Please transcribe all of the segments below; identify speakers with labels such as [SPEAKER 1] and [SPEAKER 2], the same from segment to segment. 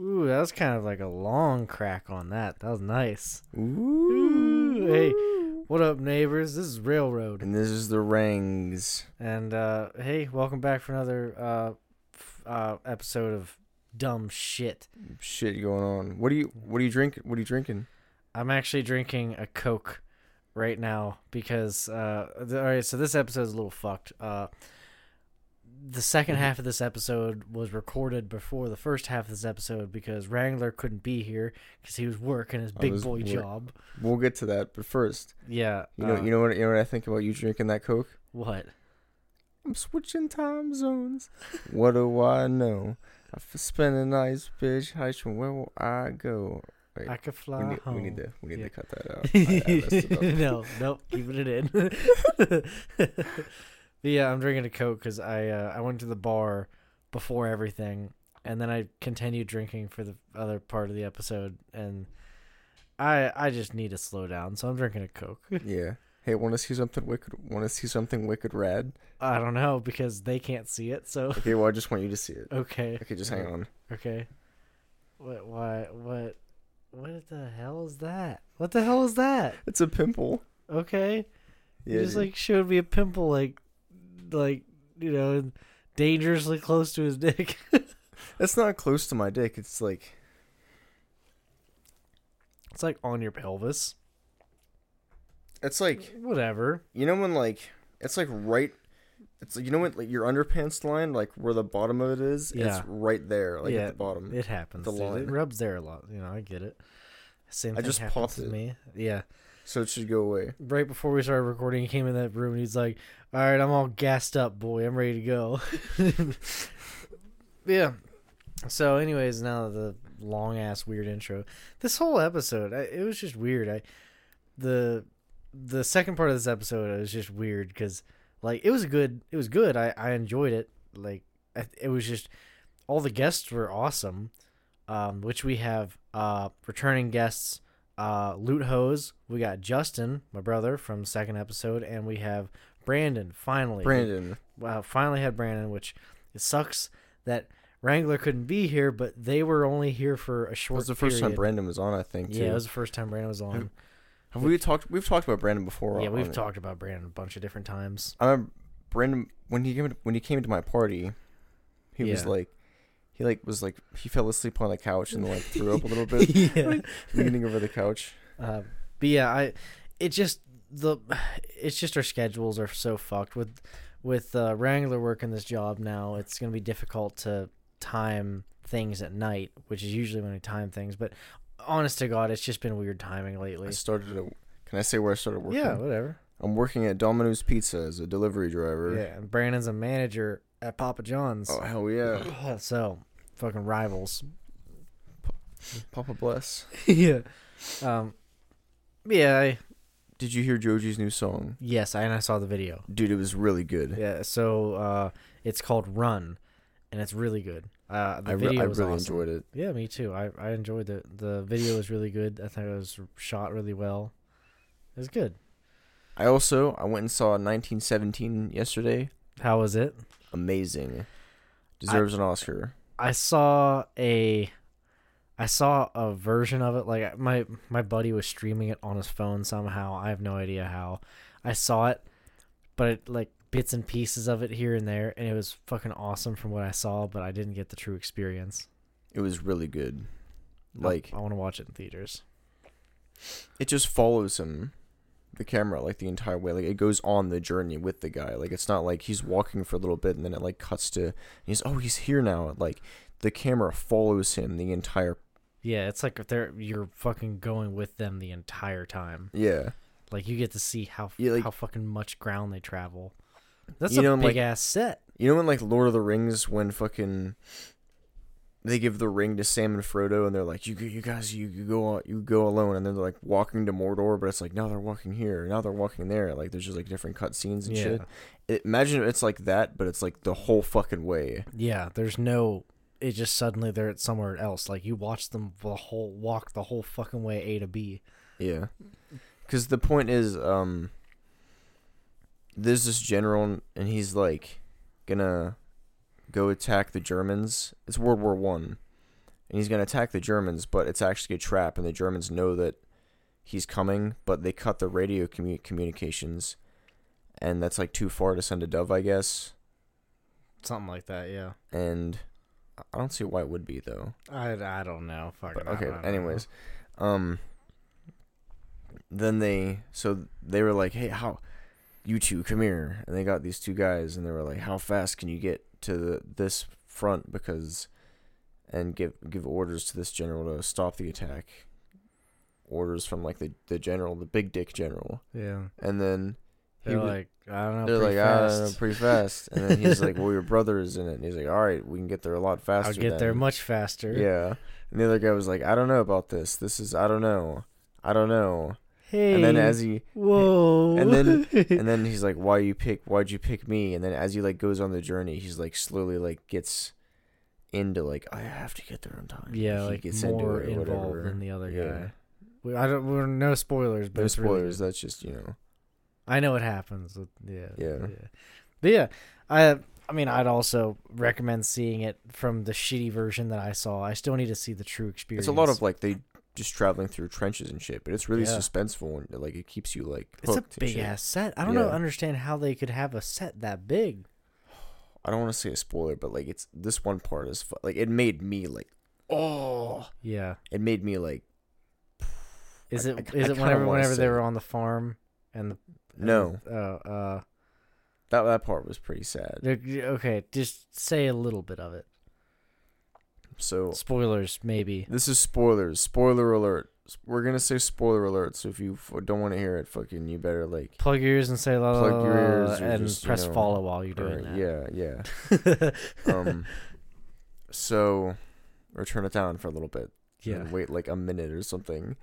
[SPEAKER 1] Ooh, that was kind of like a long crack on that. That was nice.
[SPEAKER 2] Ooh.
[SPEAKER 1] hey. What up, neighbors? This is Railroad.
[SPEAKER 2] And this is the rings.
[SPEAKER 1] And uh, hey, welcome back for another uh, f- uh, episode of Dumb Shit.
[SPEAKER 2] Shit going on. What do you What are you drinking? What are you drinking?
[SPEAKER 1] I'm actually drinking a Coke right now because, uh, th- all right, so this episode is a little fucked. Uh, the second
[SPEAKER 2] Mm-hmm.
[SPEAKER 1] half of this episode was recorded before the first half of this episode because Wrangler couldn't be here because he was working his
[SPEAKER 2] I
[SPEAKER 1] big
[SPEAKER 2] was
[SPEAKER 1] boy
[SPEAKER 2] Oh, wor-
[SPEAKER 1] job.
[SPEAKER 2] We'll get to that, but first,
[SPEAKER 1] Yeah.
[SPEAKER 2] you know,
[SPEAKER 1] uh,
[SPEAKER 2] you know what, you know what I think about you drinking that Coke.
[SPEAKER 1] what?
[SPEAKER 2] I'm switching time zones. what do I know? I've spent a nice bitch high from where will I go?
[SPEAKER 1] I could fly
[SPEAKER 2] We need,
[SPEAKER 1] home.
[SPEAKER 2] we need to we need
[SPEAKER 1] Yeah.
[SPEAKER 2] to cut that out. I- I messed it up.
[SPEAKER 1] Uh-huh. no, nope, keeping it in. but yeah, I'm drinking a coke because I uh, I went to the bar before everything, and then I continued drinking for the other part of the episode, and I I just need to slow down, so I'm drinking a coke.
[SPEAKER 2] yeah. Hey, want to see something wicked? Want to see something wicked rad?
[SPEAKER 1] I don't know because they can't see it, so
[SPEAKER 2] Okay, well I just want you to see it.
[SPEAKER 1] okay,
[SPEAKER 2] Okay, just hang on.
[SPEAKER 1] okay. What? Why? What? What the hell is that? What the hell is that?
[SPEAKER 2] It's a pimple.
[SPEAKER 1] Okay.
[SPEAKER 2] Yeah,
[SPEAKER 1] he just
[SPEAKER 2] dude.
[SPEAKER 1] like showed me a pimple, like, like you know, dangerously close to his dick.
[SPEAKER 2] That's not close to my dick. It's like
[SPEAKER 1] it's like on your pelvis.
[SPEAKER 2] it's like
[SPEAKER 1] Whatever.
[SPEAKER 2] you know when like it's like right. It's like, you know what like your underpants line like where the bottom of it is.
[SPEAKER 1] Yeah.
[SPEAKER 2] It's right there, like
[SPEAKER 1] Yeah,
[SPEAKER 2] at the bottom.
[SPEAKER 1] It happens.
[SPEAKER 2] mm, The
[SPEAKER 1] dude. It
[SPEAKER 2] line.
[SPEAKER 1] rubs there a lot. You know, I get it. Same
[SPEAKER 2] I
[SPEAKER 1] thing
[SPEAKER 2] just
[SPEAKER 1] happens
[SPEAKER 2] popped
[SPEAKER 1] to
[SPEAKER 2] it.
[SPEAKER 1] me. Yeah.
[SPEAKER 2] So it should go away.
[SPEAKER 1] Right before we started recording, he came in that room and he's like, "All right, I'm all gassed up, boy. I'm ready to go." yeah. So, anyways, now the long ass weird intro. This whole episode, I, it was just weird. I the the second part of this episode was just weird because like it was good. It was good. I I enjoyed it. Like I- it was just all the guests were awesome. Um, which we have uh returning guests. Uh, Loot Hose. We got Justin, my brother, from second episode, and we have Brandon. Finally,
[SPEAKER 2] Brandon,
[SPEAKER 1] uh, finally had Brandon, which it sucks that Wrangler couldn't be here, but they were only here for a
[SPEAKER 2] it
[SPEAKER 1] short.
[SPEAKER 2] was the first time
[SPEAKER 1] period.
[SPEAKER 2] Brandon was on. I think. Too.
[SPEAKER 1] Yeah, it was the first time Brandon was on.
[SPEAKER 2] Have we talked? We've talked about Brandon before.
[SPEAKER 1] yeah,
[SPEAKER 2] on
[SPEAKER 1] we've
[SPEAKER 2] it.
[SPEAKER 1] talked about Brandon a bunch of different times.
[SPEAKER 2] I remember Brandon when he came when he came to my party. He was
[SPEAKER 1] Yeah.
[SPEAKER 2] like, he like was like he fell asleep on the couch and like threw up a little bit,
[SPEAKER 1] yeah,
[SPEAKER 2] leaning over the couch.
[SPEAKER 1] uh, but yeah, I it just the it's just our schedules are so fucked with with uh, Wrangler working this job now. It's gonna be difficult to time things at night, which is usually when we time things. But honest to God, it's just been weird timing
[SPEAKER 2] I
[SPEAKER 1] lately.
[SPEAKER 2] started. A, can I say where I started working?
[SPEAKER 1] Yeah, whatever.
[SPEAKER 2] I'm working at Domino's Pizza as a delivery driver.
[SPEAKER 1] Yeah, and Brandon's a manager at Papa John's.
[SPEAKER 2] Oh hell yeah,
[SPEAKER 1] So, fucking rivals.
[SPEAKER 2] Papa bless.
[SPEAKER 1] yeah. Um, yeah. I,
[SPEAKER 2] Did you hear Joji's new song?
[SPEAKER 1] yes, I, and I saw the video.
[SPEAKER 2] Dude, it was really good.
[SPEAKER 1] Yeah. So, uh, it's called Run, and it's really good. Uh, the
[SPEAKER 2] I, re-
[SPEAKER 1] video
[SPEAKER 2] I
[SPEAKER 1] was
[SPEAKER 2] really
[SPEAKER 1] awesome.
[SPEAKER 2] enjoyed it.
[SPEAKER 1] Yeah, me too. I, I enjoyed it. The video was really good. I thought it was shot really well. It was good.
[SPEAKER 2] I also I went and saw 1917 yesterday.
[SPEAKER 1] How was it?
[SPEAKER 2] Amazing. Deserves an Oscar.
[SPEAKER 1] I saw a I saw a version of it like my my buddy was streaming it on his phone somehow. I have no idea how. I saw it but it like bits and pieces of it here and there and it was fucking awesome from what I saw, but I didn't get the true experience.
[SPEAKER 2] It was really good. Like
[SPEAKER 1] I want to watch it in theaters.
[SPEAKER 2] it just follows him the camera like the entire way like it goes on the journey with the guy like it's not like he's walking for a little bit and then it like cuts to and he's oh he's here now like the camera follows him the entire
[SPEAKER 1] Yeah, it's like if they're you're fucking going with them the entire time.
[SPEAKER 2] yeah
[SPEAKER 1] Like you get to see how
[SPEAKER 2] Yeah, like-
[SPEAKER 1] how fucking much ground they travel. That's
[SPEAKER 2] You
[SPEAKER 1] a
[SPEAKER 2] know,
[SPEAKER 1] big
[SPEAKER 2] like-
[SPEAKER 1] ass set.
[SPEAKER 2] you know when like lord of the rings when fucking they give the ring to sam and frodo and they're like you g- you guys you, you go on- you go alone and then they're like walking to mordor but it's like now they're walking here now they're walking there like there's just like different cut scenes and
[SPEAKER 1] Yeah.
[SPEAKER 2] shit it, imagine it's like that but it's like the whole fucking way
[SPEAKER 1] Yeah, there's no. It just suddenly they're at somewhere else. Like you watch them the whole walk the whole fucking way A to B.
[SPEAKER 2] Yeah. Cuz the point is um there's this general and he's like gonna go attack the Germans. It's World War 1. and he's gonna attack the Germans, but it's actually a trap, and the Germans know that he's coming, but they cut the radio commu- communications, and that's like too far to send a dove, I guess.
[SPEAKER 1] Something like that, yeah.
[SPEAKER 2] And I- I don't see why it would be though.
[SPEAKER 1] I, I don't know. Fuck.
[SPEAKER 2] But
[SPEAKER 1] I
[SPEAKER 2] okay,
[SPEAKER 1] don't know.
[SPEAKER 2] anyways, um, then they so they were like, hey, how you two come here, and they got these two guys, and they were like, how fast can you get to the, this front because, and give give orders to this general to stop the attack. Orders from like the the general, the big dick general,
[SPEAKER 1] Yeah.
[SPEAKER 2] and then he
[SPEAKER 1] They're
[SPEAKER 2] would-
[SPEAKER 1] like, I don't know.
[SPEAKER 2] they're like,
[SPEAKER 1] pretty
[SPEAKER 2] ah, no,
[SPEAKER 1] fast.
[SPEAKER 2] pretty fast. And then he's like, well, your brother is in it. And he's like, all right, we can get there a lot faster.
[SPEAKER 1] I'll get there
[SPEAKER 2] then."
[SPEAKER 1] much faster.
[SPEAKER 2] Yeah. And the other guy was like, I don't know about this. This is, I don't know. I don't know.
[SPEAKER 1] Hey.
[SPEAKER 2] And then as he,
[SPEAKER 1] whoa.
[SPEAKER 2] and then- and then he's like, why you pick, why'd you pick me? And then as he like goes on the journey, he's like slowly like gets into like, I have to get there on time.
[SPEAKER 1] yeah,
[SPEAKER 2] He
[SPEAKER 1] like
[SPEAKER 2] gets into
[SPEAKER 1] more
[SPEAKER 2] it or
[SPEAKER 1] involved
[SPEAKER 2] whatever.
[SPEAKER 1] than the other
[SPEAKER 2] Yeah.
[SPEAKER 1] guy. We, I don't. We're no spoilers, but
[SPEAKER 2] No
[SPEAKER 1] it's really
[SPEAKER 2] spoilers.
[SPEAKER 1] good.
[SPEAKER 2] That's just, you know,
[SPEAKER 1] I know it happens. with- Yeah,
[SPEAKER 2] Yeah.
[SPEAKER 1] But yeah, I. I mean, I'd also recommend seeing it from the shitty version that I saw. I still need to see the true experience.
[SPEAKER 2] it's a lot of like, they just traveling through trenches and shit, but it's really
[SPEAKER 1] Yeah.
[SPEAKER 2] suspenseful and like it keeps you like,
[SPEAKER 1] It's a
[SPEAKER 2] hooked and
[SPEAKER 1] big
[SPEAKER 2] shit.
[SPEAKER 1] ass set. I don't know.
[SPEAKER 2] Yeah.
[SPEAKER 1] Understand how they could have a set that big.
[SPEAKER 2] I don't want to say a spoiler, but like it's this one part is fu- like it made me like oh
[SPEAKER 1] Yeah.
[SPEAKER 2] it made me like
[SPEAKER 1] Is
[SPEAKER 2] I-
[SPEAKER 1] it? Is
[SPEAKER 2] I- I
[SPEAKER 1] it
[SPEAKER 2] kinda
[SPEAKER 1] whenever
[SPEAKER 2] wanna
[SPEAKER 1] whenever
[SPEAKER 2] say
[SPEAKER 1] they
[SPEAKER 2] it.
[SPEAKER 1] were on the farm and the and
[SPEAKER 2] no
[SPEAKER 1] the- oh, uh,
[SPEAKER 2] that that part was pretty sad.
[SPEAKER 1] There- Okay, just say a little bit of it.
[SPEAKER 2] So
[SPEAKER 1] Spoilers, maybe.
[SPEAKER 2] this is spoilers. Spoiler alert. S- We're gonna say spoiler alert. So if you f- don't want to hear it, fucking you better like
[SPEAKER 1] Plug your ears and say la la
[SPEAKER 2] Plug
[SPEAKER 1] la,
[SPEAKER 2] your
[SPEAKER 1] la,
[SPEAKER 2] ears
[SPEAKER 1] la,
[SPEAKER 2] or
[SPEAKER 1] and
[SPEAKER 2] just, you
[SPEAKER 1] press
[SPEAKER 2] know,
[SPEAKER 1] follow while you're
[SPEAKER 2] or-
[SPEAKER 1] doing
[SPEAKER 2] yeah yeah.
[SPEAKER 1] that.
[SPEAKER 2] Um, so or turn it down for a little bit.
[SPEAKER 1] yeah,
[SPEAKER 2] and wait like a minute or something.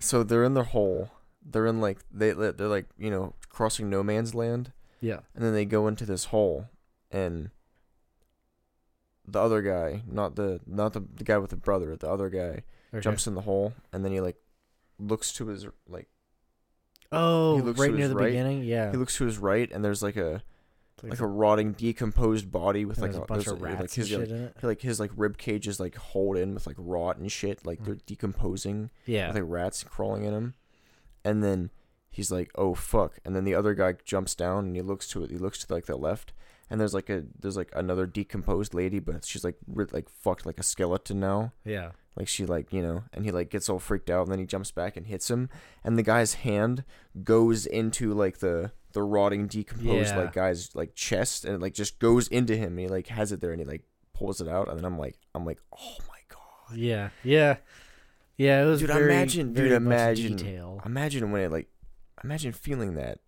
[SPEAKER 2] So they're in their hole. They're in like they they're like you know crossing no man's land.
[SPEAKER 1] yeah,
[SPEAKER 2] and then they go into this hole and the other guy not the not the, the guy with the brother the other guy
[SPEAKER 1] okay.
[SPEAKER 2] jumps in the hole and then he like looks to his like
[SPEAKER 1] Oh,
[SPEAKER 2] he looks
[SPEAKER 1] right
[SPEAKER 2] to
[SPEAKER 1] near
[SPEAKER 2] his
[SPEAKER 1] the
[SPEAKER 2] right.
[SPEAKER 1] beginning. Yeah,
[SPEAKER 2] he looks to his right and there's like a
[SPEAKER 1] Looks
[SPEAKER 2] like a rotting decomposed body with
[SPEAKER 1] and
[SPEAKER 2] like
[SPEAKER 1] there's a bunch
[SPEAKER 2] there's,
[SPEAKER 1] of
[SPEAKER 2] like,
[SPEAKER 1] rats
[SPEAKER 2] like
[SPEAKER 1] and
[SPEAKER 2] his
[SPEAKER 1] shit
[SPEAKER 2] like,
[SPEAKER 1] in it.
[SPEAKER 2] like his like rib cage is like holed in with like rot and shit like
[SPEAKER 1] Mm.
[SPEAKER 2] they're decomposing
[SPEAKER 1] Yeah,
[SPEAKER 2] with like rats crawling in him. And then he's like, "Oh fuck!" And then the other guy jumps down and he looks to it. He looks to like the left, and there's like a there's like another decomposed lady, but she's like re- like fucked like a skeleton now.
[SPEAKER 1] yeah.
[SPEAKER 2] Like she like you know, and he like gets all freaked out, and then he jumps back and hits him, and the guy's hand goes into like the the rotting decomposed
[SPEAKER 1] Yeah.
[SPEAKER 2] like guy's like chest, and it like just goes into him. And he like has it there, and he like pulls it out, and then I'm like I'm like, oh my god.
[SPEAKER 1] Yeah, yeah, yeah. It was
[SPEAKER 2] Dude,
[SPEAKER 1] very,
[SPEAKER 2] imagine-
[SPEAKER 1] very
[SPEAKER 2] dude,
[SPEAKER 1] much
[SPEAKER 2] imagine.
[SPEAKER 1] detail.
[SPEAKER 2] Imagine when it like, imagine feeling that.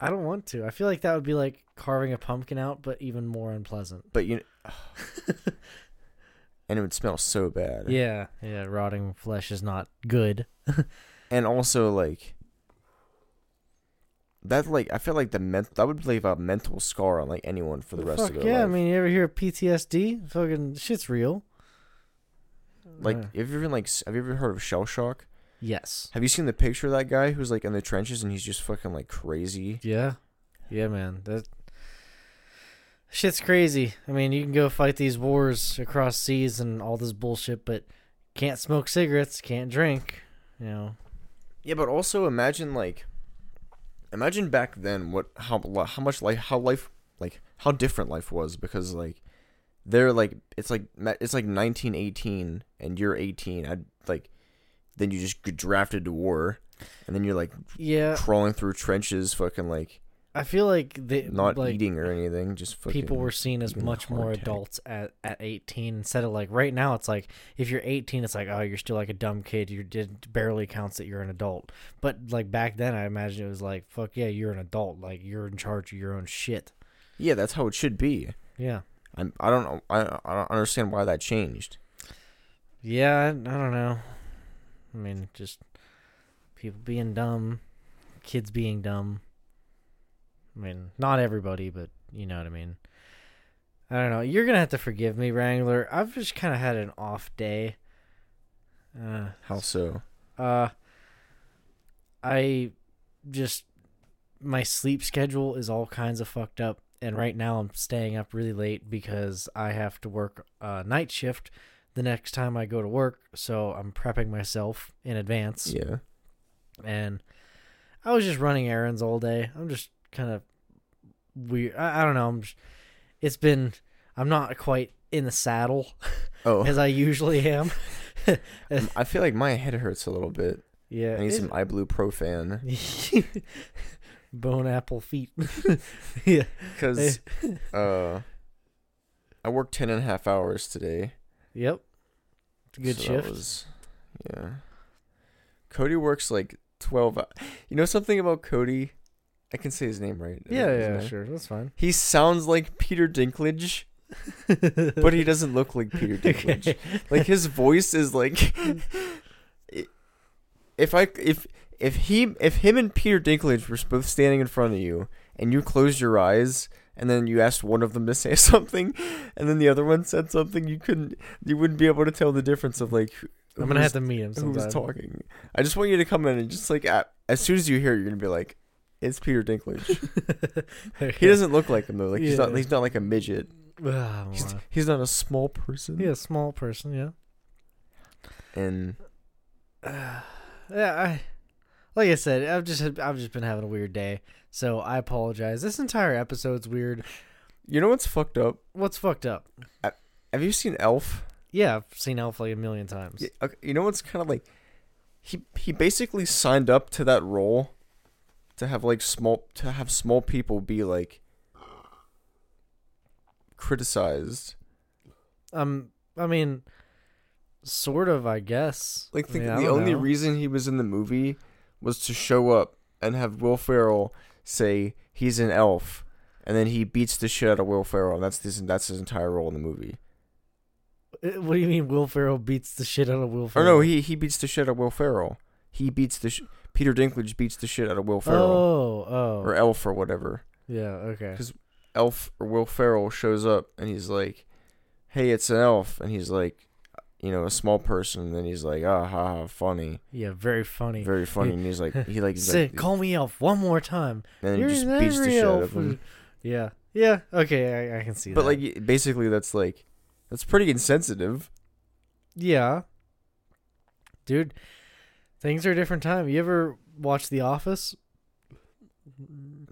[SPEAKER 1] I don't want to. I feel like that would be like carving a pumpkin out, but even more unpleasant.
[SPEAKER 2] But you, and it would smell so bad.
[SPEAKER 1] yeah, yeah. Rotting flesh is not good.
[SPEAKER 2] And also like, that like I feel like the ment that would leave a mental scar on like anyone for the rest
[SPEAKER 1] Fuck
[SPEAKER 2] of their
[SPEAKER 1] yeah, I
[SPEAKER 2] life.
[SPEAKER 1] mean, you ever hear of PTSD? Fucking shit's real.
[SPEAKER 2] like,
[SPEAKER 1] Yeah.
[SPEAKER 2] have you ever like s- have you ever heard of shell shock?
[SPEAKER 1] yes.
[SPEAKER 2] Have you seen the picture of that guy who's like in the trenches and he's just fucking like crazy?
[SPEAKER 1] Yeah. Yeah, man. That shit's crazy. I mean, you can go fight these wars across seas and all this bullshit, but can't smoke cigarettes, can't drink. You know.
[SPEAKER 2] Yeah, but also imagine like, imagine back then what how li- how much like how life like how different life was because like they're like it's like ma- it's like 1918 and you're 18. I like then you just get drafted to war and then you're like
[SPEAKER 1] Yeah,
[SPEAKER 2] crawling through trenches, fucking like
[SPEAKER 1] I feel like they
[SPEAKER 2] not
[SPEAKER 1] like,
[SPEAKER 2] eating or anything, just fucking
[SPEAKER 1] people were seen as
[SPEAKER 2] even a
[SPEAKER 1] much
[SPEAKER 2] heart
[SPEAKER 1] more
[SPEAKER 2] attack.
[SPEAKER 1] adults at, at 18 instead of like right now it's like if you're 18 it's like oh you're still like a dumb kid you did barely counts that you're an adult but like back then i imagine it was like fuck yeah you're an adult like you're in charge of your own shit
[SPEAKER 2] yeah. That's how it should be.
[SPEAKER 1] yeah
[SPEAKER 2] I'm I don't know I I don't understand why that changed.
[SPEAKER 1] yeah i, I don't know i mean just people being dumb kids being dumb i mean not everybody but you know what i mean i don't know you're gonna have to forgive me wrangler i've just kind of had an off day uh,
[SPEAKER 2] How so?
[SPEAKER 1] Uh, I just my sleep schedule is all kinds of fucked up, and right now I'm staying up really late because I have to work a night shift the next time I go to work, so I'm prepping myself in advance.
[SPEAKER 2] Yeah.
[SPEAKER 1] And I was just running errands all day. I'm just kind of weird. I, I don't know. I'm just, it's been I'm not quite in the saddle
[SPEAKER 2] Oh,
[SPEAKER 1] as I usually am.
[SPEAKER 2] I feel like my head hurts a little bit.
[SPEAKER 1] Yeah.
[SPEAKER 2] I need
[SPEAKER 1] it-
[SPEAKER 2] some ibuprofen
[SPEAKER 1] Bone apple feet. yeah.
[SPEAKER 2] because uh, I worked 10 and a half hours today.
[SPEAKER 1] Yep. It's a good
[SPEAKER 2] so that
[SPEAKER 1] shift.
[SPEAKER 2] was- yeah. Cody works like 12. hou- You know something about Cody? I can say his name right. I
[SPEAKER 1] yeah,
[SPEAKER 2] think,
[SPEAKER 1] yeah,
[SPEAKER 2] isn't I?
[SPEAKER 1] sure. That's fine.
[SPEAKER 2] He sounds like Peter Dinklage, but he doesn't look like Peter Dinklage. Like his voice is like if I if if he if him and Peter Dinklage were both standing in front of you and you closed your eyes and then you asked one of them to say something and then the other one said something you couldn't you wouldn't be able to tell the difference of like who-
[SPEAKER 1] I'm gonna have
[SPEAKER 2] who's-
[SPEAKER 1] to meet him sometime.
[SPEAKER 2] who's talking. I just want you to come in and just like a as soon as you hear it, you're gonna be like it's Peter Dinklage. He
[SPEAKER 1] Okay.
[SPEAKER 2] doesn't look like him though. Like he's not
[SPEAKER 1] Yeah.
[SPEAKER 2] he's not like a midget.
[SPEAKER 1] Ah,
[SPEAKER 2] He's
[SPEAKER 1] wow.
[SPEAKER 2] he's not a small person.
[SPEAKER 1] yeah, small person. Yeah.
[SPEAKER 2] And
[SPEAKER 1] yeah, I like I said, I've just had- I've just been having a weird day, so I apologize. This entire episode's weird.
[SPEAKER 2] you know what's fucked up?
[SPEAKER 1] What's fucked up?
[SPEAKER 2] Have you seen Elf?
[SPEAKER 1] Yeah, I've seen Elf like a million times.
[SPEAKER 2] Y- okay, You know what's kind of like he he basically signed up to that role to have like small to have small people be like criticized.
[SPEAKER 1] Um, I mean, sort of, I guess.
[SPEAKER 2] Like think
[SPEAKER 1] I mean, I
[SPEAKER 2] the
[SPEAKER 1] don't
[SPEAKER 2] only
[SPEAKER 1] know.
[SPEAKER 2] reason he was in the movie was to show up and have Will Ferrell say he's an elf, and then he beats the shit out of Will Ferrell, and that's this that's his entire role in the movie.
[SPEAKER 1] Uh, What do you mean? Will Ferrell beats the shit out of Will
[SPEAKER 2] Or
[SPEAKER 1] Ferrell?
[SPEAKER 2] no, he he beats the shit out of Will Ferrell. He beats the sh- Peter Dinklage beats the shit out of Will Ferrell
[SPEAKER 1] Oh, oh,
[SPEAKER 2] or Elf or whatever.
[SPEAKER 1] yeah, okay.
[SPEAKER 2] elf or Will Ferrell shows up and he's like, "Hey, it's an elf," and he's like, you know, a small person. And then he's like, "Ah, ha, ha, funny,
[SPEAKER 1] Yeah, very funny.
[SPEAKER 2] very funny." And he's like, he like, he's
[SPEAKER 1] Say,
[SPEAKER 2] like
[SPEAKER 1] call me Elf one more time.
[SPEAKER 2] and then
[SPEAKER 1] You're
[SPEAKER 2] he just
[SPEAKER 1] an
[SPEAKER 2] beats the shit out of
[SPEAKER 1] elf.
[SPEAKER 2] him.
[SPEAKER 1] Yeah, yeah, okay, I, I can see
[SPEAKER 2] But
[SPEAKER 1] that.
[SPEAKER 2] like, basically, that's like, that's pretty insensitive.
[SPEAKER 1] Yeah. Dude, things are a different time. You ever watch The Office?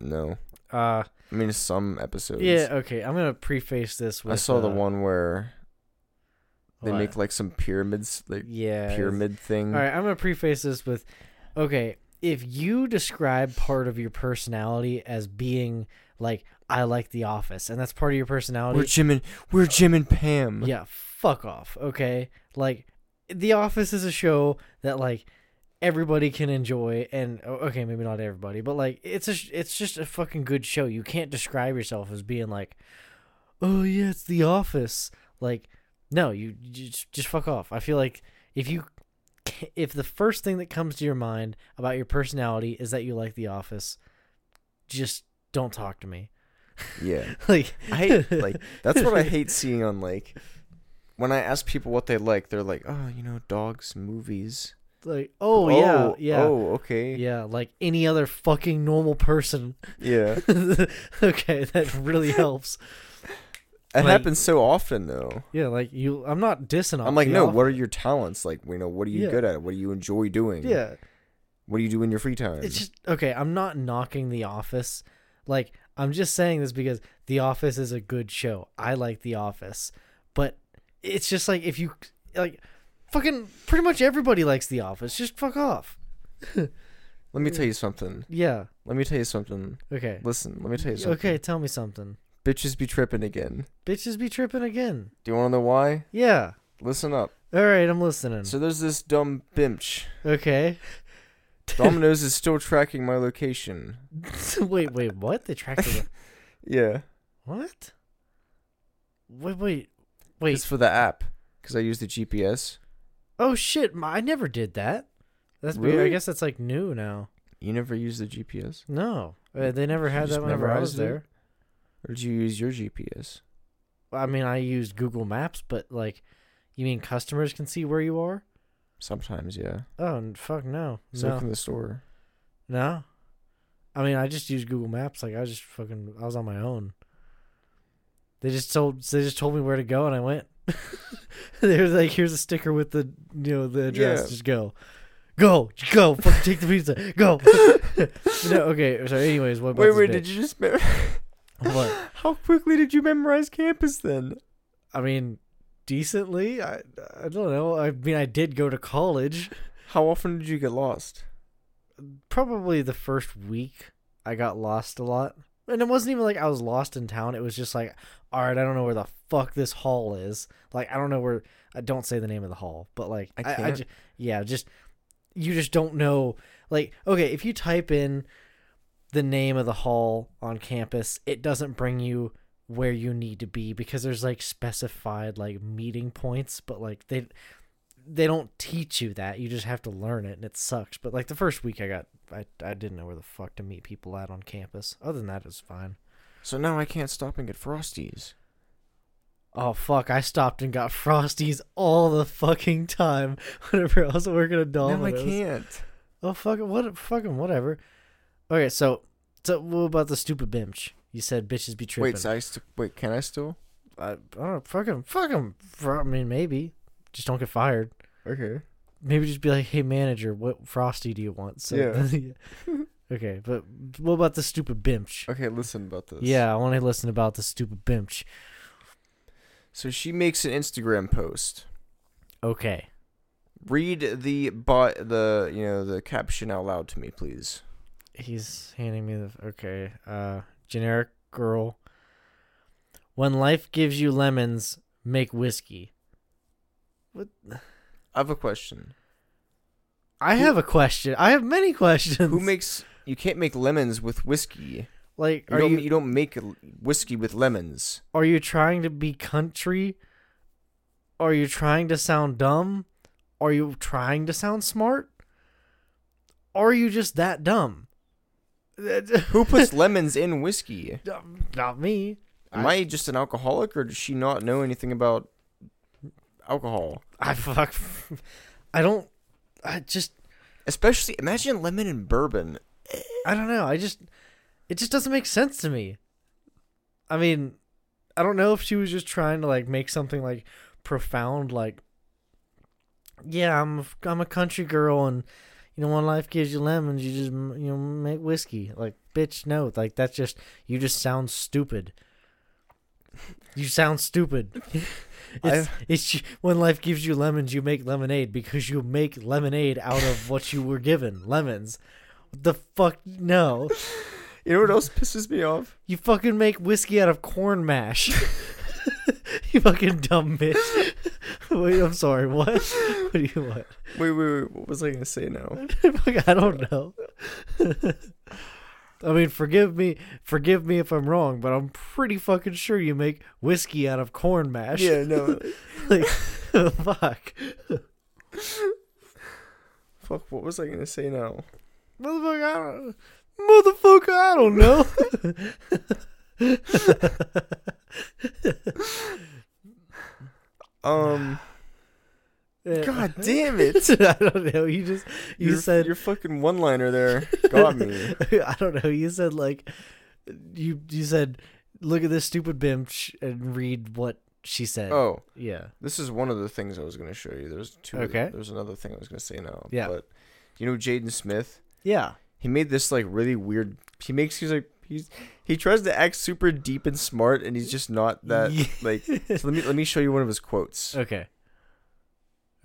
[SPEAKER 2] No,
[SPEAKER 1] Uh
[SPEAKER 2] I mean, some episodes.
[SPEAKER 1] yeah, okay. I'm gonna preface this with
[SPEAKER 2] I saw the
[SPEAKER 1] uh,
[SPEAKER 2] one where they
[SPEAKER 1] what?
[SPEAKER 2] make like some pyramids, like
[SPEAKER 1] Yeah.
[SPEAKER 2] pyramid thing.
[SPEAKER 1] Alright, I'm gonna preface this with okay, if you describe part of your personality as being like I like The Office and that's part of your personality.
[SPEAKER 2] We're Jim and we're Jim and Pam.
[SPEAKER 1] Yeah, fuck off, okay? Like The Office is a show that like everybody can enjoy and o- okay, maybe not everybody, but like it's a sh- it's just a fucking good show. You can't describe yourself as being like oh yeah, it's The Office. Like no, you, you just just fuck off. I feel like if you ca- if the first thing that comes to your mind about your personality is that you like The Office, just don't talk to me.
[SPEAKER 2] yeah.
[SPEAKER 1] Like
[SPEAKER 2] I hate like that's what I hate seeing on like when I ask people what they like, they're like, "Oh, you know, dogs, movies."
[SPEAKER 1] like oh, yeah, yeah.
[SPEAKER 2] Oh, okay. Yeah.
[SPEAKER 1] Yeah, like any other fucking normal person. okay, that really helps.
[SPEAKER 2] It
[SPEAKER 1] Like-
[SPEAKER 2] happens so often though.
[SPEAKER 1] Yeah, like you. I'm not dissing. on
[SPEAKER 2] I'm like,
[SPEAKER 1] the
[SPEAKER 2] "No,
[SPEAKER 1] off-
[SPEAKER 2] what are your talents? Like, you know, what are you
[SPEAKER 1] Yeah.
[SPEAKER 2] good at? What do you enjoy doing?
[SPEAKER 1] Yeah,
[SPEAKER 2] What do you do in your free time?"
[SPEAKER 1] it's just okay. I'm not knocking The Office. Like I'm just saying this because The Office is a good show. I like The Office, but it's just like if you like, fucking pretty much everybody likes The Office. Just fuck off.
[SPEAKER 2] let me tell you something.
[SPEAKER 1] Yeah.
[SPEAKER 2] Let me tell you something.
[SPEAKER 1] Okay.
[SPEAKER 2] Listen, let me tell you something.
[SPEAKER 1] Okay. Tell me something.
[SPEAKER 2] Bitches be tripping again.
[SPEAKER 1] Bitches be tripping again.
[SPEAKER 2] Do you want to know why?
[SPEAKER 1] Yeah.
[SPEAKER 2] Listen up.
[SPEAKER 1] All right. I'm listening.
[SPEAKER 2] So there's this dumb bitch.
[SPEAKER 1] Okay.
[SPEAKER 2] Domino's is still tracking my location.
[SPEAKER 1] wait, wait, what? They tracked the
[SPEAKER 2] Yeah.
[SPEAKER 1] what? Wait, wait, wait.
[SPEAKER 2] It's for the app because I use the GPS.
[SPEAKER 1] Oh shit! My, I never did that. That's weird. I
[SPEAKER 2] Really?
[SPEAKER 1] guess that's like new now.
[SPEAKER 2] You never use the GPS,
[SPEAKER 1] No, uh, they never
[SPEAKER 2] You
[SPEAKER 1] had
[SPEAKER 2] just
[SPEAKER 1] that whenever
[SPEAKER 2] never
[SPEAKER 1] I was
[SPEAKER 2] used it?
[SPEAKER 1] there.
[SPEAKER 2] or do you use your GPS?
[SPEAKER 1] I mean, I used Google Maps, but like, you mean customers can see where you are?
[SPEAKER 2] Sometimes, yeah.
[SPEAKER 1] Oh, and fuck no,
[SPEAKER 2] So
[SPEAKER 1] no,
[SPEAKER 2] from the store.
[SPEAKER 1] no. I mean, I just used Google Maps. Like, I was just fucking, I was on my own. They just told, they just told me where to go, and I went. They're like, here's a sticker with the you know the address.
[SPEAKER 2] Yeah.
[SPEAKER 1] Just go, go, Just go. Fuck, take the pizza. Go. no, okay. So, anyways, what?
[SPEAKER 2] wait, wait, did you just mem-
[SPEAKER 1] you? What?
[SPEAKER 2] how quickly did you memorize campus then?
[SPEAKER 1] I mean, decently. I I don't know. I mean, I did go to college.
[SPEAKER 2] How often did you get lost?
[SPEAKER 1] Probably the first week, I got lost a lot, and it wasn't even like I was lost in town. It was just like, all right, I don't know where the fuck this hall is. Like, I don't know where. I don't say the name of the hall, but like,
[SPEAKER 2] I
[SPEAKER 1] I, I,
[SPEAKER 2] can't.
[SPEAKER 1] ju- yeah, just you just don't know. Like, okay, if you type in the name of the hall on campus, it doesn't bring you where you need to be because there's like specified like meeting points, but like they they don't teach you that. You just have to learn it, and it sucks. But like the first week, I got I I didn't know where the fuck to meet people at on campus. Other than that, it was fine.
[SPEAKER 2] So now I can't stop and get frosties.
[SPEAKER 1] Oh fuck! I stopped and got frosties all the fucking time. Whenever I was working at
[SPEAKER 2] No,
[SPEAKER 1] Domino's.
[SPEAKER 2] I can't.
[SPEAKER 1] Oh fuck! What fucking whatever. Okay, so so what about the stupid bench? You said bitches be tripping.
[SPEAKER 2] Wait, so I st- wait, can I still?
[SPEAKER 1] I, I don't know. Fucking fucking. I mean, maybe just don't get fired.
[SPEAKER 2] Okay.
[SPEAKER 1] Maybe just be like, hey manager, what frosty do you want? So okay, but what about the stupid bench?
[SPEAKER 2] Okay, listen about this.
[SPEAKER 1] Yeah, I want to listen about the stupid bench.
[SPEAKER 2] So she makes an Instagram post.
[SPEAKER 1] Okay.
[SPEAKER 2] Read the but the you know the caption out loud to me, please.
[SPEAKER 1] He's handing me the okay. Uh, generic girl. When life gives you lemons, make whiskey. What?
[SPEAKER 2] I have a question.
[SPEAKER 1] I have a question. I have many questions.
[SPEAKER 2] Who makes you can't make lemons with whiskey?
[SPEAKER 1] like?
[SPEAKER 2] You
[SPEAKER 1] Are
[SPEAKER 2] don't
[SPEAKER 1] you
[SPEAKER 2] you don't make l- whiskey with lemons.
[SPEAKER 1] are you trying to be country? Are you trying to sound dumb? Are you trying to sound smart? Are you just that dumb?
[SPEAKER 2] Who puts lemons in whiskey?
[SPEAKER 1] Not me.
[SPEAKER 2] Am I, just an alcoholic, or does she not know anything about alcohol?
[SPEAKER 1] I fuck. I don't. I just.
[SPEAKER 2] Especially, imagine lemon and bourbon.
[SPEAKER 1] I don't know. I just. It just doesn't make sense to me. I mean, I don't know if she was just trying to like make something like profound, like. Yeah, I'm a, I'm a country girl, and you know, when life gives you lemons, you just mm, you know make whiskey. Like, bitch, no, like that's just you just sound stupid. You sound stupid. It's, it's when life gives you lemons, you make lemonade because you make lemonade out of what you were given lemons. The fuck no.
[SPEAKER 2] You know what else pisses me off?
[SPEAKER 1] You fucking make whiskey out of corn mash. you fucking dumb bitch. Wait, I'm sorry. What? What do you want?
[SPEAKER 2] Wait, wait, wait. What was I gonna say now?
[SPEAKER 1] Fuck, I don't know. I mean, forgive me, forgive me if I'm wrong, but I'm pretty fucking sure you make whiskey out of corn mash.
[SPEAKER 2] Yeah, no.
[SPEAKER 1] like, fuck,
[SPEAKER 2] Fuck. What was I gonna say now?
[SPEAKER 1] motherfucker, I don't, motherfucker, I don't know.
[SPEAKER 2] Um. God damn it.
[SPEAKER 1] I don't know. You just you
[SPEAKER 2] Your-
[SPEAKER 1] said
[SPEAKER 2] your fucking one liner there got me.
[SPEAKER 1] I don't know. You said like you you said look at this stupid bitch and read what she said.
[SPEAKER 2] Oh,
[SPEAKER 1] yeah.
[SPEAKER 2] this is one of the things I was gonna show you. There's two.
[SPEAKER 1] Okay.
[SPEAKER 2] There's another thing I was gonna say now.
[SPEAKER 1] Yeah.
[SPEAKER 2] But you know Jaden Smith,
[SPEAKER 1] Yeah.
[SPEAKER 2] he made this like really weird. He makes he's like he's he tries to act super deep and smart, and he's just not that.
[SPEAKER 1] Yeah. Uh,
[SPEAKER 2] Like, so let me let me show you one of his quotes.
[SPEAKER 1] Okay.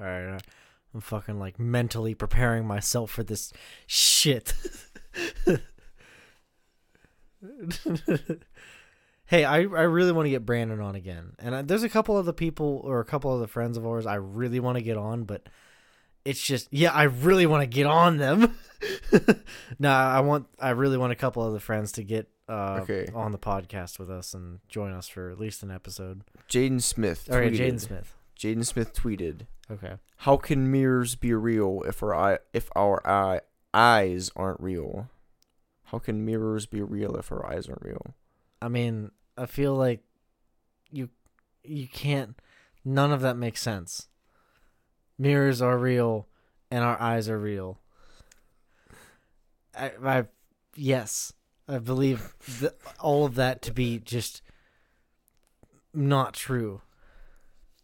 [SPEAKER 1] All right. all right. I'm fucking like mentally preparing myself for this shit. hey, I, I really want to get Brandon on again. And I, there's a couple other people or a couple other friends of ours I really want to get on, but it's just yeah, I really want to get on them. no, I want I really want a couple other friends to get uh,
[SPEAKER 2] Okay.
[SPEAKER 1] on the podcast with us and join us for at least an episode.
[SPEAKER 2] Jaden Smith.
[SPEAKER 1] All right,
[SPEAKER 2] tweeted-
[SPEAKER 1] Jaden Smith.
[SPEAKER 2] Jaden Smith tweeted,
[SPEAKER 1] Okay.
[SPEAKER 2] "How can mirrors be real if our eye, if our eye, eyes aren't real? How can mirrors be real if our eyes aren't real?"
[SPEAKER 1] I mean, I feel like you you can't none of that makes sense. Mirrors are real and our eyes are real. I, I yes, I believe th- all of that to be just not true.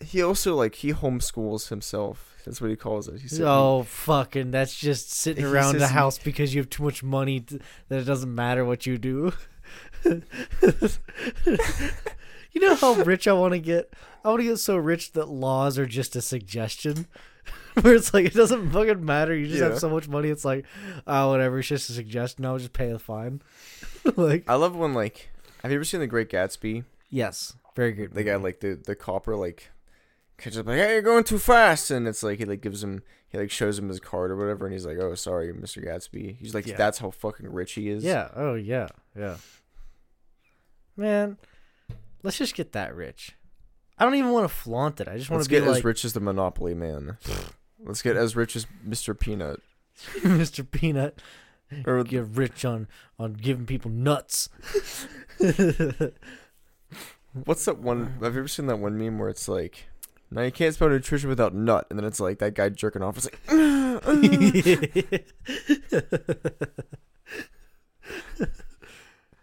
[SPEAKER 2] he also like he homeschools himself. That's what he calls it. He said, "Mm."
[SPEAKER 1] oh fucking! That's just sitting
[SPEAKER 2] He
[SPEAKER 1] around the
[SPEAKER 2] says- "Mm."
[SPEAKER 1] house because you have too much money t that it doesn't matter what you do. you know how rich I want to get. I want to get so rich that laws are just a suggestion, where it's like it doesn't fucking matter. You just
[SPEAKER 2] Yeah.
[SPEAKER 1] have so much money. It's like, oh whatever. It's just a suggestion. I'll just pay the fine. like
[SPEAKER 2] I love when like have you ever seen The Great Gatsby?
[SPEAKER 1] yes, very good.
[SPEAKER 2] The guy like the the copper like catches up like hey you're going too fast and it's like he like gives him he like shows him his card or whatever and he's like oh sorry Mr. Gatsby. He's like
[SPEAKER 1] Yeah.
[SPEAKER 2] that's how fucking rich he is.
[SPEAKER 1] Yeah. Oh yeah. Yeah. Man, let's just get that rich. I don't even want to flaunt it. I just want
[SPEAKER 2] Let's
[SPEAKER 1] to be
[SPEAKER 2] get
[SPEAKER 1] like
[SPEAKER 2] as rich as the Monopoly man. Let's get as rich as Mr. Peanut.
[SPEAKER 1] Mr. Peanut.
[SPEAKER 2] Or
[SPEAKER 1] Get rich on on giving people nuts.
[SPEAKER 2] What's that one? Have you ever seen that one meme where it's like, "Now you can't spell nutrition without nut," and then it's like that guy jerking off. It's like,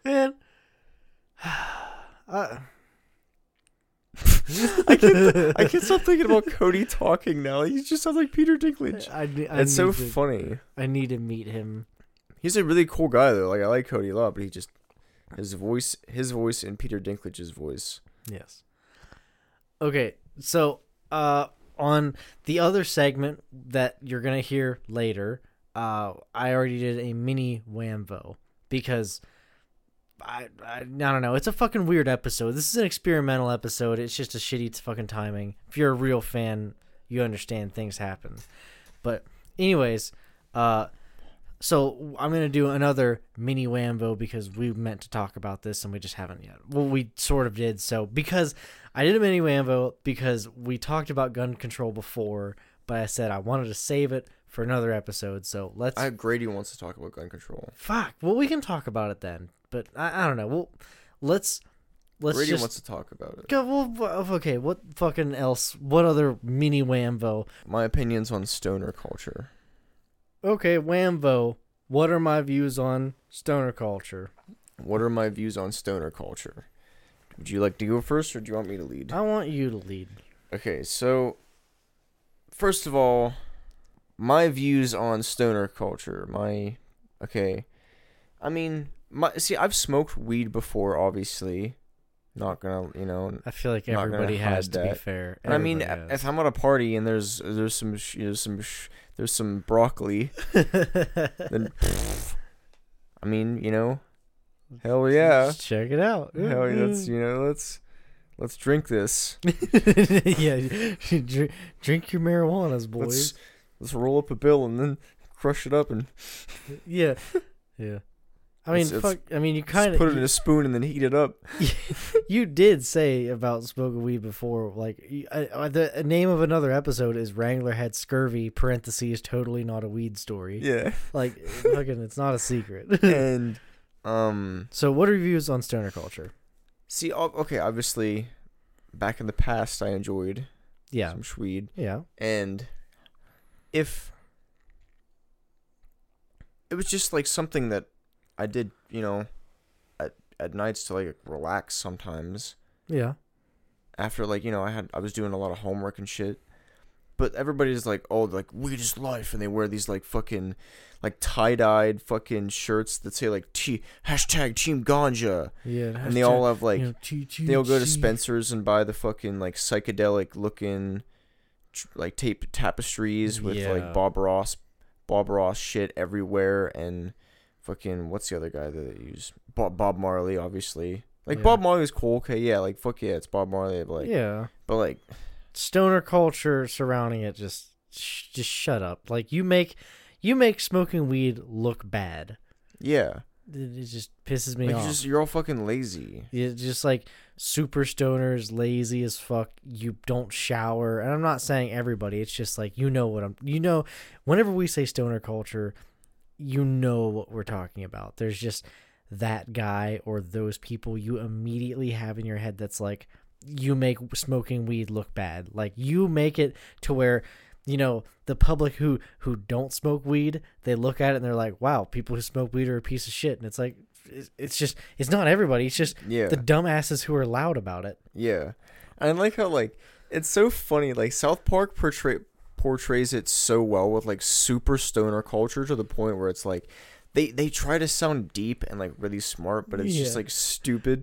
[SPEAKER 1] Man, I,
[SPEAKER 2] I can't, I can't stop thinking about Cody talking now. He just sounds like Peter Dinklage.
[SPEAKER 1] I, ne- I
[SPEAKER 2] It's so
[SPEAKER 1] need to-
[SPEAKER 2] funny.
[SPEAKER 1] I need to meet him.
[SPEAKER 2] He's a really cool guy though. Like I like Cody a lot, but he just his voice, his voice, and Peter Dinklage's voice.
[SPEAKER 1] Yes. Okay, so uh, on the other segment that you're gonna hear later, uh, I already did a mini whamvo because I, I I don't know. It's a fucking weird episode. This is an experimental episode. It's just a shitty fucking timing. If you're a real fan, you understand things happen. But anyways, uh, so I'm gonna do another mini whambo because we meant to talk about this and we just haven't yet. Well, we sort of did. So because I did a mini whambo because we talked about gun control before, but I said I wanted to save it for another episode. So let's
[SPEAKER 2] I Grady wants to talk about gun control.
[SPEAKER 1] fuck. Well, we can talk about it then. But I, I don't know. Well, let's let's
[SPEAKER 2] Grady
[SPEAKER 1] just
[SPEAKER 2] wants to talk about it.
[SPEAKER 1] go. Well, wha- okay. What fucking else? What other mini whambo?
[SPEAKER 2] My opinions on stoner culture.
[SPEAKER 1] Okay, whambo. What are my views on stoner culture?
[SPEAKER 2] What are my views on stoner culture? Would you like to go first, or do you want me to lead?
[SPEAKER 1] I want you to lead.
[SPEAKER 2] Okay, so first of all, my views on stoner culture, my okay. I mean, my see, I've smoked weed before, obviously. Not gonna, you know,
[SPEAKER 1] I feel like
[SPEAKER 2] Not gonna
[SPEAKER 1] everybody has
[SPEAKER 2] hide
[SPEAKER 1] to be
[SPEAKER 2] that.
[SPEAKER 1] fair.
[SPEAKER 2] and I mean,
[SPEAKER 1] Everybody
[SPEAKER 2] if I'm at a party and there's there's some sh- there's some sh- there's some broccoli,
[SPEAKER 1] has.
[SPEAKER 2] then I mean, you know, hell yeah,
[SPEAKER 1] check it out.
[SPEAKER 2] hell yeah, let's you know, let's let's drink this,
[SPEAKER 1] yeah, drink, drink your marijuanas, boys.
[SPEAKER 2] let's let's roll up a bill and then crush it up and
[SPEAKER 1] Yeah, yeah. I mean,
[SPEAKER 2] It's- it's-
[SPEAKER 1] fuck. I mean, you
[SPEAKER 2] Just
[SPEAKER 1] kind of
[SPEAKER 2] put it in a spoon and then heat it up.
[SPEAKER 1] you did say about smoking weed before like you- I, I, the uh, name of another episode is wrangler had scurvy parentheses totally not a weed story
[SPEAKER 2] Yeah.
[SPEAKER 1] like fucking it's not a secret
[SPEAKER 2] and um
[SPEAKER 1] so what are your views on stoner culture
[SPEAKER 2] see ob- okay, obviously back in the past I enjoyed
[SPEAKER 1] yeah
[SPEAKER 2] some Swede
[SPEAKER 1] yeah
[SPEAKER 2] and if it was just like something that I did, you know, at at nights to like relax sometimes
[SPEAKER 1] yeah
[SPEAKER 2] after like, you know, I had I was doing a lot of homework and shit. But everybody's like, oh, like weed is life, and they wear these like fucking, like tie dyed fucking shirts that say like T hashtag Team Ganja,
[SPEAKER 1] yeah it has
[SPEAKER 2] and they
[SPEAKER 1] to-
[SPEAKER 2] all have
[SPEAKER 1] you
[SPEAKER 2] like
[SPEAKER 1] know, choo- choo-
[SPEAKER 2] they'll go to
[SPEAKER 1] choo.
[SPEAKER 2] Spencer's and buy the fucking like psychedelic looking tr- like tape tapestries with
[SPEAKER 1] Yeah.
[SPEAKER 2] like Bob Ross Bob Ross shit everywhere and fucking what's the other guy that they use Bob Bob Marley obviously like
[SPEAKER 1] Yeah.
[SPEAKER 2] Bob Marley is cool okay yeah like fuck yeah it's Bob Marley but like
[SPEAKER 1] yeah
[SPEAKER 2] but like
[SPEAKER 1] stoner culture surrounding it just sh- just shut up like you make you make smoking weed look bad
[SPEAKER 2] yeah
[SPEAKER 1] it, it just pisses me
[SPEAKER 2] like
[SPEAKER 1] off
[SPEAKER 2] you're just you're all fucking lazy
[SPEAKER 1] It's just like super stoners, lazy as fuck. You don't shower, and I'm not saying everybody. It's just like you know what I'm. You know, whenever we say stoner culture, you know what we're talking about. There's just that guy or those people you immediately have in your head that's like you make smoking weed look bad. Like you make it to where you know the public who who don't smoke weed they look at it and they're like wow people who smoke weed are a piece of shit and it's like it's- it's just it's not everybody it's just
[SPEAKER 2] yeah
[SPEAKER 1] the dumbasses who are loud about it.
[SPEAKER 2] yeah and I like how like it's so funny. Like South Park portray portrays it so well with like super stoner culture to the point where it's like they they try to sound deep and like really smart, but it's just
[SPEAKER 1] Yeah.
[SPEAKER 2] like stupid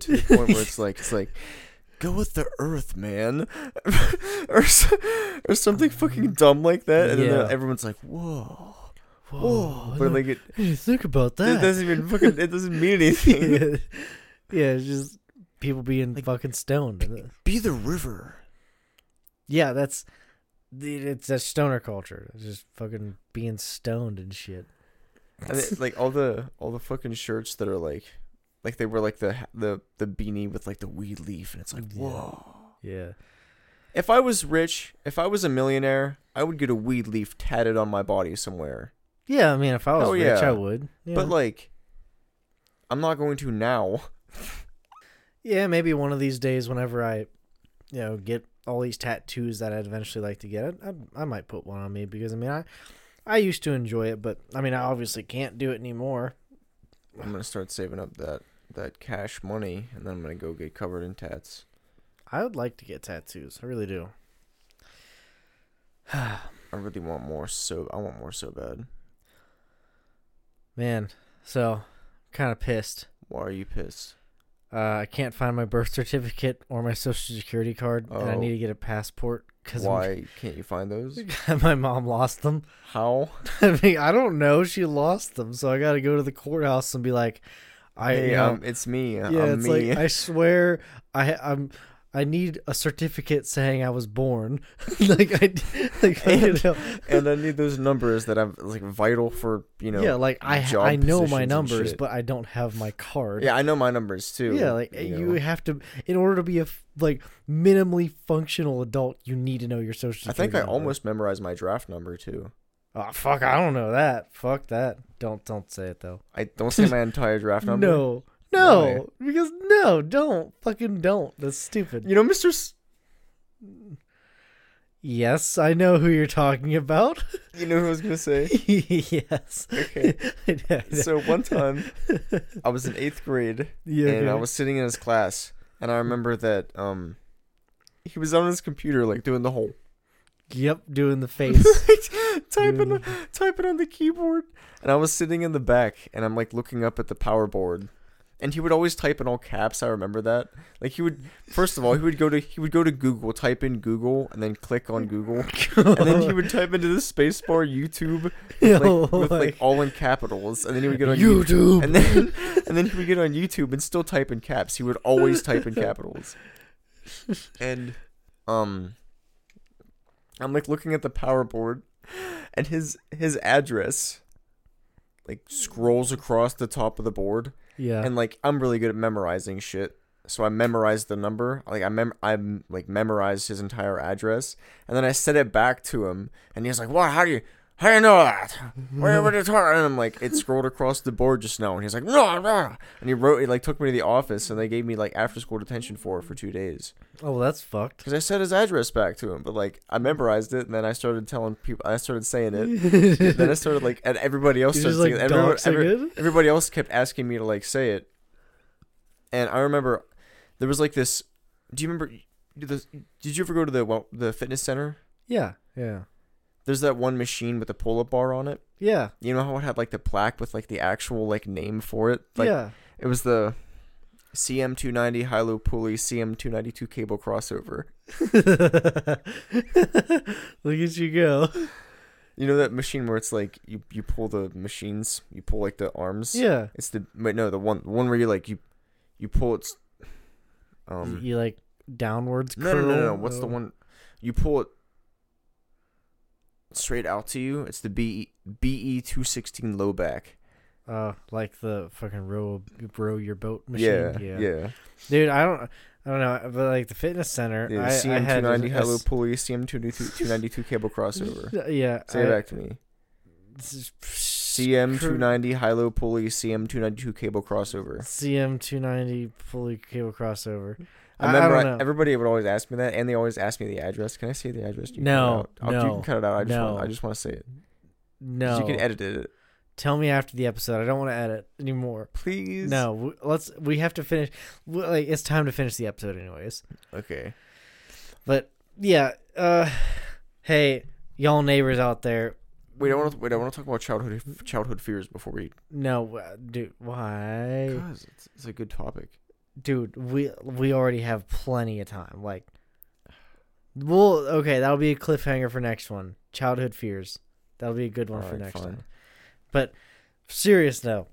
[SPEAKER 2] to the point where it's like it's like go with the earth, man, or so- or something fucking dumb like that, and
[SPEAKER 1] Mm-hmm. Yeah. Oh,
[SPEAKER 2] then everyone's like, whoa. Whoa,
[SPEAKER 1] I
[SPEAKER 2] but
[SPEAKER 1] don't-
[SPEAKER 2] like it,
[SPEAKER 1] I didn't think about
[SPEAKER 2] it
[SPEAKER 1] that.
[SPEAKER 2] doesn't even fucking it doesn't mean anything.
[SPEAKER 1] yeah. yeah, it's just people being
[SPEAKER 2] Like,
[SPEAKER 1] fucking stoned. uh,
[SPEAKER 2] Be the river.
[SPEAKER 1] Yeah, that's it's that stoner culture. It's just fucking being stoned and shit.
[SPEAKER 2] And it, like all the all the fucking shirts that are like, like they were like the ha- the the beanie with like the weed leaf, and it's like
[SPEAKER 1] Yeah.
[SPEAKER 2] whoa.
[SPEAKER 1] Yeah.
[SPEAKER 2] If I was rich, if I was a millionaire, I would get a weed leaf tatted on my body somewhere.
[SPEAKER 1] Yeah, I mean, if I was
[SPEAKER 2] Oh,
[SPEAKER 1] rich,
[SPEAKER 2] yeah.
[SPEAKER 1] I would. Yeah.
[SPEAKER 2] But like, I'm not going to now.
[SPEAKER 1] yeah, maybe one of these days, whenever I, you know, get all these tattoos that I'd eventually like to get, I, I, I might put one on me because I mean, I, I used to enjoy it, but I mean, I obviously can't do it anymore.
[SPEAKER 2] I'm gonna start saving up that that cash money, and then I'm gonna go get covered in tats.
[SPEAKER 1] I would like to get tattoos. I really do.
[SPEAKER 2] I really want more so. I want more so bad.
[SPEAKER 1] Man, so kind of pissed.
[SPEAKER 2] Why are you pissed?
[SPEAKER 1] Uh, I can't find my birth certificate or my social security card, and I
[SPEAKER 2] Oh.
[SPEAKER 1] need to get a passport because
[SPEAKER 2] Why can't you find those?
[SPEAKER 1] my mom lost them.
[SPEAKER 2] How?
[SPEAKER 1] I mean, I don't know. She lost them, so I got to go to the courthouse and be like, I
[SPEAKER 2] hey,
[SPEAKER 1] you know,
[SPEAKER 2] um, it's me. Yeah,
[SPEAKER 1] yeah,
[SPEAKER 2] I'm
[SPEAKER 1] it's
[SPEAKER 2] me.
[SPEAKER 1] like I swear, I I'm. I need a certificate saying I was born. like I, like you
[SPEAKER 2] And-
[SPEAKER 1] know,
[SPEAKER 2] and I need those numbers that I'm like vital for. You know.
[SPEAKER 1] yeah, like I
[SPEAKER 2] job
[SPEAKER 1] I know
[SPEAKER 2] positions
[SPEAKER 1] my
[SPEAKER 2] and
[SPEAKER 1] numbers,
[SPEAKER 2] shit.
[SPEAKER 1] but I don't have my card.
[SPEAKER 2] Yeah, I know my numbers too.
[SPEAKER 1] Yeah, like you,
[SPEAKER 2] know.
[SPEAKER 1] have to in order to be a f- like minimally functional adult, you need to know your social.
[SPEAKER 2] I think
[SPEAKER 1] security
[SPEAKER 2] I
[SPEAKER 1] number.
[SPEAKER 2] almost memorized my draft number too.
[SPEAKER 1] Oh fuck! I don't know that. Fuck that. Don't don't say it though.
[SPEAKER 2] I don't say my entire draft number.
[SPEAKER 1] No, no, because no, don't fucking don't. That's stupid.
[SPEAKER 2] You know, Mister. S-
[SPEAKER 1] Yes, I know who you're talking about.
[SPEAKER 2] you know who I was gonna say.
[SPEAKER 1] yes.
[SPEAKER 2] Okay.
[SPEAKER 1] Yeah, yeah.
[SPEAKER 2] So one time, I was in eighth grade
[SPEAKER 1] yeah,
[SPEAKER 2] and I
[SPEAKER 1] okay.
[SPEAKER 2] was sitting in his class, and I remember that um, he was on his computer like doing the whole
[SPEAKER 1] Yep, doing the face.
[SPEAKER 2] typing on- typing on the keyboard, and I was sitting in the back, and I'm like looking up at the power board, and he would always type in all caps. I remember that. Like he would first of all he would go to he would go to Google, type in Google, and then click on Google, and then he would type into the spacebar YouTube with like, with like all in capitals, and then he would get on YouTube.
[SPEAKER 1] YouTube.
[SPEAKER 2] And then, and then he would get on YouTube and still type in caps. He would always type in capitals. And, um, I'm like looking at the power board, and his his address, like scrolls across the top of the board,
[SPEAKER 1] yeah.
[SPEAKER 2] and like I'm really good at memorizing shit. So I memorized the number, like I mem I m- like memorized his entire address, and then I said it back to him, and he was like, "What? How do you?" How do you know that? Where where did you And I'm like, it scrolled across the board just now, and he's like, no, no. And he wrote, he like took me to the office, and they gave me like after school detention for it for two days
[SPEAKER 1] oh, that's fucked.
[SPEAKER 2] because I said his address back to him, but like I memorized it, and then I started telling people, I started saying it, then I started like, and everybody else
[SPEAKER 1] You're
[SPEAKER 2] started
[SPEAKER 1] just, like,
[SPEAKER 2] saying it. Everyone-
[SPEAKER 1] doxing
[SPEAKER 2] every-
[SPEAKER 1] it?
[SPEAKER 2] everybody else kept asking me to like say it, and I remember there was like this. Do you remember? Did, this, did you ever go to the well, the fitness center?
[SPEAKER 1] yeah, yeah,
[SPEAKER 2] There's that one machine with the pull up bar on it.
[SPEAKER 1] yeah,
[SPEAKER 2] You know how it had like the plaque with like the actual like name for it. Like
[SPEAKER 1] yeah.
[SPEAKER 2] it was the CM290 high low pulley CM292 cable crossover.
[SPEAKER 1] Look at you go.
[SPEAKER 2] You know that machine where it's like you you pull the machines, you pull like the arms.
[SPEAKER 1] Yeah.
[SPEAKER 2] It's the wait no the one the one where you like you you pull it's um
[SPEAKER 1] you like downwards
[SPEAKER 2] no, no
[SPEAKER 1] curl.
[SPEAKER 2] no no what's the
[SPEAKER 1] Oh.
[SPEAKER 2] one you pull it straight out to you it's the B BE two sixteen low back
[SPEAKER 1] Uh, like the fucking row row your boat machine.
[SPEAKER 2] yeah
[SPEAKER 1] yeah.
[SPEAKER 2] yeah, yeah.
[SPEAKER 1] Dude, I don't I don't know, but like the fitness center,
[SPEAKER 2] The
[SPEAKER 1] I, I
[SPEAKER 2] CM two
[SPEAKER 1] had
[SPEAKER 2] ninety
[SPEAKER 1] a-
[SPEAKER 2] hello pulley CM two ninety two cable crossover
[SPEAKER 1] Yeah.
[SPEAKER 2] say
[SPEAKER 1] I,
[SPEAKER 2] it back to me CM two ninety high low pulley CM two ninety two cable crossover
[SPEAKER 1] CM two ninety fully cable crossover.
[SPEAKER 2] I
[SPEAKER 1] I- I
[SPEAKER 2] remember
[SPEAKER 1] don't
[SPEAKER 2] I-
[SPEAKER 1] know.
[SPEAKER 2] everybody would always ask me that, and they always ask me the address. Can I say the address? Do you cut it
[SPEAKER 1] No,
[SPEAKER 2] out? Oh, you
[SPEAKER 1] no,
[SPEAKER 2] can cut it out. I just,
[SPEAKER 1] no.
[SPEAKER 2] want, I just want to say it. 'Cause
[SPEAKER 1] No,
[SPEAKER 2] you can edit it.
[SPEAKER 1] tell me after the episode. I don't want to edit anymore.
[SPEAKER 2] Please.
[SPEAKER 1] No, w- let's. We have to finish. w- Like it's time to finish the episode, anyways.
[SPEAKER 2] Okay.
[SPEAKER 1] But yeah. Uh, hey, y'all neighbors out there.
[SPEAKER 2] Wait, I want to. Wait, I want to talk about childhood childhood fears before we.
[SPEAKER 1] No, uh, dude, why,
[SPEAKER 2] Cause it's, it's a good topic.
[SPEAKER 1] dude? We we already have plenty of time. Like, well, okay, that'll be a cliffhanger for next one. Childhood fears. That'll be a good one for
[SPEAKER 2] Alright,
[SPEAKER 1] next
[SPEAKER 2] fine.
[SPEAKER 1] time. But serious note,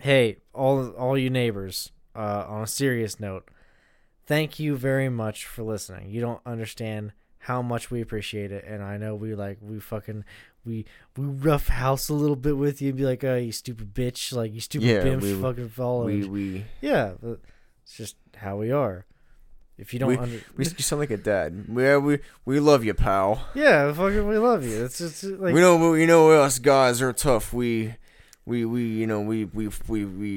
[SPEAKER 1] hey, all all you neighbors. Uh, on a serious note, thank you very much for listening. You don't understand how much we appreciate it, and I know we like we fucking we we rough house a little bit with you and be like, oh, you stupid bitch, like you stupid
[SPEAKER 2] Yeah,
[SPEAKER 1] bitch,
[SPEAKER 2] we-
[SPEAKER 1] fucking follow.
[SPEAKER 2] We we
[SPEAKER 1] yeah, but it's just how we are. If you don't, under-
[SPEAKER 2] we you sound like a dad. Yeah, we we love you, pal.
[SPEAKER 1] yeah, fucking, we love you. It's just like
[SPEAKER 2] we know you know us guys are tough. We we we you know we we we we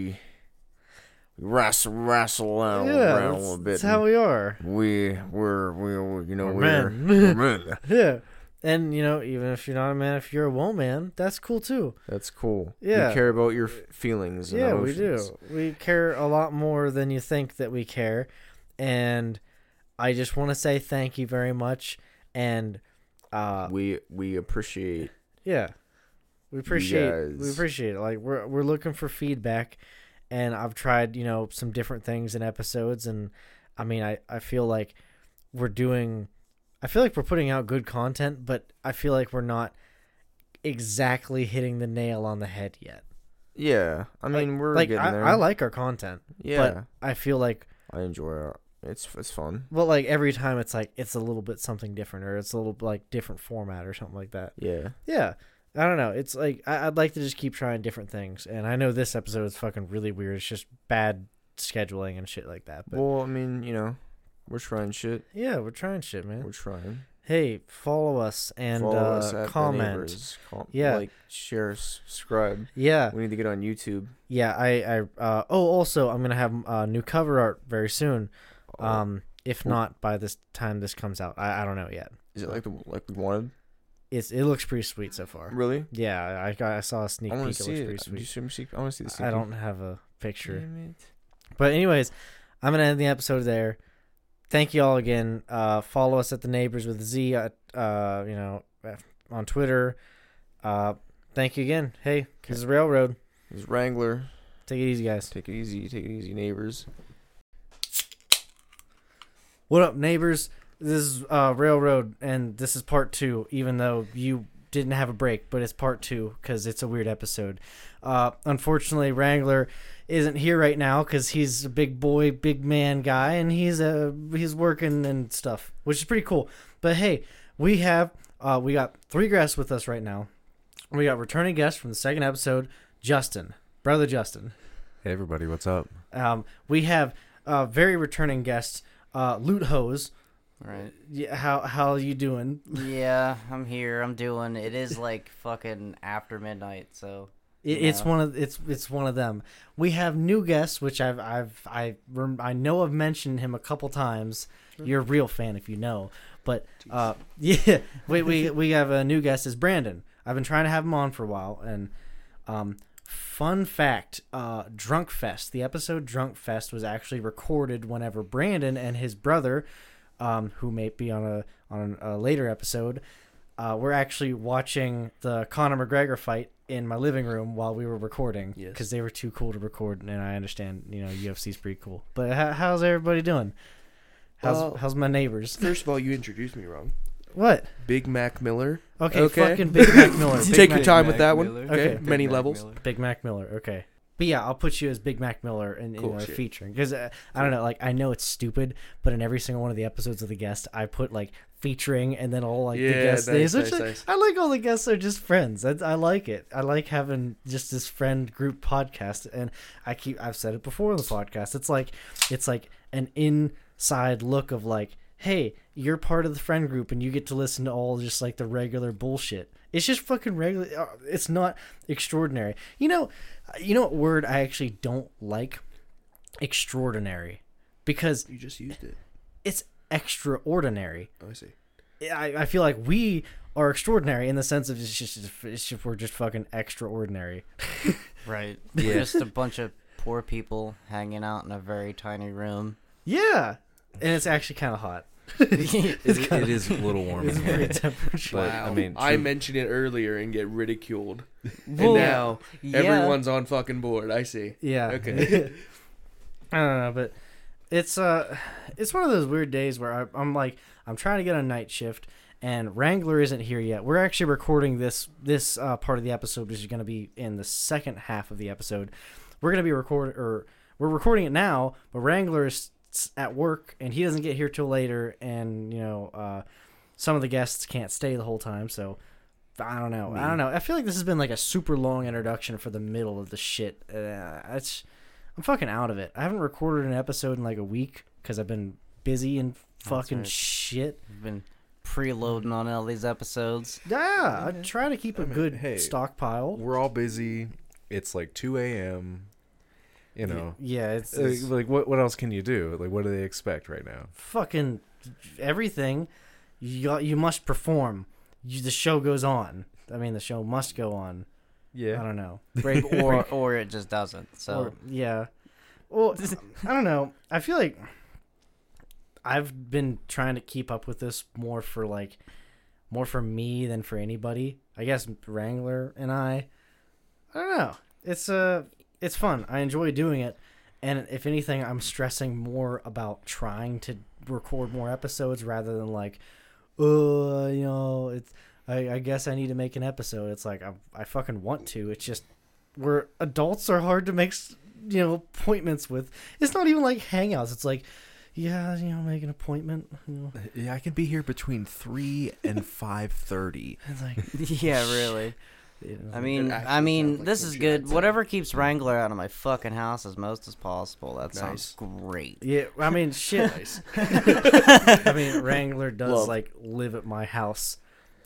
[SPEAKER 2] wrestle wrestle around,
[SPEAKER 1] yeah,
[SPEAKER 2] around a
[SPEAKER 1] that's,
[SPEAKER 2] little bit.
[SPEAKER 1] that's how we are.
[SPEAKER 2] we we're we we're, you know
[SPEAKER 1] We're
[SPEAKER 2] we're,
[SPEAKER 1] men.
[SPEAKER 2] we're men.
[SPEAKER 1] Yeah, and you know, even if you're not a man, if you're a woman, that's cool too.
[SPEAKER 2] That's cool.
[SPEAKER 1] Yeah.
[SPEAKER 2] we care about your f- feelings. And
[SPEAKER 1] Yeah,
[SPEAKER 2] emotions.
[SPEAKER 1] we do. We care a lot more than you think that we care. And I just want to say thank you very much. And uh,
[SPEAKER 2] We we appreciate
[SPEAKER 1] yeah, we appreciate we
[SPEAKER 2] guys-
[SPEAKER 1] appreciate it. Like we're we're looking for feedback, and I've tried you know some different things in episodes, and I mean I I feel like we're doing, I feel like we're putting out good content, but I feel like we're not exactly hitting the nail on the head yet.
[SPEAKER 2] Yeah, I mean we're
[SPEAKER 1] like
[SPEAKER 2] getting
[SPEAKER 1] I,
[SPEAKER 2] there.
[SPEAKER 1] I like our content.
[SPEAKER 2] yeah,
[SPEAKER 1] I feel like
[SPEAKER 2] I enjoy it. It's it's fun.
[SPEAKER 1] well, like every time it's like it's a little bit something different, or it's a little like different format or something like that.
[SPEAKER 2] Yeah,
[SPEAKER 1] Yeah, I don't know. It's like I, I'd like to just keep trying different things, and I know this episode is fucking really weird. It's just bad scheduling and shit like that. But
[SPEAKER 2] well, I mean you know we're trying shit.
[SPEAKER 1] yeah, we're trying shit, man.
[SPEAKER 2] We're trying.
[SPEAKER 1] Hey, follow us and
[SPEAKER 2] Follow
[SPEAKER 1] uh,
[SPEAKER 2] us at The
[SPEAKER 1] comment.
[SPEAKER 2] Neighbors. Com-
[SPEAKER 1] Yeah.
[SPEAKER 2] like share, subscribe.
[SPEAKER 1] Yeah,
[SPEAKER 2] We need to get on YouTube.
[SPEAKER 1] yeah. I, I. Uh, oh, also, I'm gonna have uh, new cover art very soon.
[SPEAKER 2] Oh,
[SPEAKER 1] Um, if
[SPEAKER 2] Cool.
[SPEAKER 1] not by this time this comes out, I, I don't know yet.
[SPEAKER 2] is it like the like we wanted?
[SPEAKER 1] It's it looks pretty sweet so far.
[SPEAKER 2] Really?
[SPEAKER 1] Yeah, I- I got I saw a sneak
[SPEAKER 2] I
[SPEAKER 1] peek. It
[SPEAKER 2] want
[SPEAKER 1] looks
[SPEAKER 2] to see
[SPEAKER 1] pretty
[SPEAKER 2] it. Do you
[SPEAKER 1] sweet.
[SPEAKER 2] show me sneak- I want to see the sneak
[SPEAKER 1] I
[SPEAKER 2] peek.
[SPEAKER 1] don't have a picture,
[SPEAKER 2] Damn it.
[SPEAKER 1] but anyways, I'm gonna end the episode there. Thank you all again. Uh, follow us at the neighbors with a Z. At, uh, you know, at- on Twitter. Uh, thank you again. Hey, this is Railroad.
[SPEAKER 2] It's Wrangler.
[SPEAKER 1] Take it easy, guys.
[SPEAKER 2] Take it easy. Take it easy, neighbors.
[SPEAKER 1] What up, neighbors? This is uh, Railroad, and this is part two, even though you didn't have a break, but it's part two because it's a weird episode. Uh, unfortunately, Wrangler isn't here right now because he's a big boy, big man guy, and he's uh, he's working and stuff, which is pretty cool. But hey, we have uh, we got three guests with us right now. We got returning guest from the second episode, Justin, brother Justin.
[SPEAKER 3] Hey everybody, what's up?
[SPEAKER 1] Um, we have uh, very returning guest, uh, Loot Hose.
[SPEAKER 4] Right.
[SPEAKER 1] Yeah, how how you doing?
[SPEAKER 4] Yeah, I'm here. I'm doing. It is like fucking after midnight, so
[SPEAKER 1] It, It's
[SPEAKER 4] Yeah.
[SPEAKER 1] one of it's it's one of them. We have new guests, which I've I've I rem- I know I've mentioned him a couple times. You're a real fan if you know, but uh, yeah, we we we have a new guest is Brandon. I've been trying to have him on for a while, and um, fun fact, uh, Drunk Fest, the episode Drunk Fest was actually recorded whenever Brandon and his brother, um, who may be on a on a later episode, uh, we're actually watching the Conor McGregor fight in my living room while we were recording
[SPEAKER 4] Yes.
[SPEAKER 1] because they were too cool to record, and I understand you know UFC's pretty cool. But how, how's everybody doing? How's
[SPEAKER 2] Well-
[SPEAKER 1] how's my neighbors?
[SPEAKER 2] First of all, you introduced me wrong.
[SPEAKER 1] What?
[SPEAKER 2] Big Mac Miller.
[SPEAKER 1] Okay,
[SPEAKER 2] Okay.
[SPEAKER 1] fucking Big Mac Miller. Big
[SPEAKER 2] Take
[SPEAKER 1] Mac-
[SPEAKER 2] your time with that one.
[SPEAKER 1] Okay.
[SPEAKER 2] Okay. Many levels.
[SPEAKER 1] Big Mac Miller. Okay. But yeah, I'll put you as Big Mac Miller in,
[SPEAKER 2] Cool
[SPEAKER 1] in our
[SPEAKER 2] shit.
[SPEAKER 1] featuring because uh, I don't know, like I know it's stupid, but in every single one of the episodes of the guest, I put like featuring and then all like the
[SPEAKER 2] Yeah,
[SPEAKER 1] guest
[SPEAKER 2] nice,
[SPEAKER 1] names.
[SPEAKER 2] nice,
[SPEAKER 1] which, like,
[SPEAKER 2] nice.
[SPEAKER 1] I like all the guests are just friends. I, I like it. I like having just this friend group podcast, and I keep I've said it before on the podcast. It's like it's like an inside look of like, hey, you're part of the friend group, and you get to listen to all just like the regular bullshit. It's just fucking regular. uh, It's not extraordinary. You know, you know what word I actually don't like? Extraordinary, because
[SPEAKER 5] You just used it.
[SPEAKER 1] it's extraordinary.
[SPEAKER 5] Oh, I see.
[SPEAKER 1] I, I feel like we are extraordinary in the sense of it's just, it's just we're just fucking extraordinary.
[SPEAKER 4] Right. Just a bunch of poor people hanging out in a very tiny room.
[SPEAKER 1] Yeah, and it's actually kind of hot.
[SPEAKER 3] It, i- it is a little warm
[SPEAKER 1] It's
[SPEAKER 3] in
[SPEAKER 1] very
[SPEAKER 3] here.
[SPEAKER 1] temperature.
[SPEAKER 3] But, I mean,
[SPEAKER 5] I
[SPEAKER 3] true-
[SPEAKER 5] mentioned it earlier and get ridiculed,
[SPEAKER 1] Well,
[SPEAKER 5] and now
[SPEAKER 4] Yeah.
[SPEAKER 5] everyone's on fucking board. I see.
[SPEAKER 1] Yeah.
[SPEAKER 5] Okay.
[SPEAKER 1] I don't know, but it's uh it's one of those weird days where I, I'm like I'm trying to get a night shift and Wrangler isn't here yet. We're actually recording this this uh, part of the episode which is going to be in the second half of the episode. We're going to be record or we're recording it now, but Wrangler is s- at work and he doesn't get here till later and you know uh some of the guests can't stay the whole time, so I don't know. I don't know. I feel like this has been like a super long introduction for the middle of the shit. Uh, it's I'm fucking out of it. I haven't recorded an episode in like a week because I've been busy and fucking
[SPEAKER 4] right.
[SPEAKER 1] shit.
[SPEAKER 4] I've been preloading on all these episodes.
[SPEAKER 1] Yeah, I try to keep a
[SPEAKER 3] I mean,
[SPEAKER 1] good
[SPEAKER 3] hey.
[SPEAKER 1] stockpile.
[SPEAKER 3] we're all busy. It's like 2 a.m. You know,
[SPEAKER 1] Yeah, it's,
[SPEAKER 3] like,
[SPEAKER 1] it's
[SPEAKER 3] like, what what else can you do? Like, what do they expect right now?
[SPEAKER 1] fucking everything. You got- you must perform. You, the show goes on. I mean, the show must go on. I
[SPEAKER 3] Yeah,
[SPEAKER 1] don't know.
[SPEAKER 4] Break or or it just doesn't. So
[SPEAKER 1] Or- yeah. Well, I don't know. I feel like I've been trying to keep up with this more for like more for me than for anybody. I guess Wrangler and I. I don't know. It's uh it's fun. I enjoy doing it. And if anything, I'm stressing more about trying to record more episodes rather than like, uh, you know, it's I, I guess I need to make an episode. It's like I, I fucking want to. It's just where adults are hard to make s- you know appointments with. It's not even like hangouts. It's like, yeah, you know, make an appointment. You know,
[SPEAKER 3] yeah. I can be here between three and five thirty.
[SPEAKER 1] it's like
[SPEAKER 4] yeah, really.
[SPEAKER 1] you know,
[SPEAKER 4] I mean,
[SPEAKER 5] actually
[SPEAKER 4] I mean,
[SPEAKER 5] sounds like
[SPEAKER 4] this
[SPEAKER 5] some
[SPEAKER 4] is
[SPEAKER 5] shit
[SPEAKER 4] good.
[SPEAKER 5] outside.
[SPEAKER 4] Whatever keeps Wrangler out of my fucking house as most as possible. That sounds great.
[SPEAKER 1] yeah. I mean, shit.
[SPEAKER 5] Nice.
[SPEAKER 1] I mean, Wrangler does
[SPEAKER 2] Love.
[SPEAKER 1] like live at my house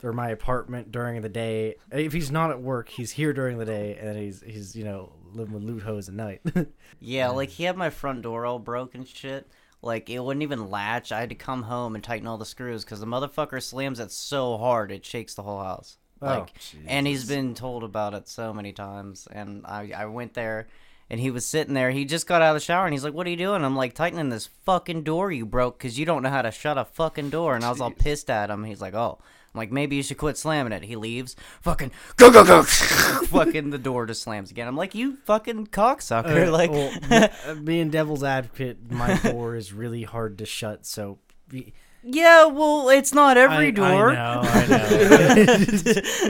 [SPEAKER 1] or my apartment during the day. If he's not at work, he's here during the day, and he's he's you know living with loot hoes at night.
[SPEAKER 4] Yeah, like he had my front door all broken shit. Like it wouldn't even latch. I had to come home and tighten all the screws because the motherfucker slams it so hard it shakes the whole house.
[SPEAKER 1] Oh,
[SPEAKER 4] Like, and he's been told about it so many times. And I, I went there, and he was sitting there. He just got out of the shower, and he's like, "What are you doing?" I'm like, "Tightening this fucking door you broke because you don't know how to shut a fucking door." And I was all pissed at him. He's like, "Oh." I'm like, maybe you should quit slamming it. He leaves. Fucking go go go. fucking the door just slams again. I'm like, you fucking cocksucker.
[SPEAKER 1] Uh,
[SPEAKER 4] like,
[SPEAKER 1] well, me- uh, being devil's advocate, my door is really hard to shut, so. be-
[SPEAKER 4] Yeah, well, it's not every
[SPEAKER 1] I-
[SPEAKER 4] door.
[SPEAKER 1] I know, I know.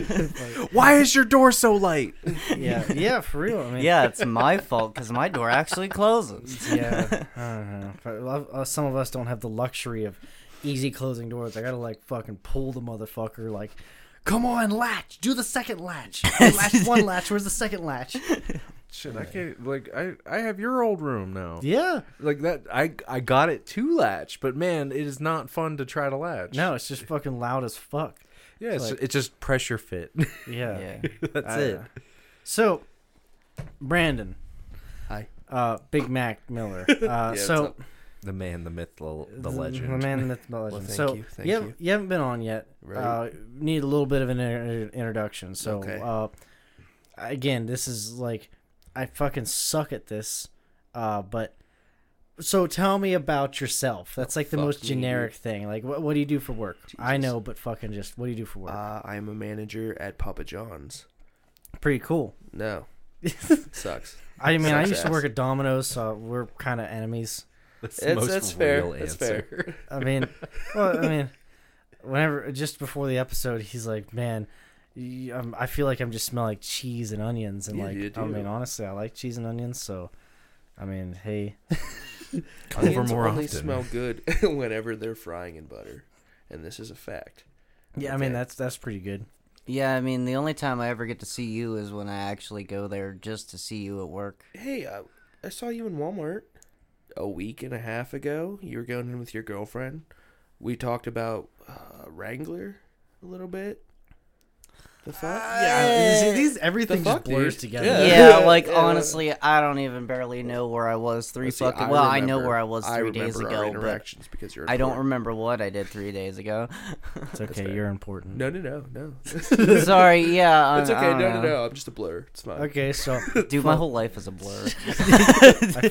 [SPEAKER 3] Why is your door so light?
[SPEAKER 1] yeah, yeah, for real. I mean,
[SPEAKER 4] yeah, it's my fault because my door actually closes.
[SPEAKER 1] yeah. I don't know. But a lot- uh, some of us don't have the luxury of easy closing doors. I gotta like fucking pull the motherfucker. Like, come on, latch. Do the second latch. latch one latch. Where's the second latch?
[SPEAKER 3] Shit, I can't. Like, I I have your old room now.
[SPEAKER 1] Yeah.
[SPEAKER 3] Like that, I I got it to latch, but man, it is not fun to try to latch.
[SPEAKER 1] No, it's just fucking loud as fuck.
[SPEAKER 3] yeah, it's,
[SPEAKER 1] like-
[SPEAKER 3] it's just pressure fit.
[SPEAKER 1] Yeah.
[SPEAKER 4] Yeah.
[SPEAKER 3] That's
[SPEAKER 1] I- uh,
[SPEAKER 3] it.
[SPEAKER 1] So, Brandon.
[SPEAKER 5] Hi.
[SPEAKER 1] Uh, Big Mac Miller. Uh,
[SPEAKER 5] what's
[SPEAKER 1] so
[SPEAKER 5] up?
[SPEAKER 3] The man, the myth, the, the
[SPEAKER 1] The
[SPEAKER 3] legend.
[SPEAKER 1] man, the myth, the legend.
[SPEAKER 5] thank
[SPEAKER 1] so
[SPEAKER 5] you, thank
[SPEAKER 1] haven't-
[SPEAKER 5] you.
[SPEAKER 1] haven't been on yet.
[SPEAKER 5] Right.
[SPEAKER 1] Uh, need a little bit of an inter- uh, introduction. So
[SPEAKER 5] Okay.
[SPEAKER 1] uh, again, this is like I fucking suck at this. Uh, but so tell me about yourself. That's like the
[SPEAKER 5] Oh, Fuck
[SPEAKER 1] most
[SPEAKER 5] me,
[SPEAKER 1] generic thing. Like what what do you do for work? I know, but fucking just what do you do for work?
[SPEAKER 5] Uh, I am a manager at Papa John's.
[SPEAKER 1] Pretty cool.
[SPEAKER 5] No, sucks.
[SPEAKER 1] I mean, I
[SPEAKER 5] Sucks
[SPEAKER 1] used to
[SPEAKER 5] ass.
[SPEAKER 1] work at Domino's, so we're kind of enemies.
[SPEAKER 3] That's
[SPEAKER 5] It's, that's fair. That's fair.
[SPEAKER 1] I mean, well, I mean, whenever just before the episode, he's like, "Man, y- um, I feel like I'm just smelling like cheese and onions." And
[SPEAKER 5] Yeah,
[SPEAKER 1] like,
[SPEAKER 5] you
[SPEAKER 1] I
[SPEAKER 5] do.
[SPEAKER 1] mean, honestly, I like cheese and onions, so I mean, hey,
[SPEAKER 3] Come over
[SPEAKER 5] Onions
[SPEAKER 3] more
[SPEAKER 5] only
[SPEAKER 3] often.
[SPEAKER 5] smell good whenever they're frying in butter, and this is a fact.
[SPEAKER 1] yeah, I mean,
[SPEAKER 5] Okay.
[SPEAKER 1] that's that's pretty good.
[SPEAKER 4] Yeah, I mean, the only time I ever get to see you is when I actually go there just to see you at work.
[SPEAKER 5] Hey,
[SPEAKER 2] uh,
[SPEAKER 5] I, I saw you in Walmart a week and a half ago. You were going in with your girlfriend. We talked about uh, Wrangler a little bit. The
[SPEAKER 2] Uh,
[SPEAKER 5] fuck?
[SPEAKER 1] Yeah, Uh, these everything
[SPEAKER 5] just
[SPEAKER 1] just
[SPEAKER 5] fuck, blurs
[SPEAKER 1] blurs
[SPEAKER 5] dude?
[SPEAKER 1] together.
[SPEAKER 5] together. Yeah.
[SPEAKER 4] Yeah, like
[SPEAKER 5] Yeah.
[SPEAKER 4] honestly, I don't even barely know where I was three
[SPEAKER 5] Let's see,
[SPEAKER 4] fucking. well, I know
[SPEAKER 5] remember-
[SPEAKER 4] where I was three days
[SPEAKER 5] remember our
[SPEAKER 4] ago, but
[SPEAKER 5] interactions because you're.
[SPEAKER 4] I don't
[SPEAKER 5] important.
[SPEAKER 4] remember what I did three days ago.
[SPEAKER 1] It's okay, you're important.
[SPEAKER 5] No, no, no, no.
[SPEAKER 4] Sorry. Yeah, I,
[SPEAKER 5] It's
[SPEAKER 4] I
[SPEAKER 5] okay.
[SPEAKER 4] don't
[SPEAKER 5] No, no,
[SPEAKER 4] know.
[SPEAKER 5] no. I'm just a blur. It's fine.
[SPEAKER 1] Okay, so
[SPEAKER 4] Dude, my whole life is a blur.
[SPEAKER 1] I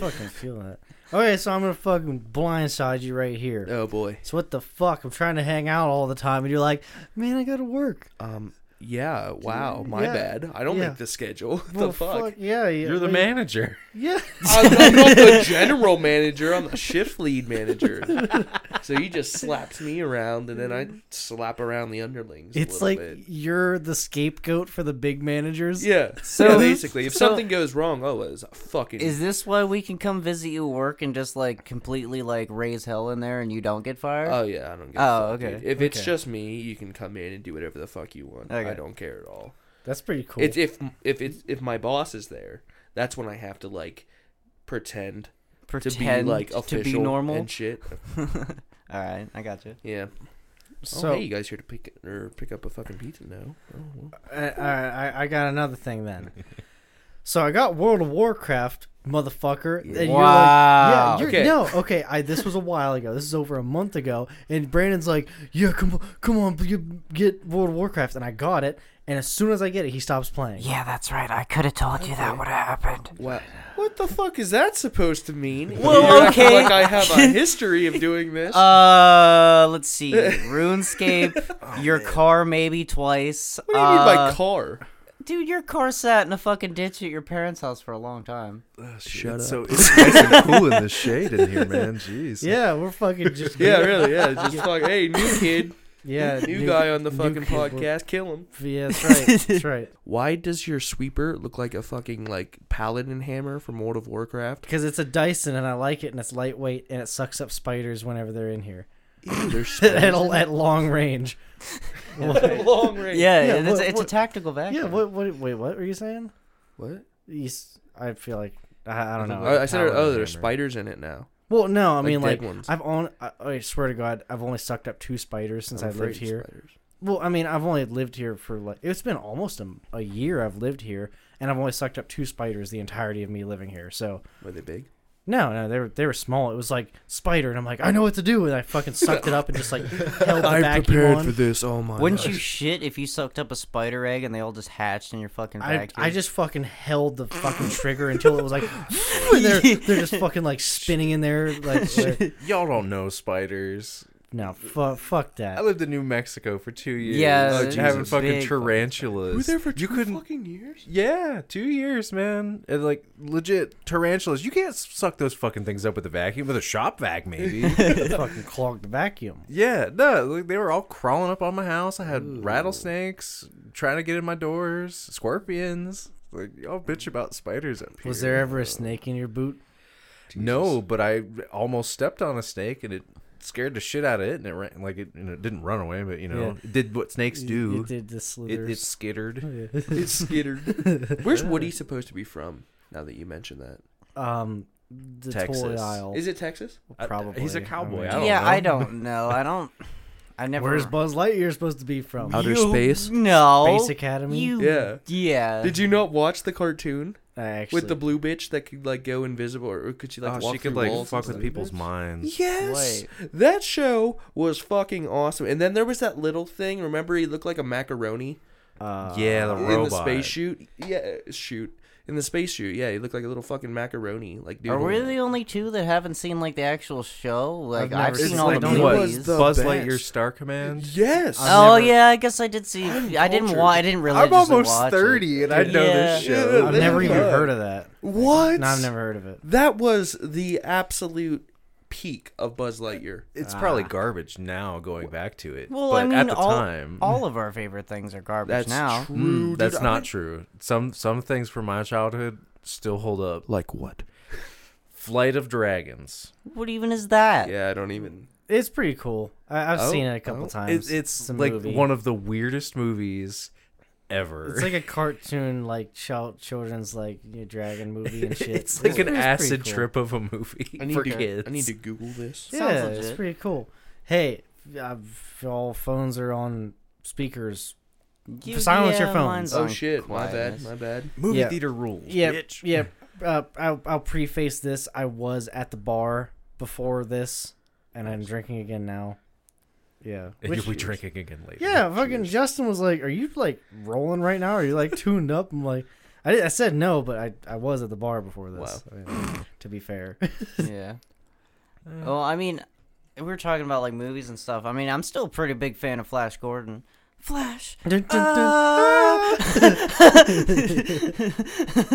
[SPEAKER 1] fucking feel that. Okay, so I'm gonna fucking blindside you right here.
[SPEAKER 3] Oh boy.
[SPEAKER 1] So what the fuck? I'm trying to hang out all the time, and you're like, man, I gotta work.
[SPEAKER 3] Um. Yeah. Wow. My
[SPEAKER 1] Yeah.
[SPEAKER 3] bad. I don't
[SPEAKER 1] Yeah.
[SPEAKER 3] make the schedule. What
[SPEAKER 1] Well,
[SPEAKER 3] the fuck.
[SPEAKER 1] Oh, Yeah, yeah,
[SPEAKER 2] You're the
[SPEAKER 1] like-
[SPEAKER 2] manager.
[SPEAKER 1] Yeah.
[SPEAKER 3] I'm, I'm not the general manager. I'm the shift lead manager. So you just slapped me around, and then I slap around the underlings. a
[SPEAKER 1] It's
[SPEAKER 3] little
[SPEAKER 1] like
[SPEAKER 3] bit.
[SPEAKER 1] you're the scapegoat for the big managers.
[SPEAKER 3] yeah. So
[SPEAKER 4] So-
[SPEAKER 3] basically, if
[SPEAKER 4] so-
[SPEAKER 3] something goes wrong, oh, it's a fucking.
[SPEAKER 4] Is this why we can come visit you at work and just like completely like raise hell in there and you don't get fired?
[SPEAKER 3] oh yeah, I don't get.
[SPEAKER 4] Oh,
[SPEAKER 3] fuck, dude.
[SPEAKER 4] okay.
[SPEAKER 3] If it's
[SPEAKER 1] Okay.
[SPEAKER 3] just me, you can come in and do whatever the fuck you want. I
[SPEAKER 4] Okay.
[SPEAKER 3] don't care at all.
[SPEAKER 1] That's pretty cool.
[SPEAKER 3] It's if if it's if my boss is there, that's when I have to like pretend,
[SPEAKER 4] Pretend
[SPEAKER 3] to be like
[SPEAKER 4] to
[SPEAKER 3] official
[SPEAKER 4] be normal.
[SPEAKER 3] and shit.
[SPEAKER 4] All right, I got you.
[SPEAKER 3] Yeah.
[SPEAKER 1] so
[SPEAKER 3] oh, hey, you guys here to pick or pick up a fucking pizza now? Oh, well.
[SPEAKER 1] I, I I got another thing then. so I got World of Warcraft, motherfucker. And you're like,
[SPEAKER 4] Wow.
[SPEAKER 1] yeah, you're,
[SPEAKER 3] Okay.
[SPEAKER 1] no, okay. I this was a while ago. This is over a month ago. And Brandon's like, yeah, come on, come on, you get World of Warcraft, and I got it. And as soon as I get it, he stops playing.
[SPEAKER 4] Yeah, that's right. I could have told you that would have happened.
[SPEAKER 3] What? What the fuck is that supposed to mean?
[SPEAKER 4] Well,
[SPEAKER 3] You're acting
[SPEAKER 4] okay.
[SPEAKER 3] Like I have a history of doing this.
[SPEAKER 4] Uh, let's see. RuneScape, your car maybe twice.
[SPEAKER 3] Oh, what do you mean by
[SPEAKER 4] Uh,
[SPEAKER 3] car?
[SPEAKER 4] Dude, your car sat in a fucking ditch at your parents' house for a long time.
[SPEAKER 2] Shut up. So it's nice and cool in the shade in here, man. Jeez.
[SPEAKER 1] Yeah, we're fucking just
[SPEAKER 3] Yeah, really. Yeah, just like hey, new kid,
[SPEAKER 1] yeah.
[SPEAKER 3] new guy on the
[SPEAKER 1] new
[SPEAKER 3] fucking
[SPEAKER 1] kid, we're-
[SPEAKER 3] podcast, kill him.
[SPEAKER 1] Yeah, that's right. That's right.
[SPEAKER 3] Why does your sweeper look like a fucking like paladin hammer from World of Warcraft?
[SPEAKER 1] Because it's a Dyson and I like it and it's lightweight and it sucks up spiders whenever they're in here
[SPEAKER 3] There's
[SPEAKER 1] at, at long range.
[SPEAKER 3] long range.
[SPEAKER 4] Yeah,
[SPEAKER 1] Yeah,
[SPEAKER 4] it's,
[SPEAKER 1] what-
[SPEAKER 4] it's
[SPEAKER 1] what-
[SPEAKER 4] a tactical vacuum.
[SPEAKER 1] Yeah. What? What? Wait. What were you saying?
[SPEAKER 3] What?
[SPEAKER 1] You, s- I feel like I, I don't know.
[SPEAKER 3] I, I said,
[SPEAKER 2] paladin
[SPEAKER 3] oh, there's
[SPEAKER 2] hammer.
[SPEAKER 3] spiders in it now.
[SPEAKER 1] Well, no. I
[SPEAKER 3] Like
[SPEAKER 1] mean, like
[SPEAKER 3] dead ones.
[SPEAKER 1] I've only. I, I swear to God, I've only sucked up two spiders since
[SPEAKER 3] I'm
[SPEAKER 1] I've
[SPEAKER 3] afraid
[SPEAKER 1] lived
[SPEAKER 3] of
[SPEAKER 1] here.
[SPEAKER 3] spiders.
[SPEAKER 1] Well, I mean, I've only lived here for like it's been almost a, a year. I've lived here, and I've only sucked up two spiders the entirety of me living here. So
[SPEAKER 3] Were they big?
[SPEAKER 1] no, no, they were they were small. It was like spider, and I'm like, I know what to do, and I fucking sucked it up and just like held the vacuum on.
[SPEAKER 3] this. Oh my.
[SPEAKER 4] Wouldn't you shit if you sucked up a spider egg and they all just hatched in your fucking
[SPEAKER 1] I,
[SPEAKER 4] vacuum?
[SPEAKER 1] I just fucking held the fucking trigger until it was like, and they're, they're just fucking like spinning in there. Like, they're-
[SPEAKER 2] Y'all don't know spiders.
[SPEAKER 1] no, fu- fuck
[SPEAKER 2] I
[SPEAKER 1] that.
[SPEAKER 2] lived in New Mexico for two years.
[SPEAKER 4] Yeah,
[SPEAKER 2] Oh,
[SPEAKER 4] it's
[SPEAKER 2] having
[SPEAKER 4] big
[SPEAKER 2] fucking
[SPEAKER 4] fucking-
[SPEAKER 2] tarantulas.
[SPEAKER 3] Were there for two
[SPEAKER 2] you couldn't.
[SPEAKER 3] fucking years?
[SPEAKER 2] Yeah, two years, man. And like legit tarantulas. You can't suck those fucking things up with a vacuum, with a shop vac, maybe.
[SPEAKER 1] fucking clogged the vacuum.
[SPEAKER 2] yeah, no, like they were all crawling up on my house. I had rattlesnakes trying to get in my doors, scorpions. Like y'all bitch about spiders up here.
[SPEAKER 1] Was there ever a snake in your boot?
[SPEAKER 2] No, but I almost stepped on a snake and it scared the shit out of it, and it ran like it, and it didn't run away, but you know,
[SPEAKER 1] Yeah.
[SPEAKER 2] it did what snakes do.
[SPEAKER 1] It
[SPEAKER 2] It,
[SPEAKER 1] did the
[SPEAKER 2] it,
[SPEAKER 1] slithers.
[SPEAKER 2] skittered.
[SPEAKER 3] It's skittered. Where's Woody supposed to be from? Now that you mention that,
[SPEAKER 1] um, the toy
[SPEAKER 2] Texas.
[SPEAKER 1] aisle.
[SPEAKER 3] is it Texas?
[SPEAKER 1] Well, probably.
[SPEAKER 2] he's a
[SPEAKER 1] I
[SPEAKER 2] cowboy.
[SPEAKER 1] mean,
[SPEAKER 2] I don't
[SPEAKER 4] yeah,
[SPEAKER 2] know.
[SPEAKER 4] I don't know. I don't. I never.
[SPEAKER 1] Where's Buzz Lightyear supposed to be from?
[SPEAKER 3] Outer
[SPEAKER 4] You-
[SPEAKER 3] space?
[SPEAKER 4] No.
[SPEAKER 1] Space Academy.
[SPEAKER 4] You,
[SPEAKER 3] Yeah.
[SPEAKER 4] Yeah.
[SPEAKER 3] Did you not watch the cartoon
[SPEAKER 1] I Uh, actually,
[SPEAKER 3] with the blue bitch that could like go invisible, or could she like
[SPEAKER 2] Oh,
[SPEAKER 3] walk
[SPEAKER 2] she
[SPEAKER 3] through
[SPEAKER 2] could like
[SPEAKER 3] walls
[SPEAKER 2] fuck
[SPEAKER 3] and
[SPEAKER 2] with
[SPEAKER 3] stuff?
[SPEAKER 2] people's minds.
[SPEAKER 3] Yes, that show was fucking awesome. And then there was that little thing. Remember, he looked like a macaroni
[SPEAKER 1] uh,
[SPEAKER 2] yeah, the
[SPEAKER 3] in the
[SPEAKER 2] robot.
[SPEAKER 3] space shoot. Yeah, shoot in the space shoot. Yeah, he looked like a little fucking macaroni. Like, dude,
[SPEAKER 4] Are we the only two that haven't seen like the actual show? Like
[SPEAKER 1] never
[SPEAKER 4] I've,
[SPEAKER 1] seen
[SPEAKER 4] seen
[SPEAKER 1] it.
[SPEAKER 4] all
[SPEAKER 1] Like,
[SPEAKER 4] the
[SPEAKER 1] it
[SPEAKER 3] was
[SPEAKER 4] movies.
[SPEAKER 3] the
[SPEAKER 2] Buzz
[SPEAKER 3] best.
[SPEAKER 2] Lightyear Star Command.
[SPEAKER 3] Yes.
[SPEAKER 1] I've
[SPEAKER 4] Oh
[SPEAKER 1] never-
[SPEAKER 4] yeah, I guess I did see. I didn't
[SPEAKER 3] cultured.
[SPEAKER 4] watch. I didn't really.
[SPEAKER 2] I'm almost thirty and I know this
[SPEAKER 4] Yeah.
[SPEAKER 2] show.
[SPEAKER 3] Yeah.
[SPEAKER 1] I've never even
[SPEAKER 3] Yeah.
[SPEAKER 1] heard of that.
[SPEAKER 3] what?
[SPEAKER 1] No, I've never heard of it.
[SPEAKER 3] That was the absolute peak of Buzz Lightyear.
[SPEAKER 2] It's probably garbage now going back to it.
[SPEAKER 4] Well,
[SPEAKER 2] but
[SPEAKER 4] I mean,
[SPEAKER 2] at the
[SPEAKER 4] all,
[SPEAKER 2] time,
[SPEAKER 4] all of our favorite things are garbage
[SPEAKER 3] That's
[SPEAKER 4] now.
[SPEAKER 3] true.
[SPEAKER 2] Mm,
[SPEAKER 3] dude.
[SPEAKER 2] that's
[SPEAKER 3] I-
[SPEAKER 2] not true. Some some things from my childhood still hold up.
[SPEAKER 3] like what?
[SPEAKER 2] Flight of Dragons.
[SPEAKER 4] What even is that?
[SPEAKER 3] Yeah, I don't even.
[SPEAKER 1] It's pretty cool. I, I've
[SPEAKER 3] Oh,
[SPEAKER 1] seen it a couple
[SPEAKER 3] oh.
[SPEAKER 1] times.
[SPEAKER 2] It- it's
[SPEAKER 1] a
[SPEAKER 2] like
[SPEAKER 1] movie.
[SPEAKER 2] one of the weirdest movies ever.
[SPEAKER 1] It's like a cartoon, like child children's like you know, dragon movie and shit.
[SPEAKER 2] It's like an
[SPEAKER 1] pretty
[SPEAKER 2] acid
[SPEAKER 1] cool.
[SPEAKER 2] trip of a movie
[SPEAKER 3] I need
[SPEAKER 2] for
[SPEAKER 3] to.
[SPEAKER 2] kids.
[SPEAKER 3] I need to Google this.
[SPEAKER 1] Yeah,
[SPEAKER 4] Sounds
[SPEAKER 1] it's
[SPEAKER 4] legit.
[SPEAKER 1] pretty cool. Hey, uh, f- all phones are on speakers.
[SPEAKER 4] You-
[SPEAKER 1] Silence your
[SPEAKER 4] yeah,
[SPEAKER 1] phones.
[SPEAKER 4] mine's
[SPEAKER 3] Oh
[SPEAKER 4] on
[SPEAKER 3] shit!
[SPEAKER 4] quietness.
[SPEAKER 3] My bad. My bad.
[SPEAKER 2] movie
[SPEAKER 1] Yeah.
[SPEAKER 2] theater rules.
[SPEAKER 1] Yeah,
[SPEAKER 2] bitch.
[SPEAKER 1] yeah. Uh, I'll, I'll preface this. I was at the bar before this, and I'm drinking again now. Yeah,
[SPEAKER 2] And
[SPEAKER 1] which-
[SPEAKER 2] you'll be drinking again later.
[SPEAKER 1] Yeah, fucking Justin was like, "Are you like rolling right now? Are you like tuned up?" I'm like, I, did, I said no, but I, I was at the bar before this. I mean, to be fair.
[SPEAKER 4] yeah. Well, I mean, we were talking about like movies and stuff. I mean, I'm still a pretty big fan of Flash Gordon. Flash.
[SPEAKER 1] yeah.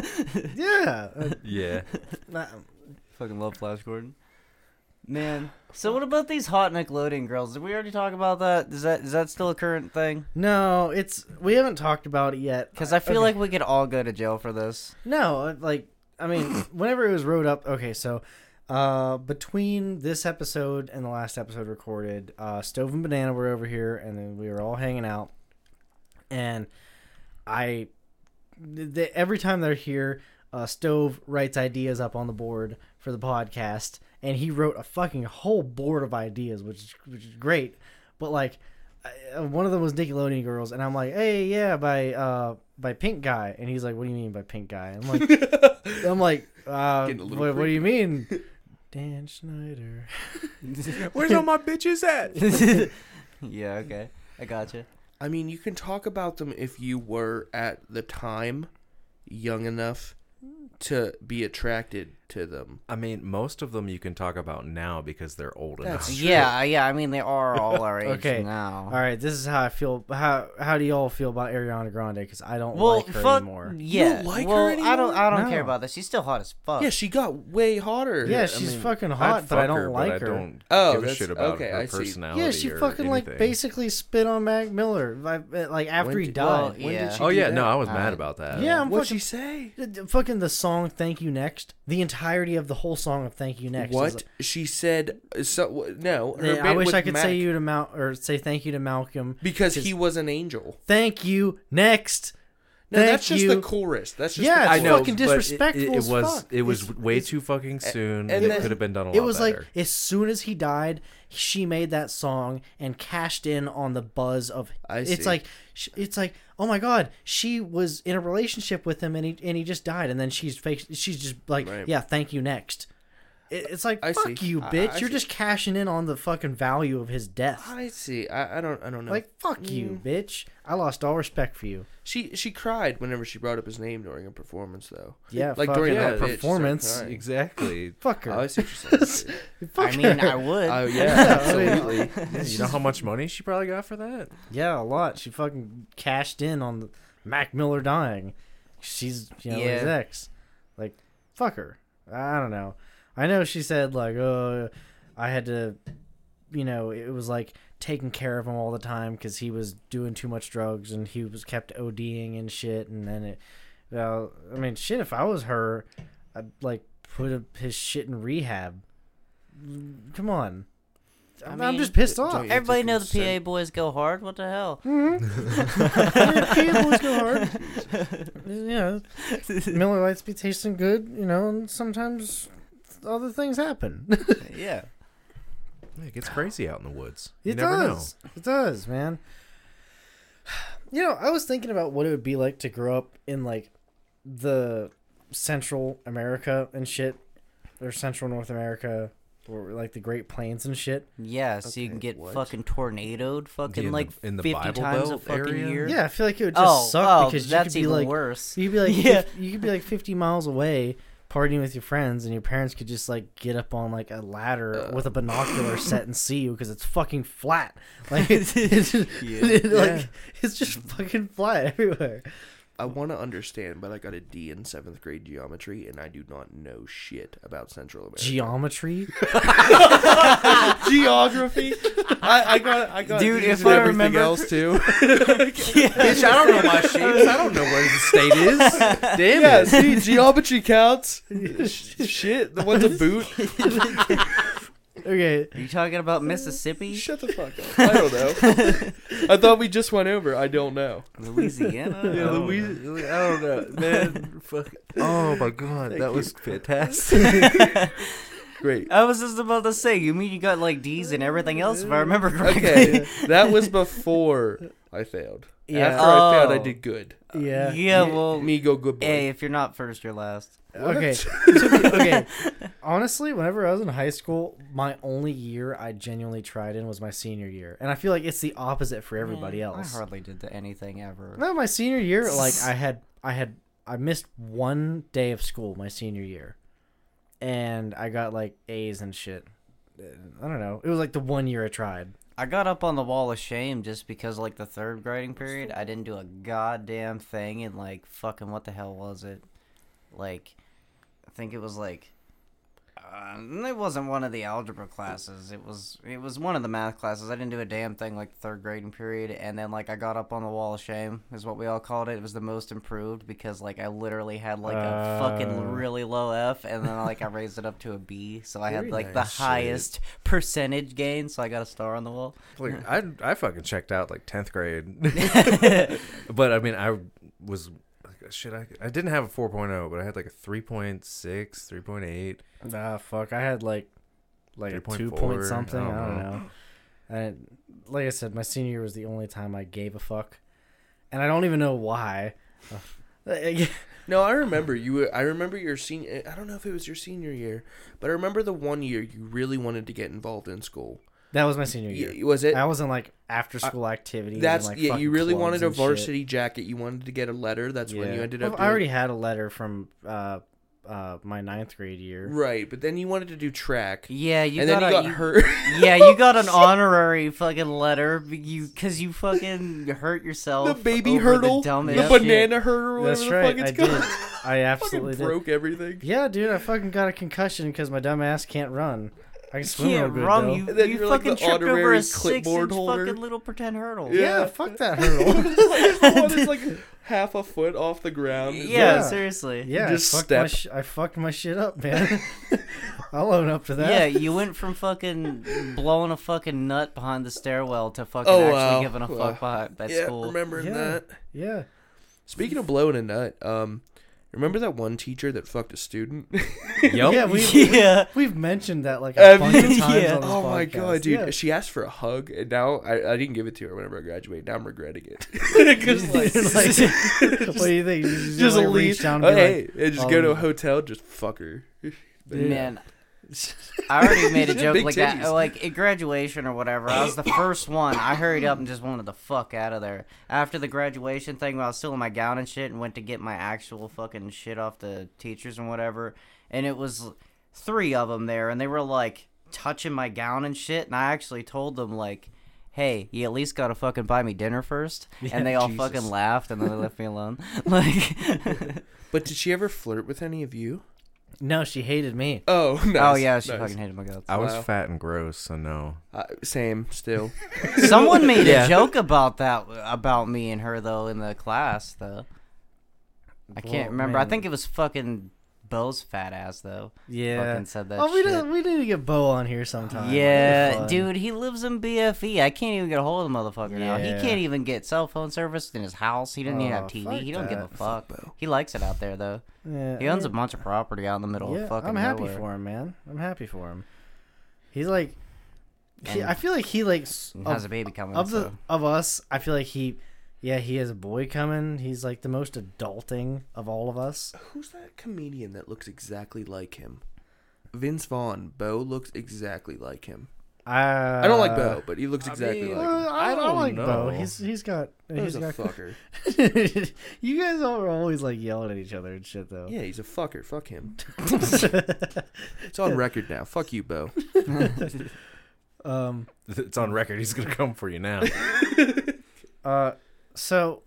[SPEAKER 1] uh,
[SPEAKER 2] Yeah.
[SPEAKER 1] nah,
[SPEAKER 4] Fucking love Flash Gordon. Man. So what about these hot Nickelodeon girls? Did we already talk about that? Is that is that still a current thing?
[SPEAKER 1] no, it's we haven't talked about it yet
[SPEAKER 4] Because I feel
[SPEAKER 1] Okay.
[SPEAKER 4] like we could all go to jail for this.
[SPEAKER 1] No, like I mean, whenever it was wrote up, okay, so uh between this episode and the last episode recorded, uh Stove and Banana were over here and then we were all hanging out and I they, every time they're here, uh Stove writes ideas up on the board for the podcast and he wrote a fucking whole board of ideas, which is, which is great, but like I- uh, one of them was Nickelodeon girls, and I'm like, "Hey, yeah, by uh, by Pink Guy," and he's like, "What do you mean by Pink Guy?" I'm like, "I'm like, uh,
[SPEAKER 3] Getting a little
[SPEAKER 1] what, what do you mean?" Dan Schneider.
[SPEAKER 2] Where's all my bitches at?
[SPEAKER 4] yeah. Okay. I gotcha.
[SPEAKER 3] I mean, you can talk about them if you were at the time young enough to be attracted to them.
[SPEAKER 2] I mean, most of them you can talk about now because they're old enough.
[SPEAKER 3] That's- Sure.
[SPEAKER 4] Yeah. uh, Yeah. I mean, they are all our age
[SPEAKER 1] Okay.
[SPEAKER 4] now.
[SPEAKER 1] All right, this is how I feel. How how do y'all feel about Ariana Grande? Because I don't
[SPEAKER 4] Well,
[SPEAKER 1] like her
[SPEAKER 4] fuck.
[SPEAKER 1] anymore.
[SPEAKER 4] Yeah.
[SPEAKER 3] don't like her
[SPEAKER 4] well, I don't. I don't
[SPEAKER 1] anymore?
[SPEAKER 4] care
[SPEAKER 1] No.
[SPEAKER 4] about that. She's still hot as fuck.
[SPEAKER 3] Yeah, she got way hotter.
[SPEAKER 1] Yeah,
[SPEAKER 3] I
[SPEAKER 1] she's
[SPEAKER 3] mean,
[SPEAKER 1] fucking
[SPEAKER 2] I'd
[SPEAKER 1] hot, but I
[SPEAKER 2] fuck
[SPEAKER 1] don't
[SPEAKER 2] her,
[SPEAKER 1] like
[SPEAKER 2] I
[SPEAKER 1] her.
[SPEAKER 2] don't
[SPEAKER 3] Oh,
[SPEAKER 2] give a
[SPEAKER 3] that's-
[SPEAKER 2] shit about
[SPEAKER 3] okay,
[SPEAKER 2] her
[SPEAKER 3] I see.
[SPEAKER 2] personality.
[SPEAKER 1] yeah, she
[SPEAKER 2] or
[SPEAKER 1] fucking like
[SPEAKER 2] anything.
[SPEAKER 1] basically spit on Mac Miller, like, eh, like after
[SPEAKER 3] When
[SPEAKER 1] he
[SPEAKER 3] did-
[SPEAKER 1] died.
[SPEAKER 4] well, yeah.
[SPEAKER 3] she
[SPEAKER 2] Oh
[SPEAKER 3] do
[SPEAKER 2] yeah,
[SPEAKER 3] that?
[SPEAKER 2] no, I was
[SPEAKER 4] Uh,
[SPEAKER 2] mad about that.
[SPEAKER 1] yeah, I'm
[SPEAKER 3] What'd
[SPEAKER 1] fucking
[SPEAKER 3] she say?
[SPEAKER 1] D- d- fucking the song "Thank You Next." The entirety of the whole song of "Thank You Next." is
[SPEAKER 3] What she said? So w- no, her
[SPEAKER 1] Yeah, I
[SPEAKER 3] bit
[SPEAKER 1] wish
[SPEAKER 3] with
[SPEAKER 1] I could
[SPEAKER 3] Mac-
[SPEAKER 1] say you to Mal or say thank you to Malcolm.
[SPEAKER 3] because he was an angel.
[SPEAKER 1] Thank you. Next.
[SPEAKER 3] No,
[SPEAKER 1] Thank
[SPEAKER 3] that's just
[SPEAKER 1] you.
[SPEAKER 3] the chorus. That's just
[SPEAKER 1] Yeah,
[SPEAKER 3] the
[SPEAKER 1] I
[SPEAKER 2] I
[SPEAKER 1] It's
[SPEAKER 3] chorus.
[SPEAKER 2] know.
[SPEAKER 1] fucking
[SPEAKER 2] but it- it-
[SPEAKER 1] disrespectful
[SPEAKER 2] It,
[SPEAKER 1] as
[SPEAKER 2] was.
[SPEAKER 1] fuck.
[SPEAKER 2] It was
[SPEAKER 1] It's-
[SPEAKER 2] way too fucking soon.
[SPEAKER 3] and
[SPEAKER 2] it
[SPEAKER 3] then-
[SPEAKER 2] could have been done a lot
[SPEAKER 1] It was
[SPEAKER 2] better.
[SPEAKER 1] like as soon as he died, she made that song and cashed in on the buzz of.
[SPEAKER 3] I
[SPEAKER 1] It's
[SPEAKER 3] see.
[SPEAKER 1] like, sh- it's like, oh my god, she was in a relationship with him and he and he just died, and then she's fake. She's just like,
[SPEAKER 3] Right.
[SPEAKER 1] yeah, thank you next. It, it's like,
[SPEAKER 3] I
[SPEAKER 1] fuck
[SPEAKER 3] see.
[SPEAKER 1] you,
[SPEAKER 3] I-
[SPEAKER 1] bitch.
[SPEAKER 3] I
[SPEAKER 1] You're
[SPEAKER 3] see.
[SPEAKER 1] just cashing in on the fucking value of his death.
[SPEAKER 3] I Mm. see. I, I don't. I don't know.
[SPEAKER 1] Like, fuck you, bitch. I lost all respect for you.
[SPEAKER 3] she she cried whenever she brought up his name during a performance, though.
[SPEAKER 1] Yeah,
[SPEAKER 3] like
[SPEAKER 1] fuck
[SPEAKER 3] during
[SPEAKER 1] yeah,
[SPEAKER 3] that
[SPEAKER 1] the
[SPEAKER 3] bitch, she started
[SPEAKER 1] performance.
[SPEAKER 3] crying.
[SPEAKER 2] exactly.
[SPEAKER 1] Fuck her.
[SPEAKER 3] Oh, I see what you're saying. dude.
[SPEAKER 1] Fuck
[SPEAKER 4] I mean,
[SPEAKER 1] her.
[SPEAKER 4] I would.
[SPEAKER 1] I
[SPEAKER 3] Oh yeah,
[SPEAKER 1] mean-
[SPEAKER 3] absolutely.
[SPEAKER 2] Yeah, you know how much money she probably got for that?
[SPEAKER 1] Yeah, a lot. She fucking cashed in on the Mac Miller dying. She's you know his
[SPEAKER 4] Yeah.
[SPEAKER 1] ex. Like, fuck her. I don't know. I know she said like, oh, I had to, you know, it was like taking care of him all the time because he was doing too much drugs and he was kept ODing and shit. And then it, well, I mean, shit. If I was her, I'd like put up his shit in rehab. Come on.
[SPEAKER 4] I
[SPEAKER 1] I'm, I'm
[SPEAKER 4] mean,
[SPEAKER 1] just pissed off.
[SPEAKER 3] don't you-
[SPEAKER 4] Everybody knows the PA
[SPEAKER 3] Consent.
[SPEAKER 4] boys go hard. What the hell?
[SPEAKER 1] Cables go hard. Yeah, Miller Lights be tasting good, you know, and sometimes other things happen.
[SPEAKER 4] yeah.
[SPEAKER 2] Yeah, It gets crazy out in the woods. You
[SPEAKER 1] It
[SPEAKER 2] never
[SPEAKER 1] does. It does, man. You know, I was thinking about what it would be like to grow up in like the Central America and shit, or Central North America, or like the Great Plains and shit.
[SPEAKER 4] Yeah, so you can
[SPEAKER 3] Okay,
[SPEAKER 4] get
[SPEAKER 3] what?
[SPEAKER 4] fucking tornadoed, fucking
[SPEAKER 2] in the-
[SPEAKER 4] like
[SPEAKER 2] in the
[SPEAKER 4] fifty
[SPEAKER 2] Bible
[SPEAKER 4] times a
[SPEAKER 2] Belt
[SPEAKER 4] fucking
[SPEAKER 2] area?
[SPEAKER 4] year.
[SPEAKER 1] Yeah, I feel like it would just
[SPEAKER 4] oh,
[SPEAKER 1] suck
[SPEAKER 4] oh,
[SPEAKER 1] because you could
[SPEAKER 4] that's
[SPEAKER 1] be
[SPEAKER 4] even
[SPEAKER 1] like,
[SPEAKER 4] worse.
[SPEAKER 1] So you'd be like,
[SPEAKER 4] Yeah.
[SPEAKER 1] fif- you could be like 50 miles away partying with your friends, and your parents could just like get up on like a
[SPEAKER 4] Uh.
[SPEAKER 1] ladder with a binocular set and see you because it's fucking flat. Like, it's, it's, like
[SPEAKER 3] Yeah.
[SPEAKER 1] it's just fucking flat everywhere.
[SPEAKER 3] I want to understand, but I got a D in seventh grade geometry, and I do not know shit about Central America.
[SPEAKER 1] Geometry.
[SPEAKER 3] Geography. I, I got. I got.
[SPEAKER 4] Dude,
[SPEAKER 3] D's
[SPEAKER 4] if
[SPEAKER 3] in
[SPEAKER 4] I
[SPEAKER 3] everything
[SPEAKER 4] remember-
[SPEAKER 3] else too.
[SPEAKER 2] Bitch, I don't know my shapes. I don't know where the state is. Damn
[SPEAKER 3] yeah, see, geometry counts. shit, the one's a boot.
[SPEAKER 1] Okay.
[SPEAKER 4] Are you talking about Mississippi,
[SPEAKER 3] Shut the fuck up. I don't know. I thought we just went over. I don't know.
[SPEAKER 4] Louisiana?
[SPEAKER 2] Yeah,
[SPEAKER 4] Oh.
[SPEAKER 2] Louis- I don't know, man. Fuck. Oh my god, that was
[SPEAKER 4] Oh.
[SPEAKER 2] fantastic.
[SPEAKER 3] Great.
[SPEAKER 4] I was just about to say. You mean you got like D's and everything else? If I remember correctly.
[SPEAKER 3] Okay, that was before I failed.
[SPEAKER 1] Yeah.
[SPEAKER 3] After I failed, I
[SPEAKER 4] Oh.
[SPEAKER 3] did good.
[SPEAKER 1] Yeah.
[SPEAKER 4] Yeah. Well.
[SPEAKER 3] Me go good boy.
[SPEAKER 4] Hey, if you're not first, you're last.
[SPEAKER 1] Okay. To be- okay. Honestly, whenever I was in high school, my only year I genuinely tried in was my senior year, and I feel like it's the opposite for everybody
[SPEAKER 4] Man,
[SPEAKER 1] else.
[SPEAKER 4] I hardly did the anything ever.
[SPEAKER 1] No, my senior year, like I had, I had, I missed one day of school my senior year, and I got like A's and shit. Uh, I don't know. It was like the one year I tried.
[SPEAKER 4] I got up on the wall of shame just because, like, the third grading period, I didn't do a goddamn thing and, like, fucking what the hell was it? Like, I think it was like, uh, it wasn't one of the algebra classes. It was it was one of the math classes. I didn't do a damn thing like the third grading period, and then like I got up on the wall of shame is what we all called it. It was the most improved because like I literally had like
[SPEAKER 1] Oh.
[SPEAKER 4] a fucking really low F, and then like I raised it up to a B, so I
[SPEAKER 3] Very
[SPEAKER 4] had like
[SPEAKER 3] nice.
[SPEAKER 4] the highest percentage gain. So I got a star on the wall.
[SPEAKER 2] Like I, I fucking checked out like tenth grade, but I mean I was like, shit. I, I didn't have a 4.0, but I had like a 3.6, 3.8.
[SPEAKER 1] Ah, fuck. I had like like a two
[SPEAKER 2] 3.4,
[SPEAKER 1] point something.
[SPEAKER 2] I
[SPEAKER 1] I
[SPEAKER 2] don't
[SPEAKER 1] don't, know. And like I said, my senior year was the only time I gave a fuck, and I don't even know why.
[SPEAKER 3] No, I remember you. I remember your senior. I don't know if it was your senior year, but I remember the one year you really wanted to get involved in school.
[SPEAKER 1] that was my senior year.
[SPEAKER 3] Y- was it?
[SPEAKER 1] I was in like after school activities.
[SPEAKER 3] That's
[SPEAKER 1] and, like,
[SPEAKER 3] yeah.
[SPEAKER 1] fucking
[SPEAKER 3] You really
[SPEAKER 1] clubs
[SPEAKER 3] wanted a
[SPEAKER 1] and shit.
[SPEAKER 3] varsity jacket. You wanted to get a letter. That's when you
[SPEAKER 1] Yeah.
[SPEAKER 3] ended
[SPEAKER 1] Well,
[SPEAKER 3] up.
[SPEAKER 1] I
[SPEAKER 3] doing-
[SPEAKER 1] already had a letter from uh, uh, my ninth grade year.
[SPEAKER 3] right, but then you wanted to do track,
[SPEAKER 4] Yeah, you
[SPEAKER 3] and
[SPEAKER 4] got
[SPEAKER 3] then you got
[SPEAKER 4] a, you-
[SPEAKER 3] hurt.
[SPEAKER 4] yeah, you got an honorary fucking letter be- you because you fucking hurt yourself.
[SPEAKER 3] the baby
[SPEAKER 4] over the,
[SPEAKER 3] hurdle, the,
[SPEAKER 4] dumbest shit.
[SPEAKER 3] banana hurdle. Whatever
[SPEAKER 1] That's
[SPEAKER 3] the
[SPEAKER 1] right.
[SPEAKER 3] Fuck it's
[SPEAKER 1] I
[SPEAKER 3] called.
[SPEAKER 1] did. I absolutely
[SPEAKER 3] fucking
[SPEAKER 1] did.
[SPEAKER 3] broke everything.
[SPEAKER 1] Yeah, dude, I fucking got a concussion because my dumb ass can't run. I can swim real
[SPEAKER 4] Can't
[SPEAKER 1] good
[SPEAKER 4] run.
[SPEAKER 1] though.
[SPEAKER 4] You,
[SPEAKER 3] And then
[SPEAKER 4] you
[SPEAKER 3] you're, like,
[SPEAKER 4] fucking
[SPEAKER 3] the
[SPEAKER 4] tripped over
[SPEAKER 3] honorary
[SPEAKER 4] a six
[SPEAKER 3] clipboard
[SPEAKER 4] inch
[SPEAKER 3] holder.
[SPEAKER 4] fucking little pretend hurdle.
[SPEAKER 1] yeah.
[SPEAKER 4] Yeah,
[SPEAKER 3] Yeah.
[SPEAKER 1] fuck that hurdle.
[SPEAKER 3] It's the one that's like half a foot off the ground.
[SPEAKER 1] Yeah.
[SPEAKER 4] seriously.
[SPEAKER 1] yeah,
[SPEAKER 3] Just
[SPEAKER 1] I fucked my
[SPEAKER 3] step.
[SPEAKER 1] sh- I fucked my shit up, man. I'll own up to that.
[SPEAKER 4] Yeah, you went from fucking blowing a fucking nut behind the stairwell to fucking
[SPEAKER 3] Oh,
[SPEAKER 4] actually
[SPEAKER 3] wow.
[SPEAKER 4] giving a
[SPEAKER 3] Wow.
[SPEAKER 4] fuck behind at
[SPEAKER 3] yeah,
[SPEAKER 4] school.
[SPEAKER 3] remembering
[SPEAKER 1] Yeah.
[SPEAKER 3] that.
[SPEAKER 1] yeah.
[SPEAKER 3] Speaking of blowing a nut, um, remember that one teacher that fucked a student?
[SPEAKER 2] Yep.
[SPEAKER 1] Yeah, we
[SPEAKER 4] yeah,
[SPEAKER 1] we've mentioned that like a
[SPEAKER 3] Have
[SPEAKER 1] bunch of times
[SPEAKER 4] you- Yeah.
[SPEAKER 1] on this
[SPEAKER 3] oh my
[SPEAKER 1] podcast.
[SPEAKER 3] god, dude!
[SPEAKER 1] Yeah.
[SPEAKER 3] She asked for a hug, and now I, I didn't give it to her whenever I graduated. Now I'm regretting it because like,
[SPEAKER 1] Like, what do you think? You just,
[SPEAKER 3] just
[SPEAKER 1] like,
[SPEAKER 3] leave.
[SPEAKER 1] reach down
[SPEAKER 3] oh,
[SPEAKER 1] and be
[SPEAKER 3] hey,
[SPEAKER 1] like,
[SPEAKER 3] and just
[SPEAKER 1] oh,
[SPEAKER 3] go to
[SPEAKER 1] yeah.
[SPEAKER 3] a hotel, just fuck her.
[SPEAKER 4] man. I already made a
[SPEAKER 3] She had
[SPEAKER 4] joke
[SPEAKER 3] big
[SPEAKER 4] like
[SPEAKER 3] titties.
[SPEAKER 4] that, like at graduation or whatever. I was the first one. I hurried up and just wanted the fuck out of there. After the graduation thing, when I was still in my gown and shit, and went to get my actual fucking shit off the teachers and whatever, and it was three of them there, and they were like touching my gown and shit, and I actually told them like. Hey, you at least gotta fucking buy me dinner first, and they all
[SPEAKER 1] Jesus.
[SPEAKER 4] fucking laughed, and then they left me alone. Like,
[SPEAKER 3] But did she ever flirt with any of you?
[SPEAKER 1] No, she hated me.
[SPEAKER 3] Oh, nice,
[SPEAKER 4] oh yeah, she
[SPEAKER 3] nice.
[SPEAKER 4] fucking hated my guts.
[SPEAKER 2] I was
[SPEAKER 3] Wow.
[SPEAKER 2] fat and gross, so no.
[SPEAKER 3] Uh, same, still.
[SPEAKER 4] Someone made
[SPEAKER 3] Yeah.
[SPEAKER 4] a joke about that about me and her though in the class though. I can't
[SPEAKER 1] Well,
[SPEAKER 4] remember. I
[SPEAKER 1] man.
[SPEAKER 4] think it was fucking Bo's fat ass though.
[SPEAKER 1] Yeah.
[SPEAKER 4] Fucking said that
[SPEAKER 1] oh, we
[SPEAKER 4] shit.
[SPEAKER 1] did, we need to get Bo on here sometime. That'd be
[SPEAKER 4] yeah,
[SPEAKER 1] fun.
[SPEAKER 4] dude, he lives in BFE. I can't even get a hold of the motherfucker now. He
[SPEAKER 1] Yeah.
[SPEAKER 4] can't even get cell phone service in his house. He doesn't even have
[SPEAKER 1] Oh,
[SPEAKER 4] TV.
[SPEAKER 1] fuck
[SPEAKER 4] He don't give a
[SPEAKER 1] that.
[SPEAKER 4] fuck. He likes it out there though.
[SPEAKER 1] Yeah,
[SPEAKER 4] He
[SPEAKER 1] I
[SPEAKER 4] owns a
[SPEAKER 1] mean,
[SPEAKER 4] bunch of property out in the middle
[SPEAKER 1] Yeah,
[SPEAKER 4] of fucking
[SPEAKER 1] I'm happy
[SPEAKER 4] nowhere.
[SPEAKER 1] for him, man. I'm happy for him. He's like, he,
[SPEAKER 4] And-
[SPEAKER 1] I feel like he like s-
[SPEAKER 4] And has
[SPEAKER 1] of,
[SPEAKER 4] a baby coming.
[SPEAKER 1] of the
[SPEAKER 4] so.
[SPEAKER 1] of us. I feel like he, yeah, he has a boy coming. He's like the most adulting of all of us.
[SPEAKER 3] Who's that comedian that looks exactly like him? Vince Vaughn. Bo looks exactly like him.
[SPEAKER 1] I
[SPEAKER 3] I don't like Bo, but he looks exactly
[SPEAKER 2] mean,
[SPEAKER 3] like
[SPEAKER 1] Uh,
[SPEAKER 3] him.
[SPEAKER 1] I, I
[SPEAKER 2] don't
[SPEAKER 1] like Bo.
[SPEAKER 2] know.
[SPEAKER 1] He's he's got
[SPEAKER 3] He's
[SPEAKER 1] he's
[SPEAKER 3] a
[SPEAKER 1] got.
[SPEAKER 3] fucker.
[SPEAKER 1] you guys are always like yelling at each other and shit though.
[SPEAKER 3] Yeah, he's a fucker. Fuck him. It's on record now. Fuck you, Bo.
[SPEAKER 1] um.
[SPEAKER 2] It's on record. He's gonna come for you now.
[SPEAKER 1] Uh. So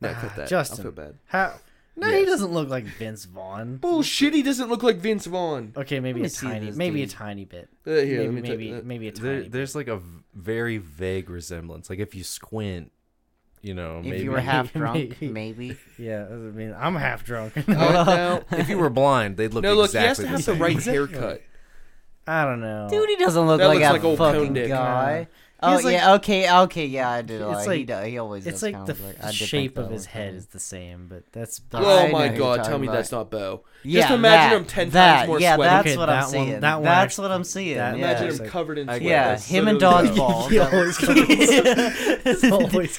[SPEAKER 3] No,
[SPEAKER 1] Ah,
[SPEAKER 3] cut that.
[SPEAKER 1] Justin.
[SPEAKER 3] I feel bad.
[SPEAKER 1] how? No, he
[SPEAKER 3] Yes.
[SPEAKER 1] doesn't look like Vince Vaughn.
[SPEAKER 3] Bullshit. He doesn't look like Vince Vaughn.
[SPEAKER 1] Okay, maybe
[SPEAKER 4] me
[SPEAKER 1] a
[SPEAKER 4] see
[SPEAKER 1] tiny,
[SPEAKER 4] this,
[SPEAKER 1] maybe
[SPEAKER 4] dude.
[SPEAKER 1] a tiny bit.
[SPEAKER 3] Uh, here,
[SPEAKER 1] maybe
[SPEAKER 3] let me
[SPEAKER 1] maybe,
[SPEAKER 3] take- uh,
[SPEAKER 1] maybe a tiny.
[SPEAKER 2] there,
[SPEAKER 1] bit.
[SPEAKER 2] there's like a v- very vague resemblance. Like if you squint, you know,
[SPEAKER 4] if
[SPEAKER 2] maybe
[SPEAKER 4] you were half
[SPEAKER 1] Oh, Maybe.
[SPEAKER 4] drunk, maybe.
[SPEAKER 1] Yeah, I mean, I'm half drunk.
[SPEAKER 3] Uh, no,
[SPEAKER 2] if you were blind, they'd look.
[SPEAKER 3] no, look. he has
[SPEAKER 2] exactly
[SPEAKER 3] to
[SPEAKER 2] the
[SPEAKER 3] have the
[SPEAKER 2] same.
[SPEAKER 3] right haircut.
[SPEAKER 1] I don't know.
[SPEAKER 4] Dude, he doesn't look
[SPEAKER 3] That
[SPEAKER 4] like
[SPEAKER 3] looks
[SPEAKER 4] a
[SPEAKER 3] like old
[SPEAKER 4] fucking
[SPEAKER 3] Cone Dick.
[SPEAKER 4] guy.
[SPEAKER 1] Uh,
[SPEAKER 4] oh
[SPEAKER 1] he's like-
[SPEAKER 4] yeah, okay, okay, yeah, I did.
[SPEAKER 1] It's
[SPEAKER 4] Like,
[SPEAKER 1] like-
[SPEAKER 4] he, do, he always.
[SPEAKER 1] it's
[SPEAKER 4] does
[SPEAKER 1] like
[SPEAKER 4] kinda
[SPEAKER 1] the
[SPEAKER 4] look
[SPEAKER 1] f-
[SPEAKER 4] I did think
[SPEAKER 1] shape
[SPEAKER 4] that
[SPEAKER 1] of his
[SPEAKER 4] was
[SPEAKER 1] head
[SPEAKER 4] him.
[SPEAKER 1] is the same, but that's
[SPEAKER 3] Oh
[SPEAKER 4] I
[SPEAKER 3] my
[SPEAKER 4] know who
[SPEAKER 3] god!
[SPEAKER 4] you're
[SPEAKER 3] Tell me
[SPEAKER 4] talking
[SPEAKER 3] that's
[SPEAKER 4] about.
[SPEAKER 3] not Bo.
[SPEAKER 4] Yeah,
[SPEAKER 3] Just imagine
[SPEAKER 4] that,
[SPEAKER 3] him ten
[SPEAKER 4] that,
[SPEAKER 3] times more
[SPEAKER 4] Yeah,
[SPEAKER 3] sweaty.
[SPEAKER 4] that's
[SPEAKER 1] Okay,
[SPEAKER 4] what
[SPEAKER 1] that
[SPEAKER 4] I'm
[SPEAKER 1] one-
[SPEAKER 4] seeing.
[SPEAKER 1] that one
[SPEAKER 4] that's
[SPEAKER 1] I-
[SPEAKER 4] what I'm seeing.
[SPEAKER 1] that-
[SPEAKER 4] yeah,
[SPEAKER 3] Imagine
[SPEAKER 1] Yeah.
[SPEAKER 3] him covered in.
[SPEAKER 2] I-
[SPEAKER 3] sweat.
[SPEAKER 4] yeah,
[SPEAKER 3] That's
[SPEAKER 4] him and
[SPEAKER 3] literally Bo.
[SPEAKER 4] dodgeball.
[SPEAKER 1] He
[SPEAKER 4] that-
[SPEAKER 1] always It's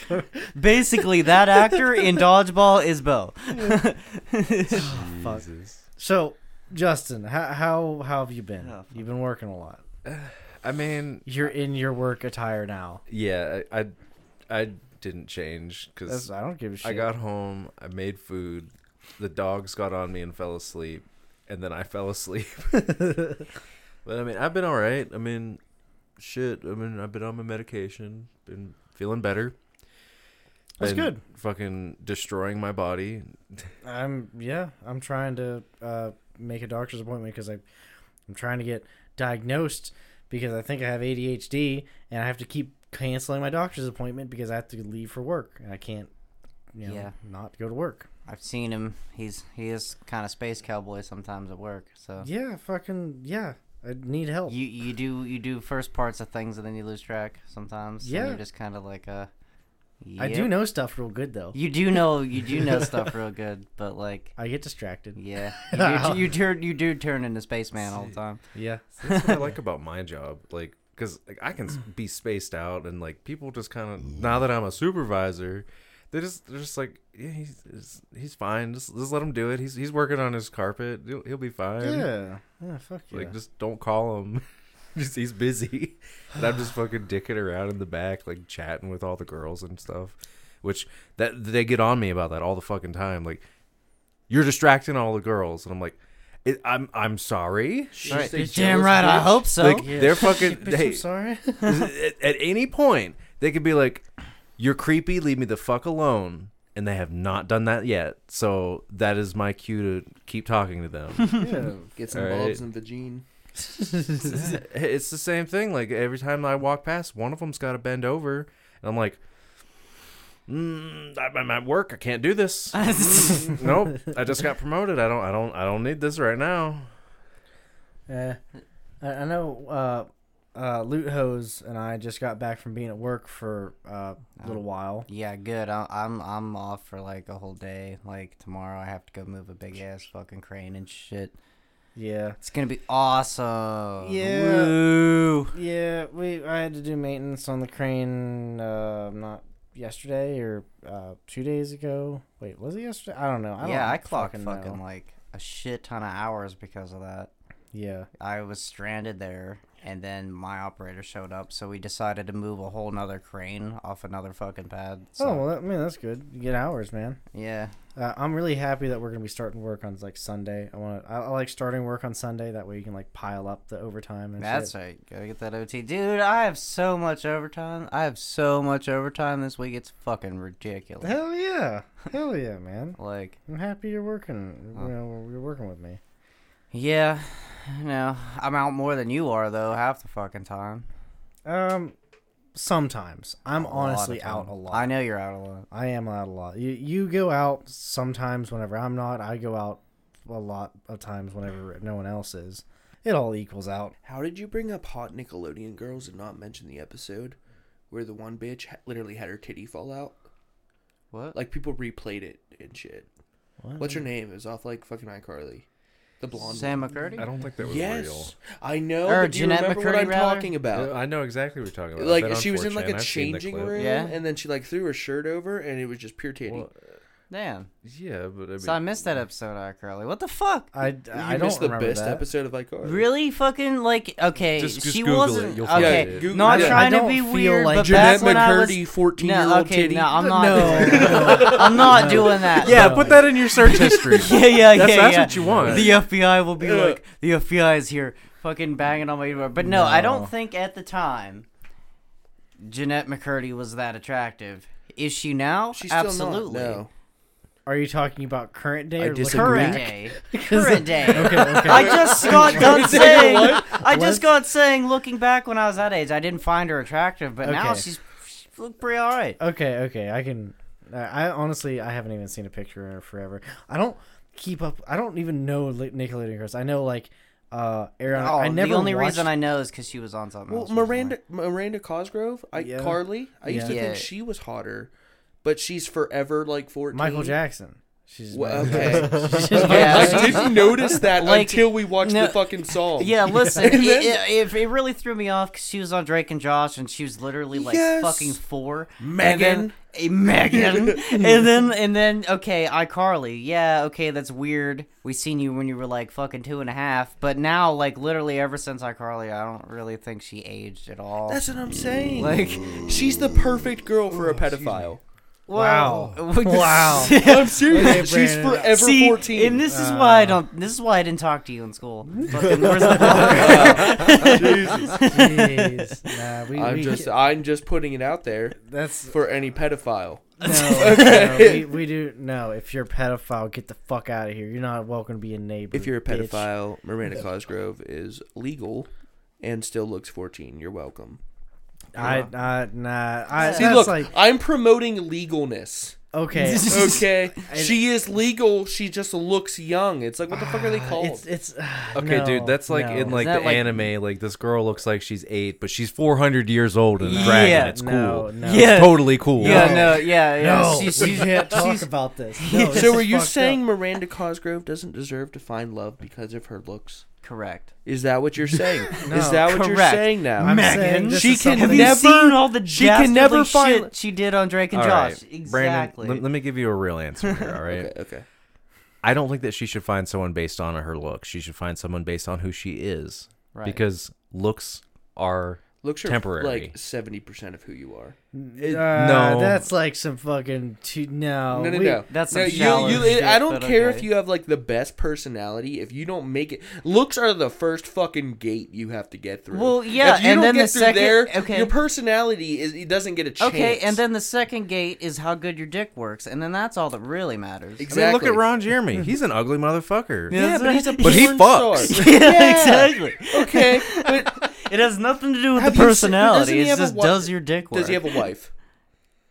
[SPEAKER 1] always
[SPEAKER 4] Basically, that actor in dodgeball is Bo.
[SPEAKER 1] fuck. So, Justin, how how how have you been?
[SPEAKER 4] Oh, fuck.
[SPEAKER 1] You've been working a lot.
[SPEAKER 2] I mean,
[SPEAKER 1] You're in your work attire now.
[SPEAKER 2] yeah, I, I, I didn't change
[SPEAKER 1] That's,
[SPEAKER 2] because
[SPEAKER 1] I don't give a shit.
[SPEAKER 2] I got home. I made food. The dogs got on me and fell asleep.
[SPEAKER 3] and then I fell asleep. but I mean, I've been all right. I mean, shit. I mean, I've been on my medication, been feeling better.
[SPEAKER 1] That's
[SPEAKER 3] Been
[SPEAKER 1] good.
[SPEAKER 3] Fucking destroying my body.
[SPEAKER 1] I'm yeah. I'm trying to uh, make a doctor's appointment because I, I'm trying to get diagnosed because I think I have ADHD and I have to keep canceling my doctor's appointment because I have to leave for work and I can't, you know,
[SPEAKER 4] Yeah.
[SPEAKER 1] not go to work.
[SPEAKER 4] I've seen him. He's he is kind of space cowboy sometimes at work.
[SPEAKER 3] Oh.
[SPEAKER 4] So
[SPEAKER 1] Yeah, fucking yeah. I need help.
[SPEAKER 4] you you do you do first parts of things and then you lose track sometimes. and
[SPEAKER 1] Yeah.
[SPEAKER 4] you're just kind of like uh.
[SPEAKER 1] I do
[SPEAKER 4] yep.
[SPEAKER 1] know stuff real good though.
[SPEAKER 4] You do know you do know stuff real good, but like
[SPEAKER 1] I get distracted.
[SPEAKER 4] yeah, you do, you turn you do turn into spaceman all the time.
[SPEAKER 1] Yeah.
[SPEAKER 3] So That's what I like about my job. Like, because like, I can s- be spaced out, and like people just kind of now that I'm a supervisor, they just they're just like, yeah, he's he's, he's fine. Just, just let him do it. He's he's working on his carpet. He'll, he'll be fine.
[SPEAKER 1] Yeah. Yeah. Fuck yeah.
[SPEAKER 3] Like, just don't call him. just he's busy, and I'm just fucking dicking around in the back, like chatting with all the girls and stuff. Which that they get on me about that all the fucking time. Like, you're distracting all the girls, and I'm like, it, I'm I'm sorry.
[SPEAKER 4] Right. You're damn right. I hope so.
[SPEAKER 3] Like they're fucking.
[SPEAKER 1] Bitch,
[SPEAKER 3] hey,
[SPEAKER 1] I'm Oh, sorry.
[SPEAKER 3] at, at any point they could be like you're creepy leave me the fuck alone and they have not done that yet so that is my cue to keep talking to them
[SPEAKER 1] yeah.
[SPEAKER 5] Get some
[SPEAKER 3] All right.
[SPEAKER 5] bulbs in the gene.
[SPEAKER 3] it's the same thing like every time i walk past one of them's got to bend over and i'm like mm, I- i'm at work i can't do this nope i just got promoted i don't i don't i don't need this right now
[SPEAKER 1] Yeah. Eh, I, I know uh, uh, Loot Hose and I just got back from being at work for uh,
[SPEAKER 4] Oh.
[SPEAKER 1] a little while.
[SPEAKER 4] yeah, good. I, I'm I'm off for like a whole day. Like tomorrow, I have to go move a big ass fucking crane and shit.
[SPEAKER 1] Yeah.
[SPEAKER 4] It's gonna be awesome.
[SPEAKER 1] Yeah.
[SPEAKER 4] Woo.
[SPEAKER 1] Yeah, we I had to do maintenance on the crane uh, not yesterday or uh, two days ago. Wait, was it yesterday? I don't know. I don't
[SPEAKER 4] yeah, I clocked fucking,
[SPEAKER 1] know.
[SPEAKER 4] like a shit ton of hours because of that.
[SPEAKER 1] Yeah.
[SPEAKER 4] I was stranded there, and then my operator showed up, so we decided to move a whole nother crane off another fucking pad. So,
[SPEAKER 1] Oh well, that, man, that's good. You get hours, man.
[SPEAKER 4] yeah,
[SPEAKER 1] Uh, I'm really happy that we're gonna be starting work on like Sunday. I want to. I, I like starting work on Sunday. That way you can like pile up the overtime and
[SPEAKER 4] that's
[SPEAKER 1] shit.
[SPEAKER 4] right. Gotta get that OT, dude. I have so much overtime. I have so much overtime this week. It's fucking ridiculous.
[SPEAKER 1] Hell yeah! Hell yeah, man!
[SPEAKER 4] Like,
[SPEAKER 1] I'm happy you're working. You
[SPEAKER 4] Oh.
[SPEAKER 1] know, you're working with me.
[SPEAKER 4] yeah, no, I'm out more than you are though, half the fucking time.
[SPEAKER 1] Um, sometimes I'm
[SPEAKER 4] A lot of
[SPEAKER 1] honestly
[SPEAKER 4] time.
[SPEAKER 1] out a lot.
[SPEAKER 4] I know you're out a lot.
[SPEAKER 1] I am out a lot. You you go out sometimes whenever I'm not. I go out a lot of times whenever no one else is. It all equals out.
[SPEAKER 5] How did you bring up hot Nickelodeon girls and not mention the episode where the one bitch ha- literally had her titty fall out?
[SPEAKER 4] What?
[SPEAKER 5] Like people replayed it and shit.
[SPEAKER 1] What?
[SPEAKER 5] What's her name? It was off like fucking iCarly, the blonde.
[SPEAKER 4] Sam
[SPEAKER 5] one.
[SPEAKER 4] McCurdy?
[SPEAKER 3] i don't think that was
[SPEAKER 5] Yes,
[SPEAKER 3] real
[SPEAKER 5] I know.
[SPEAKER 4] Or
[SPEAKER 5] but do you
[SPEAKER 4] Jeanette
[SPEAKER 5] remember what
[SPEAKER 4] McCurdy,
[SPEAKER 5] I'm
[SPEAKER 4] rather?
[SPEAKER 5] talking about?
[SPEAKER 3] i know exactly what you're talking about I've
[SPEAKER 5] Oh. like
[SPEAKER 3] been on
[SPEAKER 5] she was in like a
[SPEAKER 3] 4chan. I've seen the
[SPEAKER 5] changing
[SPEAKER 3] clip.
[SPEAKER 5] room,
[SPEAKER 4] Yeah.
[SPEAKER 5] and then she like threw her shirt over, and it was just pure titty.
[SPEAKER 3] Well,
[SPEAKER 4] Damn.
[SPEAKER 3] yeah but i mean
[SPEAKER 4] So I missed that episode, I Curly. What the fuck?
[SPEAKER 1] I,
[SPEAKER 5] you
[SPEAKER 1] I don't
[SPEAKER 5] missed the
[SPEAKER 1] remember
[SPEAKER 5] best
[SPEAKER 1] that.
[SPEAKER 5] episode of oh, iCarly.
[SPEAKER 4] Really fucking like okay,
[SPEAKER 3] Just- just
[SPEAKER 4] she
[SPEAKER 3] Google it,
[SPEAKER 4] wasn't
[SPEAKER 3] you'll find
[SPEAKER 4] okay.
[SPEAKER 3] it.
[SPEAKER 5] Yeah,
[SPEAKER 4] Not
[SPEAKER 5] Google it.
[SPEAKER 4] trying
[SPEAKER 1] I
[SPEAKER 4] to
[SPEAKER 1] don't
[SPEAKER 4] be
[SPEAKER 1] feel
[SPEAKER 4] weird,
[SPEAKER 1] like
[SPEAKER 4] but
[SPEAKER 5] Jeanette
[SPEAKER 4] back when I was
[SPEAKER 5] McCurdy, fourteen year
[SPEAKER 4] no,
[SPEAKER 5] old
[SPEAKER 4] okay,
[SPEAKER 5] titty.
[SPEAKER 4] no, I'm not.
[SPEAKER 1] No.
[SPEAKER 4] doing that. I'm not doing that.
[SPEAKER 3] yeah
[SPEAKER 1] No.
[SPEAKER 3] put that in your search history
[SPEAKER 4] yeah, yeah,
[SPEAKER 3] That's-
[SPEAKER 4] yeah.
[SPEAKER 3] that's
[SPEAKER 4] yeah.
[SPEAKER 3] what you want.
[SPEAKER 4] The FBI will be
[SPEAKER 5] Yeah.
[SPEAKER 4] like, the FBI is here, fucking banging on my door. But no, I
[SPEAKER 1] No.
[SPEAKER 4] don't think at the time Jeanette McCurdy was that attractive. Is she now?
[SPEAKER 5] She's still
[SPEAKER 4] Absolutely.
[SPEAKER 5] Not, no.
[SPEAKER 1] Are you talking about current day?
[SPEAKER 5] I
[SPEAKER 1] or like-
[SPEAKER 5] disagree.
[SPEAKER 4] Current day. Current day.
[SPEAKER 1] Okay, okay.
[SPEAKER 4] I just got done saying. I just got saying. Looking back when I was that age, I didn't find her attractive, but now
[SPEAKER 1] Okay.
[SPEAKER 4] she's she looked pretty all right.
[SPEAKER 1] Okay, okay, I can. I I honestly, I haven't even seen a picture of her forever. I don't keep up. I don't even know Li- Nickelodeon girls. I know like, uh, Ariana.
[SPEAKER 4] Oh,
[SPEAKER 1] I never.
[SPEAKER 4] the only
[SPEAKER 1] watched,
[SPEAKER 4] reason I know is because she was on something.
[SPEAKER 5] Well,
[SPEAKER 4] else recently.
[SPEAKER 5] Miranda Miranda Cosgrove, I,
[SPEAKER 1] Yeah.
[SPEAKER 5] Carly. I used to
[SPEAKER 4] Yeah.
[SPEAKER 5] think she was hotter, but she's forever like fourteen.
[SPEAKER 1] Michael Jackson. She's
[SPEAKER 5] Well, okay.
[SPEAKER 1] She's
[SPEAKER 4] Yeah.
[SPEAKER 5] I didn't notice that
[SPEAKER 4] Like,
[SPEAKER 5] until we watched
[SPEAKER 4] no-
[SPEAKER 5] the fucking song.
[SPEAKER 4] Yeah, listen,
[SPEAKER 5] And
[SPEAKER 4] it,
[SPEAKER 5] then-
[SPEAKER 4] it, if it really threw me off because she was on Drake and Josh, and she was literally like
[SPEAKER 5] Yes.
[SPEAKER 4] fucking four.
[SPEAKER 5] Megan.
[SPEAKER 4] Megan, and then and then okay, iCarly. Yeah, okay, that's weird. We seen you when you were like fucking two and a half, but now like literally ever since iCarly, I don't really think she aged at all.
[SPEAKER 5] That's what I'm saying.
[SPEAKER 4] like
[SPEAKER 5] she's the perfect girl for a pedophile.
[SPEAKER 1] Wow.
[SPEAKER 4] Well,
[SPEAKER 1] Wow.
[SPEAKER 5] I'm serious.
[SPEAKER 1] Okay,
[SPEAKER 5] She's
[SPEAKER 1] Brandon.
[SPEAKER 5] forever
[SPEAKER 4] See,
[SPEAKER 5] 14.
[SPEAKER 4] and this is why I don't. This is why I didn't talk to you in school. Fucking, where's the book?
[SPEAKER 1] Jeez. Nah, we,
[SPEAKER 5] I'm
[SPEAKER 1] we-
[SPEAKER 5] just I'm just putting it out there
[SPEAKER 1] that's
[SPEAKER 5] for any pedophile.
[SPEAKER 1] no, no, we, we do no. If you're a pedophile, get the fuck out of here. You're not welcome to be a neighbor.
[SPEAKER 5] If you're a
[SPEAKER 1] bitch.
[SPEAKER 5] pedophile, Miranda Cosgrove is legal and still looks 14. You're welcome.
[SPEAKER 1] I, I nah. I,
[SPEAKER 5] See,
[SPEAKER 1] that's
[SPEAKER 5] look,
[SPEAKER 1] like
[SPEAKER 5] I'm promoting legalness.
[SPEAKER 1] okay.
[SPEAKER 5] Okay, she is legal. She just looks young. It's like what the fuck are they called?
[SPEAKER 1] It's it's ah,
[SPEAKER 3] Okay,
[SPEAKER 1] no,
[SPEAKER 3] dude, that's like
[SPEAKER 1] no.
[SPEAKER 3] in like
[SPEAKER 4] Is that
[SPEAKER 3] the
[SPEAKER 4] like-
[SPEAKER 3] anime. Like this girl looks like she's eight, but she's four hundred years old and a
[SPEAKER 4] Yeah,
[SPEAKER 3] dragon. It's cool.
[SPEAKER 1] no, no.
[SPEAKER 3] It's
[SPEAKER 4] Yeah.
[SPEAKER 3] totally cool.
[SPEAKER 4] yeah, no, yeah, yeah.
[SPEAKER 1] No,
[SPEAKER 4] She's-
[SPEAKER 1] we
[SPEAKER 4] she's-
[SPEAKER 1] can't talk
[SPEAKER 4] she's-
[SPEAKER 1] about this.
[SPEAKER 4] Yeah.
[SPEAKER 1] No, this
[SPEAKER 5] so
[SPEAKER 1] is
[SPEAKER 5] are you
[SPEAKER 1] fucked up.
[SPEAKER 5] saying Miranda Cosgrove doesn't deserve to find love because of her looks?
[SPEAKER 4] correct.
[SPEAKER 5] Is that what you're saying?
[SPEAKER 1] No.
[SPEAKER 5] is that what you're
[SPEAKER 4] Correct.
[SPEAKER 5] saying now?
[SPEAKER 1] I'm
[SPEAKER 4] Megan,
[SPEAKER 1] saying this
[SPEAKER 5] she
[SPEAKER 1] is
[SPEAKER 5] can
[SPEAKER 1] something-
[SPEAKER 4] Have you
[SPEAKER 5] never-
[SPEAKER 4] seen all the
[SPEAKER 5] she can never
[SPEAKER 4] dastardly
[SPEAKER 5] find-
[SPEAKER 4] shit she did on Drake and
[SPEAKER 3] All right,
[SPEAKER 4] Josh?
[SPEAKER 3] Brandon,
[SPEAKER 4] Exactly.
[SPEAKER 3] let, let me give you a real answer here. All right,
[SPEAKER 5] Okay, okay.
[SPEAKER 3] I don't think that she should find someone based on her looks. She should find someone based on who she is,
[SPEAKER 4] Right.
[SPEAKER 3] because looks are
[SPEAKER 5] Looks are
[SPEAKER 3] Temporary.
[SPEAKER 5] like 70% of who you are.
[SPEAKER 1] Uh,
[SPEAKER 3] no.
[SPEAKER 1] that's like some fucking. T- no,
[SPEAKER 5] no, no,
[SPEAKER 1] we-
[SPEAKER 5] no.
[SPEAKER 4] That's
[SPEAKER 5] no,
[SPEAKER 4] some shallow shit,
[SPEAKER 5] I
[SPEAKER 4] but
[SPEAKER 5] don't care if
[SPEAKER 4] okay.
[SPEAKER 5] you have like the best personality. If you don't make it, looks are the first fucking gate you have to get through.
[SPEAKER 4] Well, yeah,
[SPEAKER 5] if you
[SPEAKER 4] and then
[SPEAKER 5] don't get
[SPEAKER 4] the
[SPEAKER 5] through
[SPEAKER 4] second-
[SPEAKER 5] there,
[SPEAKER 4] okay.
[SPEAKER 5] your personality is it doesn't get a chance.
[SPEAKER 4] Okay, and then the second gate is how good your dick works, and then that's all that really matters.
[SPEAKER 5] Ex-
[SPEAKER 3] I mean, look
[SPEAKER 5] Exactly.
[SPEAKER 3] at Ron Jeremy. He's an ugly motherfucker.
[SPEAKER 4] Yeah.
[SPEAKER 5] yeah, but he's a
[SPEAKER 4] But
[SPEAKER 3] he
[SPEAKER 5] porn
[SPEAKER 3] fucks.
[SPEAKER 5] star.
[SPEAKER 4] yeah,
[SPEAKER 5] Yeah.
[SPEAKER 4] exactly.
[SPEAKER 5] okay, but
[SPEAKER 4] It has nothing to do with
[SPEAKER 5] Have
[SPEAKER 4] the
[SPEAKER 5] you seen- doesn't
[SPEAKER 4] personality.
[SPEAKER 5] he
[SPEAKER 4] It's
[SPEAKER 5] have a
[SPEAKER 4] just
[SPEAKER 5] wa-
[SPEAKER 4] does your dick work.
[SPEAKER 5] does he have a wife?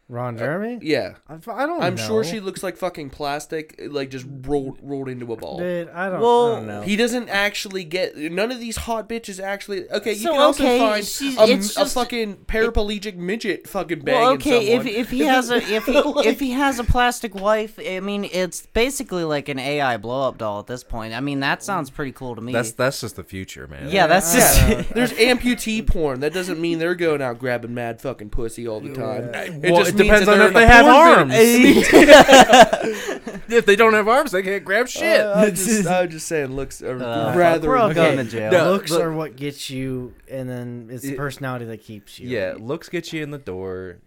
[SPEAKER 1] Ron Jeremy.
[SPEAKER 5] Yeah,
[SPEAKER 1] I, I don't.
[SPEAKER 5] Uh, I'm
[SPEAKER 1] know.
[SPEAKER 5] sure she looks like fucking plastic, like just rolled rolled into a ball.
[SPEAKER 1] Dude, I don't,
[SPEAKER 4] Well,
[SPEAKER 1] I don't know.
[SPEAKER 5] He doesn't actually get none of these hot bitches. Actually, okay, you
[SPEAKER 4] So,
[SPEAKER 5] can also
[SPEAKER 4] okay,
[SPEAKER 5] find
[SPEAKER 4] she's-
[SPEAKER 5] a, m-
[SPEAKER 4] it's
[SPEAKER 5] a
[SPEAKER 4] just-
[SPEAKER 5] fucking paraplegic midget fucking banging
[SPEAKER 4] well, okay, if,
[SPEAKER 5] someone.
[SPEAKER 4] if he has a if he if he has a plastic wife, I mean it's basically like an AI blow up doll at this point. I mean that sounds pretty cool to me.
[SPEAKER 3] That's that's just the future, man.
[SPEAKER 4] yeah, that's just
[SPEAKER 5] Yeah, there's amputee porn. That doesn't mean they're going out grabbing mad fucking pussy all the time.
[SPEAKER 3] Well, it
[SPEAKER 5] just means
[SPEAKER 3] depends
[SPEAKER 5] that
[SPEAKER 3] on
[SPEAKER 5] they're
[SPEAKER 3] if
[SPEAKER 5] in a
[SPEAKER 3] they have
[SPEAKER 5] porn video.
[SPEAKER 3] arms. if they don't have arms, they can't grab shit.
[SPEAKER 5] Uh, I'm, just, I'm just saying, looks are
[SPEAKER 4] Uh,
[SPEAKER 5] rather.
[SPEAKER 4] we're all
[SPEAKER 5] okay.
[SPEAKER 4] going to jail.
[SPEAKER 3] no.
[SPEAKER 1] looks
[SPEAKER 3] look-
[SPEAKER 1] are what gets you, and then it's the
[SPEAKER 3] It-
[SPEAKER 1] personality that keeps you.
[SPEAKER 3] yeah, looks get you in the door.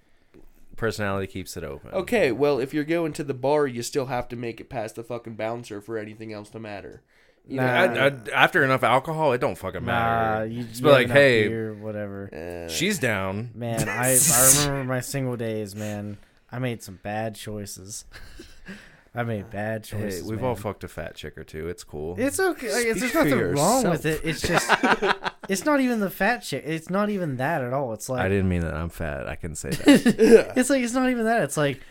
[SPEAKER 3] Personality keeps it open.
[SPEAKER 5] Okay, well, if you're going to the bar, you still have to make it past the fucking bouncer for anything else to matter. You know,
[SPEAKER 1] Nah.
[SPEAKER 3] I, I, after enough alcohol, it don't fucking matter.
[SPEAKER 1] Nah, you
[SPEAKER 3] just
[SPEAKER 1] just
[SPEAKER 3] be like, hey,
[SPEAKER 1] whatever.
[SPEAKER 5] uh,
[SPEAKER 3] she's down.
[SPEAKER 1] Man, I I remember my single days, man. I made some bad choices. I made bad
[SPEAKER 3] Hey,
[SPEAKER 1] choices.
[SPEAKER 3] we've all
[SPEAKER 1] man.
[SPEAKER 3] fucked a fat chick or two. It's cool.
[SPEAKER 1] It's okay. Like, it's,
[SPEAKER 5] Speak
[SPEAKER 1] there's
[SPEAKER 5] for
[SPEAKER 1] nothing wrong
[SPEAKER 5] yourself.
[SPEAKER 1] with it. It's just, it's not even the fat shit. It's not even that at all. It's like,
[SPEAKER 3] I didn't mean that I'm fat. I can say that.
[SPEAKER 1] it's like it's not even that. It's like,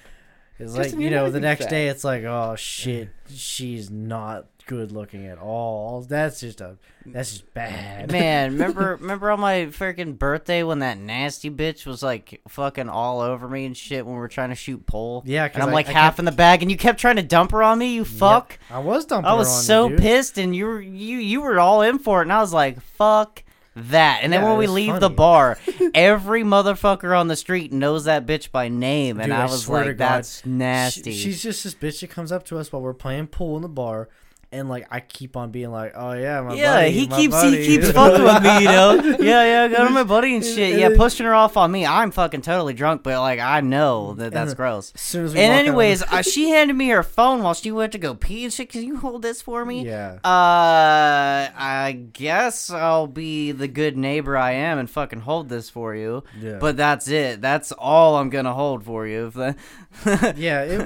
[SPEAKER 1] it's like
[SPEAKER 5] Justin,
[SPEAKER 1] you
[SPEAKER 5] you're
[SPEAKER 1] know,
[SPEAKER 5] not
[SPEAKER 1] the
[SPEAKER 5] even
[SPEAKER 1] next
[SPEAKER 5] fat.
[SPEAKER 1] day, it's like, oh shit, she's not good looking at all. That's just a, that's just bad.
[SPEAKER 4] Man, remember remember on my freaking birthday when that nasty bitch was like fucking all over me and shit when we were trying to shoot pole?
[SPEAKER 1] Yeah, 'cause
[SPEAKER 4] and I'm
[SPEAKER 1] I-
[SPEAKER 4] like
[SPEAKER 1] I
[SPEAKER 4] half
[SPEAKER 1] kept-
[SPEAKER 4] in the bag, and you kept trying to dump her on me. You fuck!
[SPEAKER 1] I was dumping.
[SPEAKER 4] I
[SPEAKER 1] her
[SPEAKER 4] was
[SPEAKER 1] on you,
[SPEAKER 4] so
[SPEAKER 1] dude.
[SPEAKER 4] pissed, and you were you you were all in for it, and I was like, fuck that. And then
[SPEAKER 1] Yeah,
[SPEAKER 4] when
[SPEAKER 1] it
[SPEAKER 4] we
[SPEAKER 1] was
[SPEAKER 4] leave the
[SPEAKER 1] funny.
[SPEAKER 4] bar, every motherfucker on the street knows that bitch by name, and
[SPEAKER 1] Dude,
[SPEAKER 4] I
[SPEAKER 1] I
[SPEAKER 4] was
[SPEAKER 1] swear to
[SPEAKER 4] like,
[SPEAKER 1] God,
[SPEAKER 4] that's nasty.
[SPEAKER 1] She- she's just this bitch that comes up to us while we're playing pool in the bar, and like I keep on being like, "Oh yeah, my
[SPEAKER 4] yeah,
[SPEAKER 1] buddy,
[SPEAKER 4] he
[SPEAKER 1] my
[SPEAKER 4] keeps
[SPEAKER 1] buddy.
[SPEAKER 4] he keeps fucking with me, you know. Yeah, yeah, go to my buddy and shit.
[SPEAKER 1] and
[SPEAKER 4] Yeah,
[SPEAKER 1] then-
[SPEAKER 4] pushing her off on me. I'm fucking totally drunk, but like I know that that's
[SPEAKER 1] then-
[SPEAKER 4] gross.
[SPEAKER 1] As soon as we
[SPEAKER 4] And
[SPEAKER 1] walk out of
[SPEAKER 4] anyways,
[SPEAKER 1] the-
[SPEAKER 4] uh, she handed me her phone while she went to go pee and shit. Can you hold this for me?
[SPEAKER 1] yeah,
[SPEAKER 4] Uh, I guess I'll be the good neighbor I am and fucking hold this for you.
[SPEAKER 1] Yeah.
[SPEAKER 4] But that's it. That's all I'm gonna hold for you. If the-
[SPEAKER 1] yeah, it,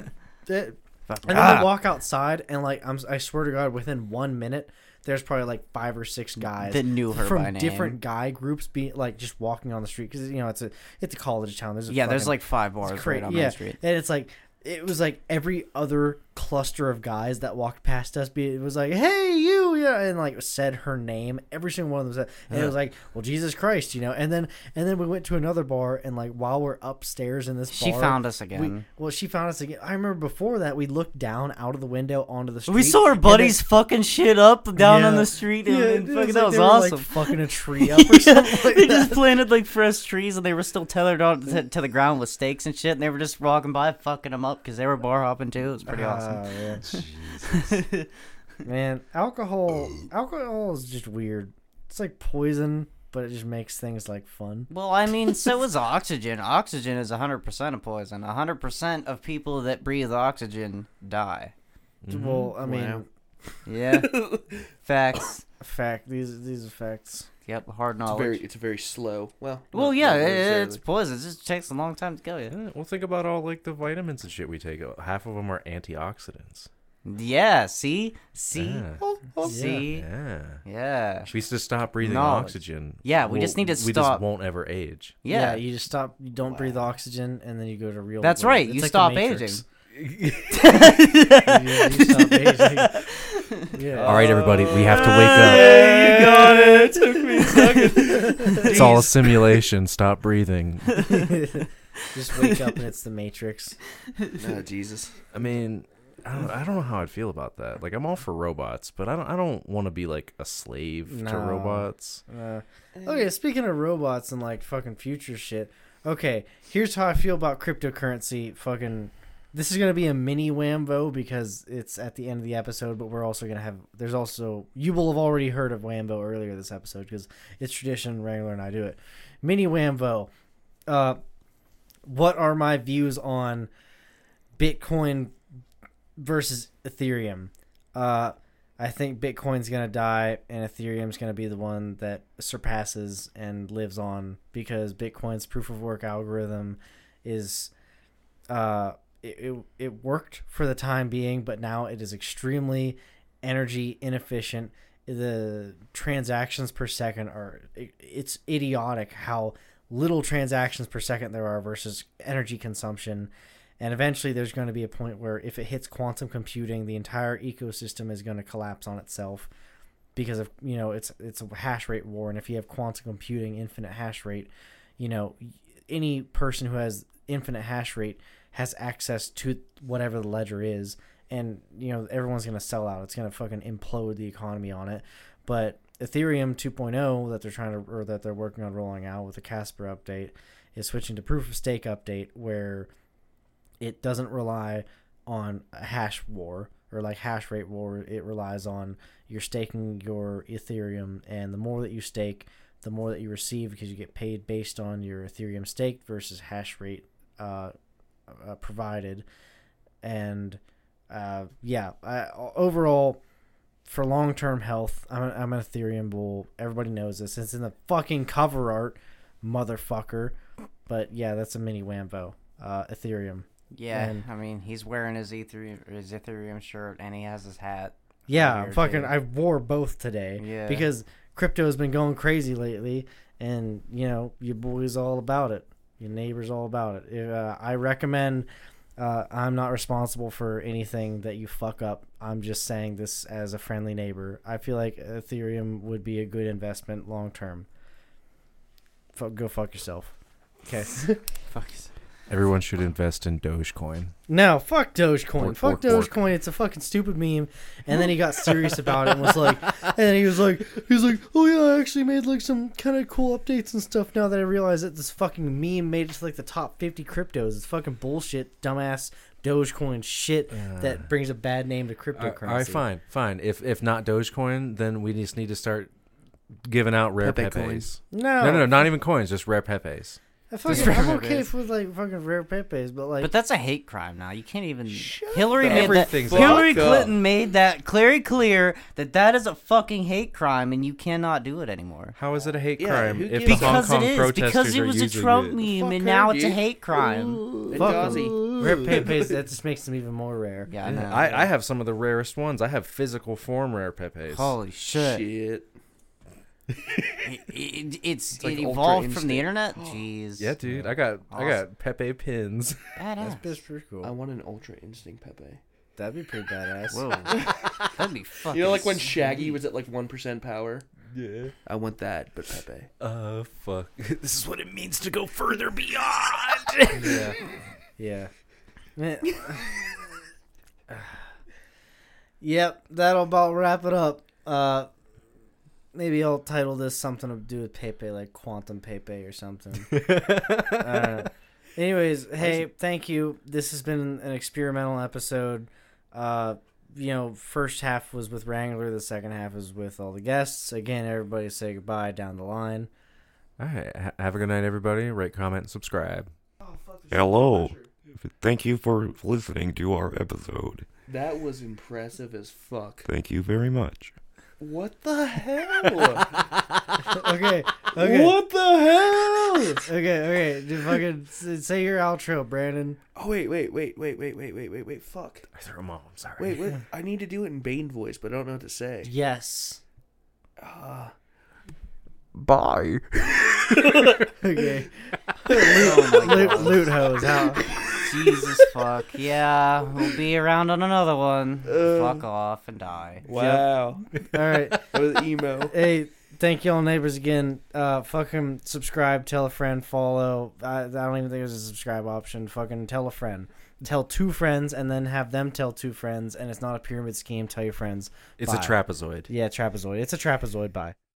[SPEAKER 1] it- and then
[SPEAKER 4] Ah.
[SPEAKER 1] we walk outside, and like I'm, I swear to God, within one minute, there's probably like five or six guys
[SPEAKER 4] That knew her
[SPEAKER 1] from
[SPEAKER 4] by name.
[SPEAKER 1] different guy groups, being like just walking on the street because you know it's a it's a college town. There's a
[SPEAKER 4] yeah, there's
[SPEAKER 1] fucking-
[SPEAKER 4] like five bars
[SPEAKER 1] Cra-
[SPEAKER 4] right on
[SPEAKER 1] yeah,
[SPEAKER 4] Main Street.
[SPEAKER 1] and it's like it was like every other cluster of guys that walked past us. Be it was like, hey, you, yeah, and like said her name. Every single one of them said, and it was like, well, Jesus Christ, you know. And then and then we went to another bar, and like while we're upstairs in this,
[SPEAKER 4] She
[SPEAKER 1] bar,
[SPEAKER 4] found us
[SPEAKER 1] we-
[SPEAKER 4] again.
[SPEAKER 1] well, she found us again. I remember before that we looked down out of the window onto the
[SPEAKER 4] We,
[SPEAKER 1] street.
[SPEAKER 4] saw her
[SPEAKER 1] and
[SPEAKER 4] buddies
[SPEAKER 1] then-
[SPEAKER 4] fucking shit up down on
[SPEAKER 1] Yeah.
[SPEAKER 4] the street. And,
[SPEAKER 1] Yeah,
[SPEAKER 4] and
[SPEAKER 1] it
[SPEAKER 4] fucking,
[SPEAKER 1] was
[SPEAKER 4] that
[SPEAKER 1] like
[SPEAKER 4] was
[SPEAKER 1] they were, like,
[SPEAKER 4] awesome.
[SPEAKER 1] fucking a tree up or something like
[SPEAKER 4] they
[SPEAKER 1] that.
[SPEAKER 4] just planted like fresh trees and they were still tethered on to, to the ground with stakes and shit. And they were just walking by, fucking them up because they were bar hopping too. It was pretty awesome.
[SPEAKER 1] Ah, yeah. man, alcohol alcohol is just weird. It's like poison. but it just makes things like fun.
[SPEAKER 4] Well, I mean, so is oxygen. Oxygen is 100% a poison. 100% of people that breathe oxygen die. Mm-hmm.
[SPEAKER 1] Well, I mean,
[SPEAKER 5] Wow.
[SPEAKER 4] Yeah. Facts.
[SPEAKER 1] fact these these are facts.
[SPEAKER 4] Yep, hard
[SPEAKER 5] It's
[SPEAKER 4] knowledge.
[SPEAKER 5] very it's very slow. Well,
[SPEAKER 4] well,
[SPEAKER 5] not-
[SPEAKER 4] yeah,
[SPEAKER 5] not
[SPEAKER 4] it, it's
[SPEAKER 5] necessarily.
[SPEAKER 4] poison. It just takes a long time to kill you.
[SPEAKER 3] Yeah, well, think about all like the vitamins and shit we take. Half of them are antioxidants.
[SPEAKER 4] Yeah, see? See? Oh,
[SPEAKER 3] Yeah.
[SPEAKER 5] Oh,
[SPEAKER 4] See?
[SPEAKER 3] Yeah.
[SPEAKER 4] Yeah.
[SPEAKER 3] We just stop breathing
[SPEAKER 4] Knowledge.
[SPEAKER 3] oxygen.
[SPEAKER 4] Yeah, we just need to
[SPEAKER 3] We
[SPEAKER 4] stop-
[SPEAKER 3] just won't ever age.
[SPEAKER 1] Yeah,
[SPEAKER 4] Yeah.
[SPEAKER 1] you just stop. You don't breathe oxygen, and then you go to real.
[SPEAKER 4] That's
[SPEAKER 1] world.
[SPEAKER 4] right,
[SPEAKER 1] It's
[SPEAKER 4] you
[SPEAKER 1] like the
[SPEAKER 4] stop
[SPEAKER 1] Matrix.
[SPEAKER 4] aging.
[SPEAKER 1] you, you stop aging. Yeah.
[SPEAKER 3] All right, everybody, we have to wake up.
[SPEAKER 5] You got it. It took me a second.
[SPEAKER 3] It's all a simulation. Stop breathing.
[SPEAKER 1] just wake up, and it's the Matrix.
[SPEAKER 5] oh, Jesus.
[SPEAKER 3] I mean, I don't, I don't know how I'd feel about that. Like, I'm all for robots, but I don't. I don't want to be like a slave to
[SPEAKER 1] No.
[SPEAKER 3] robots.
[SPEAKER 1] Uh, okay, speaking of robots and like fucking future shit. Okay, here's how I feel about cryptocurrency. Fucking, this is gonna be a mini Wambo because it's at the end of the episode, but we're also gonna have. There's also you will have already heard of Wambo earlier this episode because it's tradition. Wrangler and I do it. Mini Wambo. Uh, what are my views on Bitcoin versus Ethereum? Uh, I think Bitcoin's gonna die and Ethereum's gonna be the one that surpasses and lives on because Bitcoin's proof of work algorithm is uh it, it, it worked for the time being, but now it is extremely energy inefficient. The transactions per second are it, it's idiotic how little transactions per second there are versus energy consumption. And eventually, there's going to be a point where if it hits quantum computing, the entire ecosystem is going to collapse on itself because of you know it's it's a hash rate war. And if you have quantum computing, infinite hash rate, you know any person who has infinite hash rate has access to whatever the ledger is, and you know everyone's going to sell out. It's going to fucking implode the economy on it. But Ethereum 2.0 that they're trying to or that they're working on rolling out with the Casper update is switching to proof of stake update where it doesn't rely on a hash war or like hash rate war. It relies on you're staking your Ethereum, and the more that you stake, the more that you receive because you get paid based on your Ethereum staked versus hash rate uh, uh, provided. And uh, yeah, I, overall, for long term health, I'm, a- I'm an Ethereum bull. Everybody knows this. It's in the fucking cover art, motherfucker. But yeah, that's a mini Wambo. Uh, Ethereum.
[SPEAKER 4] Yeah,
[SPEAKER 1] And-
[SPEAKER 4] I mean, he's wearing his Ethereum, his Ethereum shirt and he has his hat.
[SPEAKER 1] Yeah,
[SPEAKER 4] Weird,
[SPEAKER 1] fucking.
[SPEAKER 4] dude.
[SPEAKER 1] I wore both today.
[SPEAKER 4] Yeah.
[SPEAKER 1] Because crypto has been going crazy lately, and you know your boy's all about it. Your neighbor's all about it. If, uh, I recommend. Uh, I'm not responsible for anything that you fuck up. I'm just saying this as a friendly neighbor. I feel like Ethereum would be a good investment long term. Fuck, go fuck yourself. Okay.
[SPEAKER 4] Fuck. is-
[SPEAKER 3] Everyone should invest in Dogecoin.
[SPEAKER 1] No, fuck Dogecoin.
[SPEAKER 2] Fork,
[SPEAKER 1] fuck
[SPEAKER 2] fork, fork.
[SPEAKER 1] Dogecoin. It's a fucking stupid meme. And then he got serious about it and was like, and then he was like, he was like, oh yeah, I actually made like some kind of cool updates and stuff. Now that I realize that this fucking meme made it to like the top fifty cryptos, it's fucking bullshit, dumbass Dogecoin shit that brings a bad name to
[SPEAKER 3] All
[SPEAKER 1] cryptocurrency.
[SPEAKER 3] right, fine, fine. If if not Dogecoin, then we just need to start giving out rare
[SPEAKER 5] Pepe
[SPEAKER 3] pepes.
[SPEAKER 5] coins.
[SPEAKER 1] No,
[SPEAKER 3] No, no, no, not even coins, just rare pepes.
[SPEAKER 1] I fucking,
[SPEAKER 4] Just
[SPEAKER 1] I'm
[SPEAKER 4] rare
[SPEAKER 1] okay
[SPEAKER 4] pepes.
[SPEAKER 1] with like fucking rare pepes, but like,
[SPEAKER 4] But that's a hate crime now. You can't even. Hillary
[SPEAKER 3] the
[SPEAKER 4] made
[SPEAKER 3] everything's
[SPEAKER 4] that. Hillary
[SPEAKER 5] fuck up.
[SPEAKER 4] Clinton made that clear, clear that that is a fucking hate crime, and you cannot do it anymore.
[SPEAKER 3] How is it a hate
[SPEAKER 5] Yeah,
[SPEAKER 3] crime
[SPEAKER 5] who
[SPEAKER 3] if the
[SPEAKER 5] gives a-
[SPEAKER 3] Hong
[SPEAKER 4] Because
[SPEAKER 3] Kong
[SPEAKER 4] it is.
[SPEAKER 3] protesters
[SPEAKER 4] Because it
[SPEAKER 3] are
[SPEAKER 4] was a
[SPEAKER 3] using
[SPEAKER 4] Trump
[SPEAKER 3] it?
[SPEAKER 4] meme, and
[SPEAKER 5] Fuck
[SPEAKER 4] now
[SPEAKER 5] her,
[SPEAKER 4] it's a
[SPEAKER 5] dude.
[SPEAKER 4] hate crime.
[SPEAKER 1] fuck
[SPEAKER 5] Fuck
[SPEAKER 1] rare pepes. That just makes them even more rare.
[SPEAKER 4] Yeah, I know.
[SPEAKER 3] Yeah, I, I have some of the rarest ones. I have physical form rare pepes.
[SPEAKER 4] Holy shit!
[SPEAKER 5] Shit.
[SPEAKER 4] It, it- it's,
[SPEAKER 5] like
[SPEAKER 4] it
[SPEAKER 5] Ultra
[SPEAKER 4] evolved from the
[SPEAKER 5] Instinct.
[SPEAKER 4] internet. Jeez.
[SPEAKER 3] Yeah, dude. I got I got Pepe pins.
[SPEAKER 1] That's,
[SPEAKER 4] Badass.
[SPEAKER 1] that's pretty cool.
[SPEAKER 5] I want an ultra instinct Pepe.
[SPEAKER 1] That'd be pretty badass.
[SPEAKER 4] Whoa. That'd be fucking.
[SPEAKER 5] You know, like when
[SPEAKER 4] sick.
[SPEAKER 5] Shaggy was at like one percent power.
[SPEAKER 3] yeah.
[SPEAKER 5] I want that, but Pepe.
[SPEAKER 3] Uh fuck. this is what it means to go further beyond.
[SPEAKER 1] yeah. Yeah. Man. yep, that'll about wrap it up. Uh maybe I'll title this something to do with Pepe like Quantum Pepe or something. I don't know. Anyways, hey, thank you. This has been an experimental episode. Uh you know, first half was with Wrangler, the second half is with all the guests. Again, everybody say goodbye down the line.
[SPEAKER 3] All right. Ha- have a good night, everybody. Rate, comment, and subscribe.
[SPEAKER 6] Hello. Thank you for listening to our episode.
[SPEAKER 5] That was impressive as fuck.
[SPEAKER 6] Thank you very much.
[SPEAKER 5] What the hell?
[SPEAKER 1] okay, okay,
[SPEAKER 5] What the hell?
[SPEAKER 1] okay, okay. Dude, fucking s- say your outro, Brandon.
[SPEAKER 5] Oh wait, wait, wait, wait, wait, wait, wait, wait, wait. Fuck.
[SPEAKER 3] I threw 'em off. I'm sorry.
[SPEAKER 5] Wait, wait. I need to do it in Bane voice, but I don't know what to say.
[SPEAKER 1] Yes.
[SPEAKER 5] Ah.
[SPEAKER 2] Bye.
[SPEAKER 1] Okay.
[SPEAKER 4] Oh my
[SPEAKER 1] Loot,
[SPEAKER 4] God.
[SPEAKER 1] loot hose. How?
[SPEAKER 4] Jesus fuck. Yeah, we'll be around on another one. fuck off and die.
[SPEAKER 5] wow.
[SPEAKER 1] All right.
[SPEAKER 5] That was emo.
[SPEAKER 1] Hey, thank y'all neighbors again. Uh, fucking subscribe, tell a friend, follow. I, I don't even think there's a subscribe option. Fucking tell a friend. Tell two friends and then have them tell two friends. And it's not a pyramid scheme. Tell your friends.
[SPEAKER 3] It's
[SPEAKER 1] Bye.
[SPEAKER 3] a trapezoid.
[SPEAKER 1] Yeah, trapezoid. It's a trapezoid. Bye.